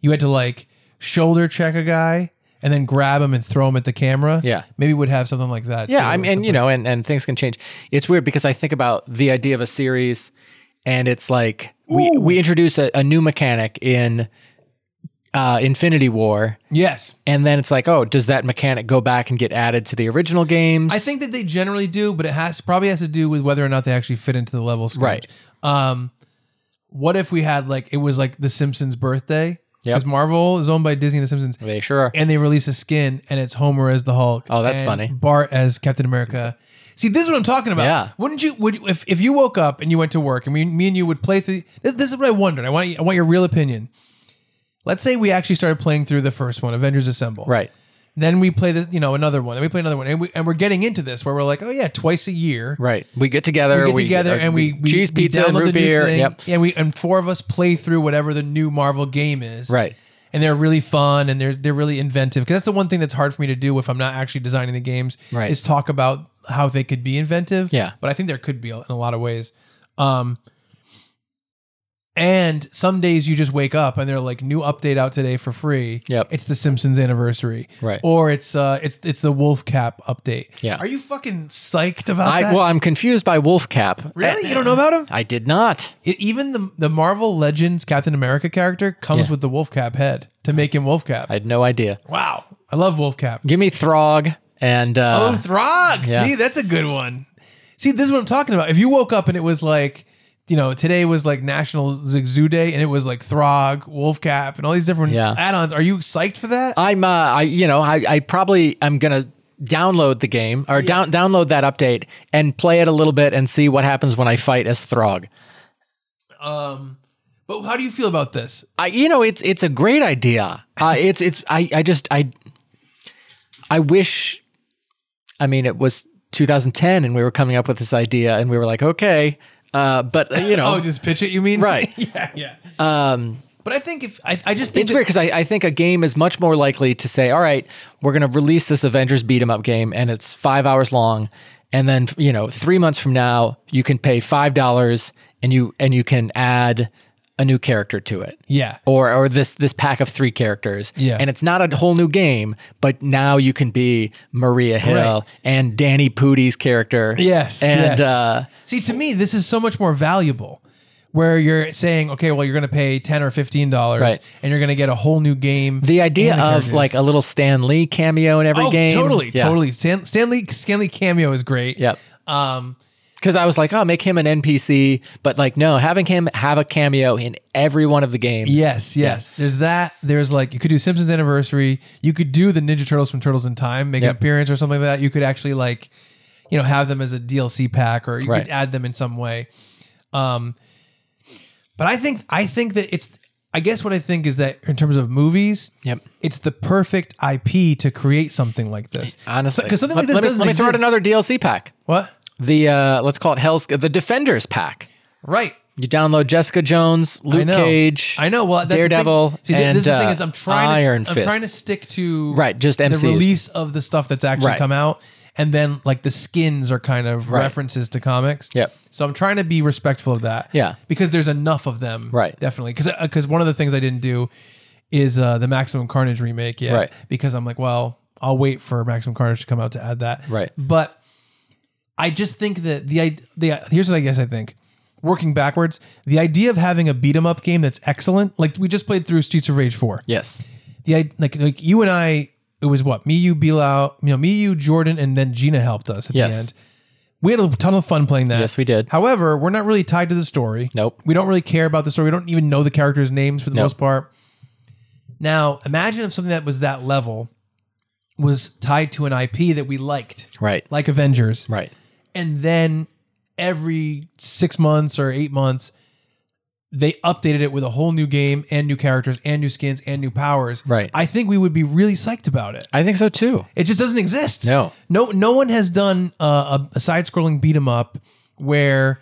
[SPEAKER 1] you had to like shoulder check a guy and then grab him and throw him at the camera.
[SPEAKER 2] Yeah.
[SPEAKER 1] Maybe we'd have something like that.
[SPEAKER 2] Yeah, I mean, and you know, and, and things can change. It's weird because I think about the idea of a series, and it's like we we introduce a, a new mechanic in uh, Infinity War,
[SPEAKER 1] yes.
[SPEAKER 2] and then it's like, oh, does that mechanic go back and get added to the original games?
[SPEAKER 1] I think that they generally do, but it has probably has to do with whether or not they actually fit into the level. schemes.
[SPEAKER 2] Right.
[SPEAKER 1] Um, what if we had like it was like The Simpsons' birthday?
[SPEAKER 2] Yep.
[SPEAKER 1] Because Marvel is owned by Disney. and The Simpsons.
[SPEAKER 2] they sure. Are.
[SPEAKER 1] and they release a skin and it's Homer as the Hulk.
[SPEAKER 2] Oh, that's
[SPEAKER 1] and
[SPEAKER 2] funny.
[SPEAKER 1] Bart as Captain America. See, this is what I'm talking about.
[SPEAKER 2] Yeah.
[SPEAKER 1] Wouldn't you would you- if if you woke up and you went to work and we, me and you would play through this, this is what I wondered. I want I want your real opinion. Let's say we actually started playing through the first one, Avengers Assemble.
[SPEAKER 2] Right.
[SPEAKER 1] Then we play the you know another one. Then we play another one, and we and we're getting into this where we're like, oh yeah, twice a year
[SPEAKER 2] Right. We get together.
[SPEAKER 1] we get together
[SPEAKER 2] uh,
[SPEAKER 1] and we, we
[SPEAKER 2] cheese
[SPEAKER 1] we
[SPEAKER 2] pizza and
[SPEAKER 1] download
[SPEAKER 2] root
[SPEAKER 1] the new
[SPEAKER 2] beer.
[SPEAKER 1] thing,
[SPEAKER 2] Yep.
[SPEAKER 1] and we and four of us play through whatever the new Marvel game is.
[SPEAKER 2] Right.
[SPEAKER 1] and they're really fun and they're they're really inventive because that's the one thing that's hard for me to do if I'm not actually designing the games.
[SPEAKER 2] Right.
[SPEAKER 1] is talk about how they could be inventive.
[SPEAKER 2] Yeah.
[SPEAKER 1] but I think there could be in a lot of ways. Um, and some days you just wake up and they're like new update out today for free.
[SPEAKER 2] Yep.
[SPEAKER 1] It's the Simpsons anniversary.
[SPEAKER 2] Right.
[SPEAKER 1] Or it's uh it's it's the Wolf Cap update.
[SPEAKER 2] Yeah.
[SPEAKER 1] Are you fucking psyched about
[SPEAKER 2] I
[SPEAKER 1] that?
[SPEAKER 2] well, I'm confused by Wolfcap.
[SPEAKER 1] really? You don't know about him?
[SPEAKER 2] I did not.
[SPEAKER 1] It, even the the Marvel Legends Captain America character comes
[SPEAKER 2] Yeah.
[SPEAKER 1] with the wolf cap head to make him wolf cap.
[SPEAKER 2] I had no idea.
[SPEAKER 1] wow, I love wolf cap.
[SPEAKER 2] Give me Throg and uh,
[SPEAKER 1] oh, Throg.
[SPEAKER 2] yeah.
[SPEAKER 1] See, that's a good one. See, this is what I'm talking about. If you woke up and it was like, you know, today was like National Zoo- Zoo Day, and it was like Throg, wolf cap, and all these different
[SPEAKER 2] Yeah.
[SPEAKER 1] add-ons. Are you psyched for that?
[SPEAKER 2] I'm uh, I you know I, I probably am gonna download the game or down download that update and play it a little bit and see what happens when I fight as Throg.
[SPEAKER 1] um, but how do you feel about this?
[SPEAKER 2] I you know it's it's a great idea. Uh, it's it's I I just I I wish. I mean, it was 2010, and we were coming up with this idea, and we were like, okay, uh, but uh, you know,
[SPEAKER 1] Oh, just pitch it. You mean
[SPEAKER 2] Right.
[SPEAKER 1] yeah, yeah.
[SPEAKER 2] um,
[SPEAKER 1] But I think if I, I just think
[SPEAKER 2] it's
[SPEAKER 1] that-
[SPEAKER 2] weird because I, I think a game is much more likely to say, all right, we're going to release this Avengers beat 'em up game and it's five hours long. And then, you know, three months from now, you can pay $5 and you, and you can add a new character to it.
[SPEAKER 1] yeah.
[SPEAKER 2] Or, or this this pack of three characters,
[SPEAKER 1] Yeah.
[SPEAKER 2] and it's not a whole new game, but now you can be Maria Hill
[SPEAKER 1] Right.
[SPEAKER 2] and Danny Pooty's character,
[SPEAKER 1] Yes, yes.
[SPEAKER 2] and uh,
[SPEAKER 1] See, to me, this is so much more valuable. Where you're saying, okay, well, you're going to pay ten or fifteen dollars,
[SPEAKER 2] Right.
[SPEAKER 1] and you're going to get a whole new game.
[SPEAKER 2] the idea
[SPEAKER 1] and the
[SPEAKER 2] of
[SPEAKER 1] characters.
[SPEAKER 2] like a little Stan Lee cameo in every
[SPEAKER 1] oh,
[SPEAKER 2] game,
[SPEAKER 1] totally,
[SPEAKER 2] Yeah.
[SPEAKER 1] totally. Stan, Stanley Stanley cameo is great.
[SPEAKER 2] Yep.
[SPEAKER 1] Um,
[SPEAKER 2] because I was like, oh, make him an NPC, but like, no, having him have a cameo in every one of the games.
[SPEAKER 1] yes, yes. There's that. There's like you could do Simpsons Anniversary. You could do the Ninja Turtles from Turtles in Time, make
[SPEAKER 2] Yep.
[SPEAKER 1] an appearance or something like that. You could actually like. you know have them as a DLC pack or you
[SPEAKER 2] Right.
[SPEAKER 1] could add them in some way. Um, but I think I think that it's I guess what I think is that in terms of movies,
[SPEAKER 2] Yep.
[SPEAKER 1] it's the perfect IP to create something like this.
[SPEAKER 2] Honestly,
[SPEAKER 1] because something
[SPEAKER 2] let,
[SPEAKER 1] like this
[SPEAKER 2] let me,
[SPEAKER 1] doesn't
[SPEAKER 2] let me throw out
[SPEAKER 1] exist.
[SPEAKER 2] another DLC pack.
[SPEAKER 1] What?
[SPEAKER 2] The uh, let's call it Hell's the Defenders pack.
[SPEAKER 1] Right.
[SPEAKER 2] You download Jessica Jones,
[SPEAKER 1] I
[SPEAKER 2] Luke
[SPEAKER 1] know.
[SPEAKER 2] Cage.
[SPEAKER 1] I know. Well, that's the thing.
[SPEAKER 2] Daredevil.
[SPEAKER 1] See, th-
[SPEAKER 2] and,
[SPEAKER 1] this is the thing
[SPEAKER 2] uh,
[SPEAKER 1] is I'm trying
[SPEAKER 2] Iron
[SPEAKER 1] to I'm
[SPEAKER 2] Fist.
[SPEAKER 1] trying to stick to
[SPEAKER 2] Right, just
[SPEAKER 1] the
[SPEAKER 2] MCU.
[SPEAKER 1] release of the stuff that's actually
[SPEAKER 2] Right.
[SPEAKER 1] come out, and then like the skins are kind of
[SPEAKER 2] Right.
[SPEAKER 1] references to comics.
[SPEAKER 2] Yep.
[SPEAKER 1] So I'm trying to be respectful of that.
[SPEAKER 2] Yeah.
[SPEAKER 1] Because there's enough of them.
[SPEAKER 2] Right.
[SPEAKER 1] Definitely. Because because one of the things I didn't do is uh, the Maximum Carnage remake. Yeah.
[SPEAKER 2] Right.
[SPEAKER 1] Because I'm like, well, I'll wait for Maximum Carnage to come out to add that.
[SPEAKER 2] Right.
[SPEAKER 1] But I just think that the i- the here's what I guess I think. Working backwards, the idea of having a beat 'em up game that's excellent, like we just played through Streets of Rage Four.
[SPEAKER 2] Yes.
[SPEAKER 1] The i- like like you and I, it was what me, you, Bilal, you know, me, you, Jordan, and then Gina helped us at
[SPEAKER 2] Yes.
[SPEAKER 1] the end. We had a ton of fun playing that.
[SPEAKER 2] Yes, we did.
[SPEAKER 1] However, we're not really tied to the story.
[SPEAKER 2] Nope.
[SPEAKER 1] We don't really care about the story. We don't even know the characters' names for the
[SPEAKER 2] Nope.
[SPEAKER 1] most part. Now, imagine if something that was that level was tied to an IP that we liked,
[SPEAKER 2] Right.
[SPEAKER 1] like Avengers
[SPEAKER 2] Right.
[SPEAKER 1] and then every six months or eight months they updated it with a whole new game and new characters and new skins and new powers
[SPEAKER 2] Right.
[SPEAKER 1] i think we would be really psyched about it
[SPEAKER 2] I think so too.
[SPEAKER 1] it just doesn't exist
[SPEAKER 2] No.
[SPEAKER 1] no no one has done uh, a, a side-scrolling beat 'em up where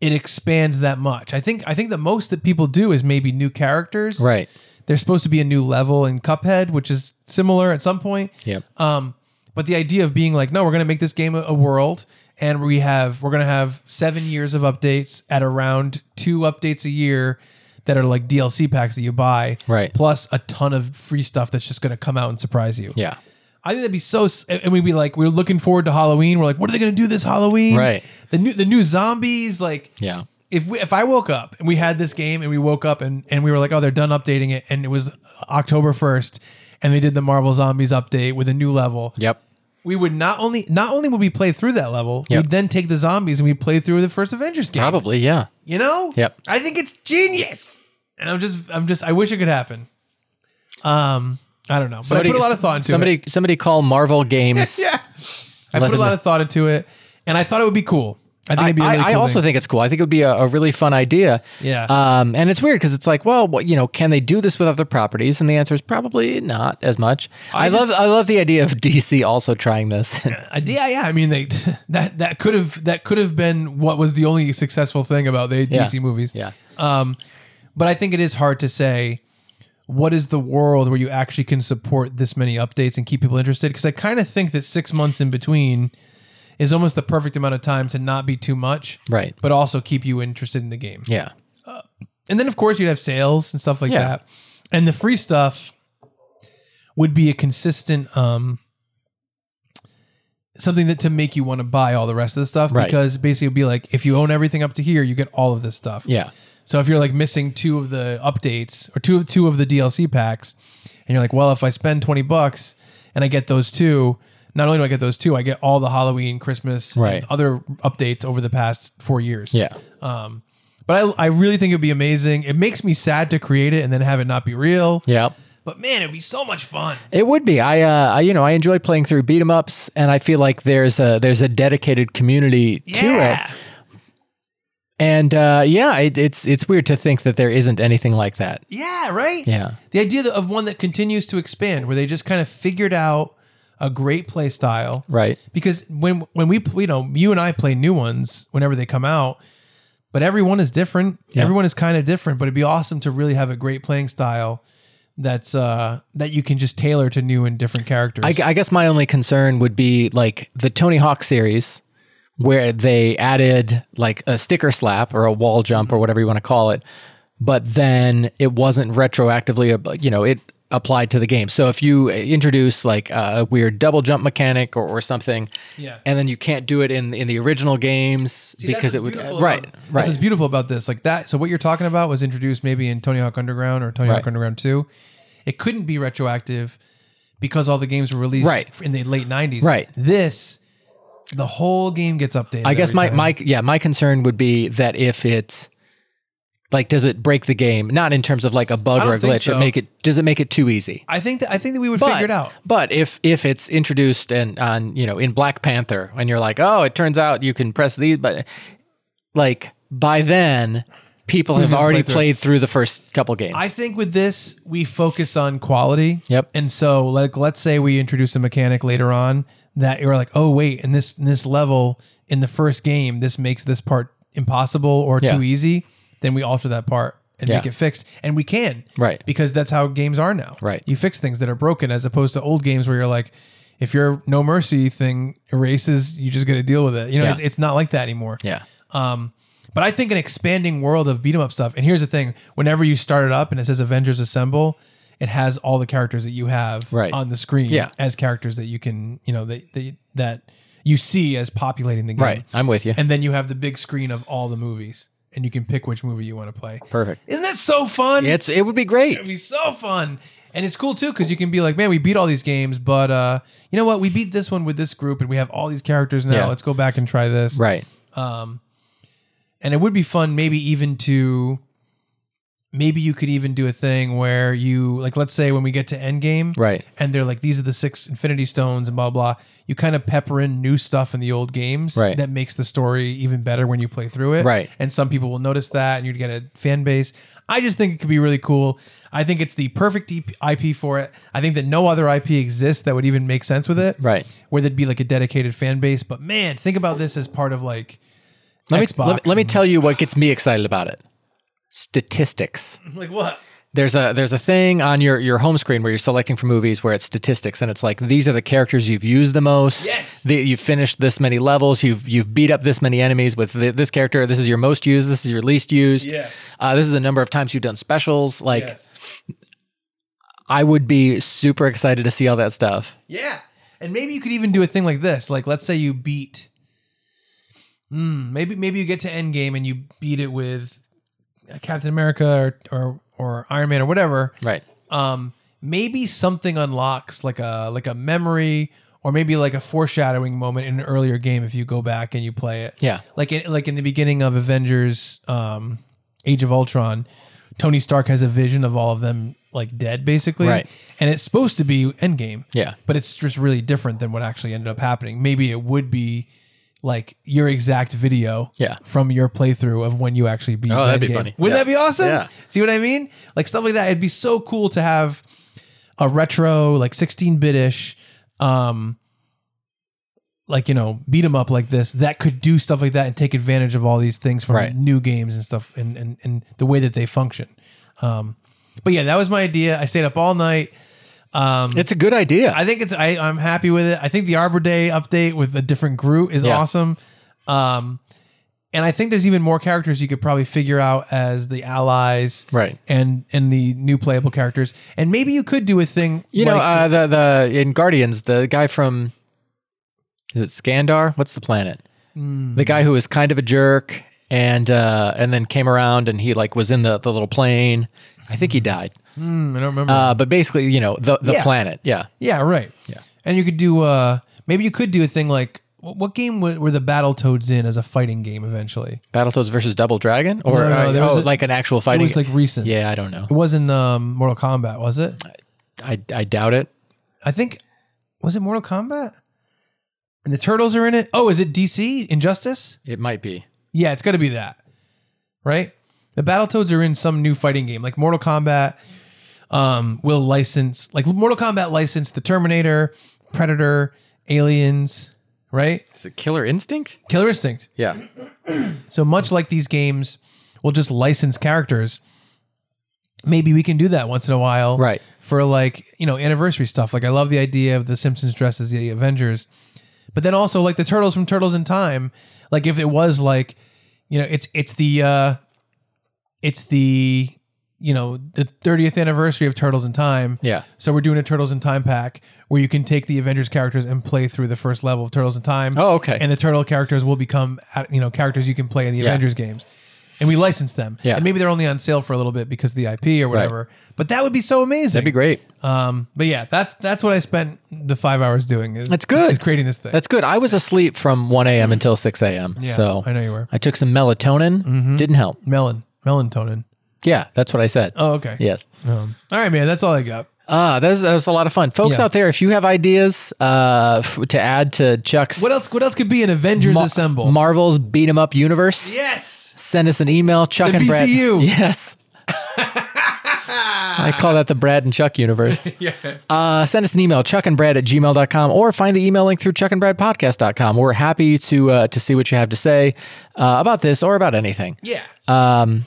[SPEAKER 1] it expands that much i think i think the most that people do is maybe new characters
[SPEAKER 2] Right.
[SPEAKER 1] there's supposed to be a new level in cuphead which is similar at some point
[SPEAKER 2] Yep.
[SPEAKER 1] um, but the idea of being like, no, we're going to make this game a, a world, and we have we're going to have seven years of updates at around two updates a year that are like DLC packs that you buy,
[SPEAKER 2] Right.
[SPEAKER 1] Plus a ton of free stuff that's just going to come out and surprise you.
[SPEAKER 2] Yeah.
[SPEAKER 1] I think that'd be so. s- And we'd be like, we're looking forward to Halloween. We're like, what are they going to do this Halloween?
[SPEAKER 2] Right.
[SPEAKER 1] The new the new zombies like.
[SPEAKER 2] Yeah.
[SPEAKER 1] If, we, if I woke up and we had this game and we woke up and, and we were like, oh, they're done updating it, and it was October 1st, and they did the Marvel Zombies update with a new level,
[SPEAKER 2] Yep.
[SPEAKER 1] we would not only not only would we play through that level,
[SPEAKER 2] Yep.
[SPEAKER 1] we'd then take the zombies and we play through the first Avengers game.
[SPEAKER 2] Probably. Yeah.
[SPEAKER 1] You know?
[SPEAKER 2] Yep.
[SPEAKER 1] I think it's genius. And I'm just I'm just I wish it could happen. Um I don't know. but I put a lot of thought into
[SPEAKER 2] somebody,
[SPEAKER 1] it.
[SPEAKER 2] Somebody call Marvel Games.
[SPEAKER 1] Yeah. I put
[SPEAKER 2] Let
[SPEAKER 1] a
[SPEAKER 2] them
[SPEAKER 1] lot
[SPEAKER 2] know.
[SPEAKER 1] of thought into it. And I thought it would be cool. I think
[SPEAKER 2] I,
[SPEAKER 1] it'd be a
[SPEAKER 2] I-
[SPEAKER 1] really
[SPEAKER 2] I
[SPEAKER 1] cool
[SPEAKER 2] also
[SPEAKER 1] thing.
[SPEAKER 2] think it's cool. I think it would be a, a really fun idea.
[SPEAKER 1] Yeah.
[SPEAKER 2] Um, and it's weird because it's like, well, what, you know, can they do this with other properties? And the answer is probably not as much. I, love, I love the idea of DC also trying this.
[SPEAKER 1] I, yeah, yeah. I mean, they that that could have that could have been what was the only successful thing about the
[SPEAKER 2] Yeah.
[SPEAKER 1] DC movies.
[SPEAKER 2] yeah.
[SPEAKER 1] Um, but I think it is hard to say what is the world where you actually can support this many updates and keep people interested. Because I kind of think that six months in between is almost the perfect amount of time to not be too much,
[SPEAKER 2] Right.
[SPEAKER 1] but also keep you interested in the game.
[SPEAKER 2] Yeah.
[SPEAKER 1] And then, of course, you'd have sales and stuff like
[SPEAKER 2] Yeah.
[SPEAKER 1] that. And the free stuff would be a consistent um, something that to make you want to buy all the rest of the stuff
[SPEAKER 2] Right.
[SPEAKER 1] because basically it'd be like if you own everything up to here, you get all of this stuff.
[SPEAKER 2] Yeah.
[SPEAKER 1] So if you're like missing two of the updates or two of two of the DLC packs, and you're like, well, if I spend twenty bucks and I get those two, not only do I get those two, I get all the Halloween, Christmas,
[SPEAKER 2] Right.
[SPEAKER 1] and other updates over the past four years.
[SPEAKER 2] Yeah.
[SPEAKER 1] Um, but I, I really think it'd be amazing. It makes me sad to create it and then have it not be real.
[SPEAKER 2] Yeah.
[SPEAKER 1] But man, it'd be so much fun.
[SPEAKER 2] It would be. I, uh, I, you know, I enjoy playing through beat 'em ups, and I feel like there's a there's a dedicated community to it.
[SPEAKER 1] Yeah.
[SPEAKER 2] And uh, yeah, it, it's it's weird to think that there isn't anything like that.
[SPEAKER 1] Yeah. Right.
[SPEAKER 2] Yeah.
[SPEAKER 1] The idea that- of one that continues to expand, where they just kind of figured out a great play style.
[SPEAKER 2] Right.
[SPEAKER 1] because when when we you know you and I play new ones whenever they come out, but everyone is different.
[SPEAKER 2] Yeah.
[SPEAKER 1] Everyone is kind of different, but it'd be awesome to really have a great playing style that's uh that you can just tailor to new and different characters.
[SPEAKER 2] I, gu- I guess my only concern would be like the Tony Hawk series, where they added like a sticker slap or a wall jump or whatever you want to call it, but then it wasn't retroactively, ab- you know, it applied to the game. So if you eh, introduce like a weird double jump mechanic or, or something,
[SPEAKER 1] Yeah.
[SPEAKER 2] and then you can't do it in in the original games because it would right,
[SPEAKER 1] That's what's
[SPEAKER 2] right,
[SPEAKER 1] beautiful about this. Like that. So what you're talking about was introduced maybe in Tony Hawk Underground or Tony
[SPEAKER 2] Right.
[SPEAKER 1] Hawk Underground Two. It couldn't be retroactive because all the games were released
[SPEAKER 2] Right.
[SPEAKER 1] in the late '90s.
[SPEAKER 2] Right.
[SPEAKER 1] This, the whole game gets updated.
[SPEAKER 2] I guess
[SPEAKER 1] every
[SPEAKER 2] my,
[SPEAKER 1] time.
[SPEAKER 2] my yeah my concern would be that if it's Like, does it break the game? Not in terms of like a
[SPEAKER 1] I
[SPEAKER 2] bug
[SPEAKER 1] don't
[SPEAKER 2] or a
[SPEAKER 1] think
[SPEAKER 2] glitch,
[SPEAKER 1] so.
[SPEAKER 2] but make it does it make it too easy?
[SPEAKER 1] I think that I think that we would figure it out.
[SPEAKER 2] But if if it's introduced and on you know in Black Panther and you're like, oh, it turns out you can press these, but like by then people have
[SPEAKER 1] We've
[SPEAKER 2] already
[SPEAKER 1] played through.
[SPEAKER 2] played through the first couple games.
[SPEAKER 1] I think with this we focus on quality.
[SPEAKER 2] Yep.
[SPEAKER 1] And so like let's say we introduce a mechanic later on that you're like, oh wait, in this in this level in the first game, this makes this part impossible or
[SPEAKER 2] Yeah.
[SPEAKER 1] too easy, then we alter that part and make
[SPEAKER 2] Yeah.
[SPEAKER 1] it fixed. And we can.
[SPEAKER 2] Right.
[SPEAKER 1] Because that's how games are now.
[SPEAKER 2] Right.
[SPEAKER 1] You fix things that are broken as opposed to old games where you're like, if your no mercy thing erases, you just gotta deal with it. You know,
[SPEAKER 2] Yeah.
[SPEAKER 1] it's, it's not like that anymore.
[SPEAKER 2] yeah.
[SPEAKER 1] Um, but I think an expanding world of beat 'em up stuff. And here's the thing: whenever you start it up and it says Avengers Assemble, it has all the characters that you have
[SPEAKER 2] Right.
[SPEAKER 1] on the screen
[SPEAKER 2] Yeah.
[SPEAKER 1] as characters that you can, you know, that that, that you see as populating the game.
[SPEAKER 2] Right. I'm with you.
[SPEAKER 1] And then you have the big screen of all the movies, and you can pick which movie you want to play.
[SPEAKER 2] Perfect.
[SPEAKER 1] Isn't that so fun?
[SPEAKER 2] It's it would be great.
[SPEAKER 1] It'd be so fun. And it's cool too because you can be like, man, we beat all these games, but uh, you know what? We beat this one with this group, and we have all these characters now.
[SPEAKER 2] Yeah.
[SPEAKER 1] Let's go back and try this
[SPEAKER 2] Right.
[SPEAKER 1] and it would be fun maybe even to maybe you could even do a thing where you like let's say when we get to endgame
[SPEAKER 2] Right.
[SPEAKER 1] and they're like these are the six infinity stones and blah blah you kind of pepper in new stuff in the old games
[SPEAKER 2] Right.
[SPEAKER 1] that makes the story even better when you play through it
[SPEAKER 2] Right.
[SPEAKER 1] and some people will notice that and you'd get a fan base i just think it could be really cool i think it's the perfect ip for it i think that no other ip exists that would even make sense with it
[SPEAKER 2] Right.
[SPEAKER 1] where there'd be like a dedicated fan base but man think about this as part of like
[SPEAKER 2] Let me,
[SPEAKER 1] Xbox
[SPEAKER 2] let me let me tell you what gets me excited about it. Statistics.
[SPEAKER 1] like what
[SPEAKER 2] there's a there's a thing on your your home screen where you're selecting for movies where it's statistics and it's like these are the characters you've used the most.
[SPEAKER 1] Yes.
[SPEAKER 2] The, you've finished this many levels. You've you've beat up this many enemies with th this character. This is your most used. This is your least used.
[SPEAKER 1] Yes.
[SPEAKER 2] Uh, this is the number of times you've done specials. Like
[SPEAKER 1] Yes.
[SPEAKER 2] I would be super excited to see all that stuff.
[SPEAKER 1] Yeah. And maybe you could even do a thing like this. Like let's say you beat Hmm, maybe maybe you get to Endgame and you beat it with uh, Captain America or or, or Iron Man or whatever.
[SPEAKER 2] Right.
[SPEAKER 1] Um maybe something unlocks like a like a memory or maybe like a foreshadowing moment in an earlier game if you go back and you play it.
[SPEAKER 2] Yeah.
[SPEAKER 1] Like in, like in the beginning of Avengers um Age of Ultron, Tony Stark has a vision of all of them like dead basically.
[SPEAKER 2] Right.
[SPEAKER 1] And it's supposed to be Endgame
[SPEAKER 2] Yeah.
[SPEAKER 1] but it's just really different than what actually ended up happening. Maybe it would be like your exact video
[SPEAKER 2] Yeah.
[SPEAKER 1] from your playthrough of when you actually beat.
[SPEAKER 2] Oh, that'd be
[SPEAKER 1] Endgame.
[SPEAKER 2] funny.
[SPEAKER 1] Wouldn't
[SPEAKER 2] Yeah.
[SPEAKER 1] that be awesome?
[SPEAKER 2] Yeah.
[SPEAKER 1] See what I mean? Like stuff like that. It'd be so cool to have a retro, like 16 bit ish, um, like you know, beat 'em up like this that could do stuff like that and take advantage of all these things from
[SPEAKER 2] Right.
[SPEAKER 1] new games and stuff and, and and the way that they function. Um, but yeah, that was my idea. I stayed up all night. Um,
[SPEAKER 2] It's a good idea.
[SPEAKER 1] I think it's I, I'm happy with it. I think the Arbor Day update with a different Groot is
[SPEAKER 2] Yeah.
[SPEAKER 1] awesome. Um and I think there's even more characters you could probably figure out as the allies
[SPEAKER 2] right.
[SPEAKER 1] and and the new playable characters. And maybe you could do a thing
[SPEAKER 2] You know,
[SPEAKER 1] like-
[SPEAKER 2] uh, the the in Guardians, the guy from is it Skandar? What's the planet?
[SPEAKER 1] Hmm.
[SPEAKER 2] The guy who was kind of a jerk and uh, and then came around and he like was in the, the little plane. I think he died.
[SPEAKER 1] Hmm, I don't remember.
[SPEAKER 2] Uh, but basically, you know, the the
[SPEAKER 1] Yeah.
[SPEAKER 2] planet. Yeah.
[SPEAKER 1] yeah, right.
[SPEAKER 2] yeah.
[SPEAKER 1] And you could do uh maybe you could do a thing like wh- what game were, were the Battle Toads in as a fighting game eventually?
[SPEAKER 2] Battletoads versus Double Dragon or
[SPEAKER 1] No, no, there
[SPEAKER 2] uh,
[SPEAKER 1] was
[SPEAKER 2] oh,
[SPEAKER 1] a-
[SPEAKER 2] like an actual
[SPEAKER 1] It
[SPEAKER 2] fighting.
[SPEAKER 1] was like recent.
[SPEAKER 2] yeah, I don't know.
[SPEAKER 1] It wasn't um Mortal Kombat, was it?
[SPEAKER 2] I I doubt it.
[SPEAKER 1] I think was it Mortal Kombat? And the turtles are in it. Oh, is it DC Injustice?
[SPEAKER 2] It might be.
[SPEAKER 1] Yeah, it's got to be that. Right? The Battletoads are in some new fighting game. Like Mortal Kombat um will license like Mortal Kombat licensed the Terminator, Predator, Aliens, right?
[SPEAKER 2] Is it Killer Instinct?
[SPEAKER 1] Killer Instinct.
[SPEAKER 2] Yeah.
[SPEAKER 1] So much like these games will just license characters. Maybe we can do that once in a while.
[SPEAKER 2] Right.
[SPEAKER 1] For like, you know, anniversary stuff. Like I love the idea of the Simpsons dressed as the Avengers. But then also like the Turtles from Turtles in Time. Like if it was like, you know, it's it's the uh it's the you know, the 30th anniversary of Turtles in Time.
[SPEAKER 2] Yeah.
[SPEAKER 1] So we're doing a Turtles in Time pack where you can take the Avengers characters and play through the first level of Turtles in Time.
[SPEAKER 2] Oh, okay.
[SPEAKER 1] And the turtle characters will become uh, you know characters you can play in the Avengers games, and we license them.
[SPEAKER 2] Yeah.
[SPEAKER 1] And maybe they're only on sale for a little bit because of the IP or whatever. But that would be so amazing.
[SPEAKER 2] That'd be great.
[SPEAKER 1] Um. But yeah, that's that's what I spent the five hours doing. Is,
[SPEAKER 2] That's good.
[SPEAKER 1] Is creating this thing.
[SPEAKER 2] That's good. I was asleep from 1 a.m. until 6 a.m.
[SPEAKER 1] Yeah,
[SPEAKER 2] so
[SPEAKER 1] I know you were Mm-hmm.
[SPEAKER 2] I took some melatonin. Didn't help.
[SPEAKER 1] melon. melatonin.
[SPEAKER 2] Yeah, that's what I said.
[SPEAKER 1] Oh, okay.
[SPEAKER 2] Yes.
[SPEAKER 1] Um, all right, man. That's all I got.
[SPEAKER 2] Ah, that was, that was a lot of fun. Folks
[SPEAKER 1] Yeah.
[SPEAKER 2] out there, if you have ideas uh, f- to add to Chuck's
[SPEAKER 1] What else? What else could be an Avengers
[SPEAKER 2] Ma-
[SPEAKER 1] Assemble?
[SPEAKER 2] Marvel's Beat 'em Up universe,
[SPEAKER 1] yes.
[SPEAKER 2] send us an email, Chuck
[SPEAKER 1] The
[SPEAKER 2] and Brad.
[SPEAKER 1] BCU.
[SPEAKER 2] Yes. I call that the Brad and Chuck universe.
[SPEAKER 1] Yeah.
[SPEAKER 2] Uh, send us an email, chuckandbrad at gmail.com, or find the email link through chuckandbradpodcast.com. We're happy to uh, to see what you have to say uh, about this or about anything.
[SPEAKER 1] Yeah.
[SPEAKER 2] Um,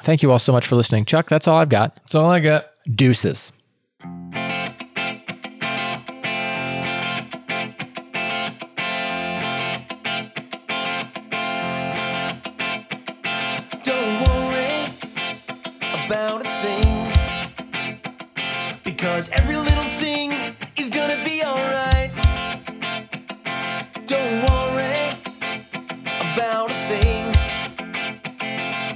[SPEAKER 2] thank you all so much for listening. Chuck, that's all I've got.
[SPEAKER 1] That's all I got.
[SPEAKER 2] Deuces.
[SPEAKER 3] Don't worry about a thing. Because every little thing is gonna be alright. Don't worry about a thing.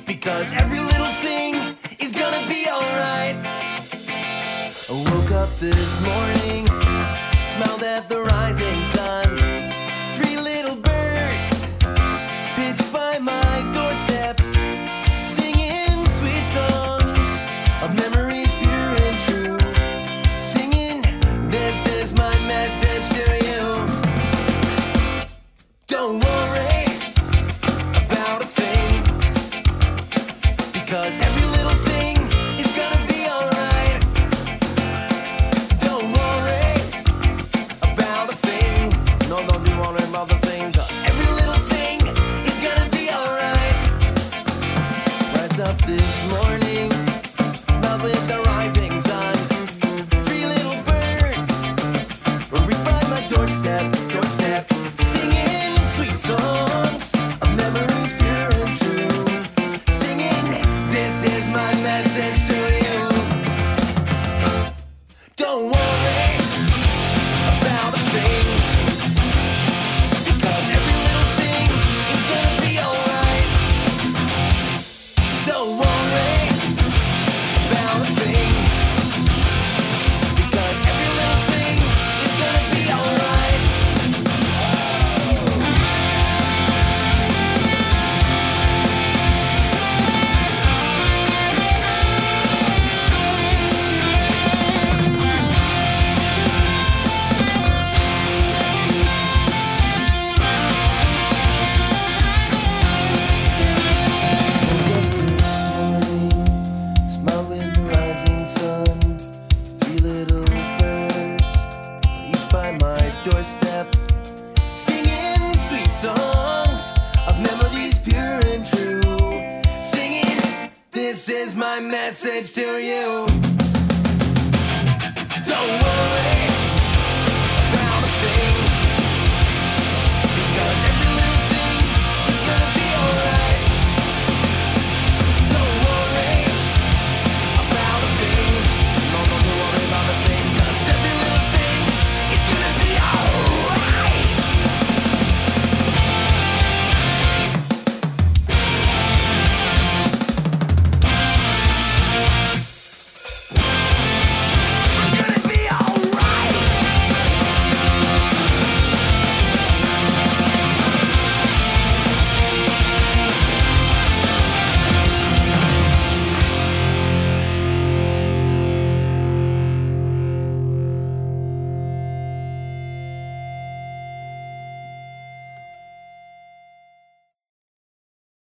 [SPEAKER 3] Because every little thing is gonna be alright. I woke up this morning, smiled at the rising sun. Three little birds pitched by my doorstep singing sweet songs of memories pure and true. Singing, this is my message to you. Don't worry about a thing, because every little thing is gonna be alright. Don't worry about a thing. No, don't be worried about the thing, 'cause every little thing is gonna be alright. Rise up this morning, smiled with the rising sun. Three little birds were reached by my doorstep, doorstep, singing sweet songs of memories pure and true. Singing, this is my message to you. Don't worry about a thing, because every little thing is gonna be alright. Don't worry about a thing Because every little thing is gonna be alright Smile with the rising sun. Three little birds, each by my doorstep, singing sweet songs of memories pure and true. Singing, this is my message to you.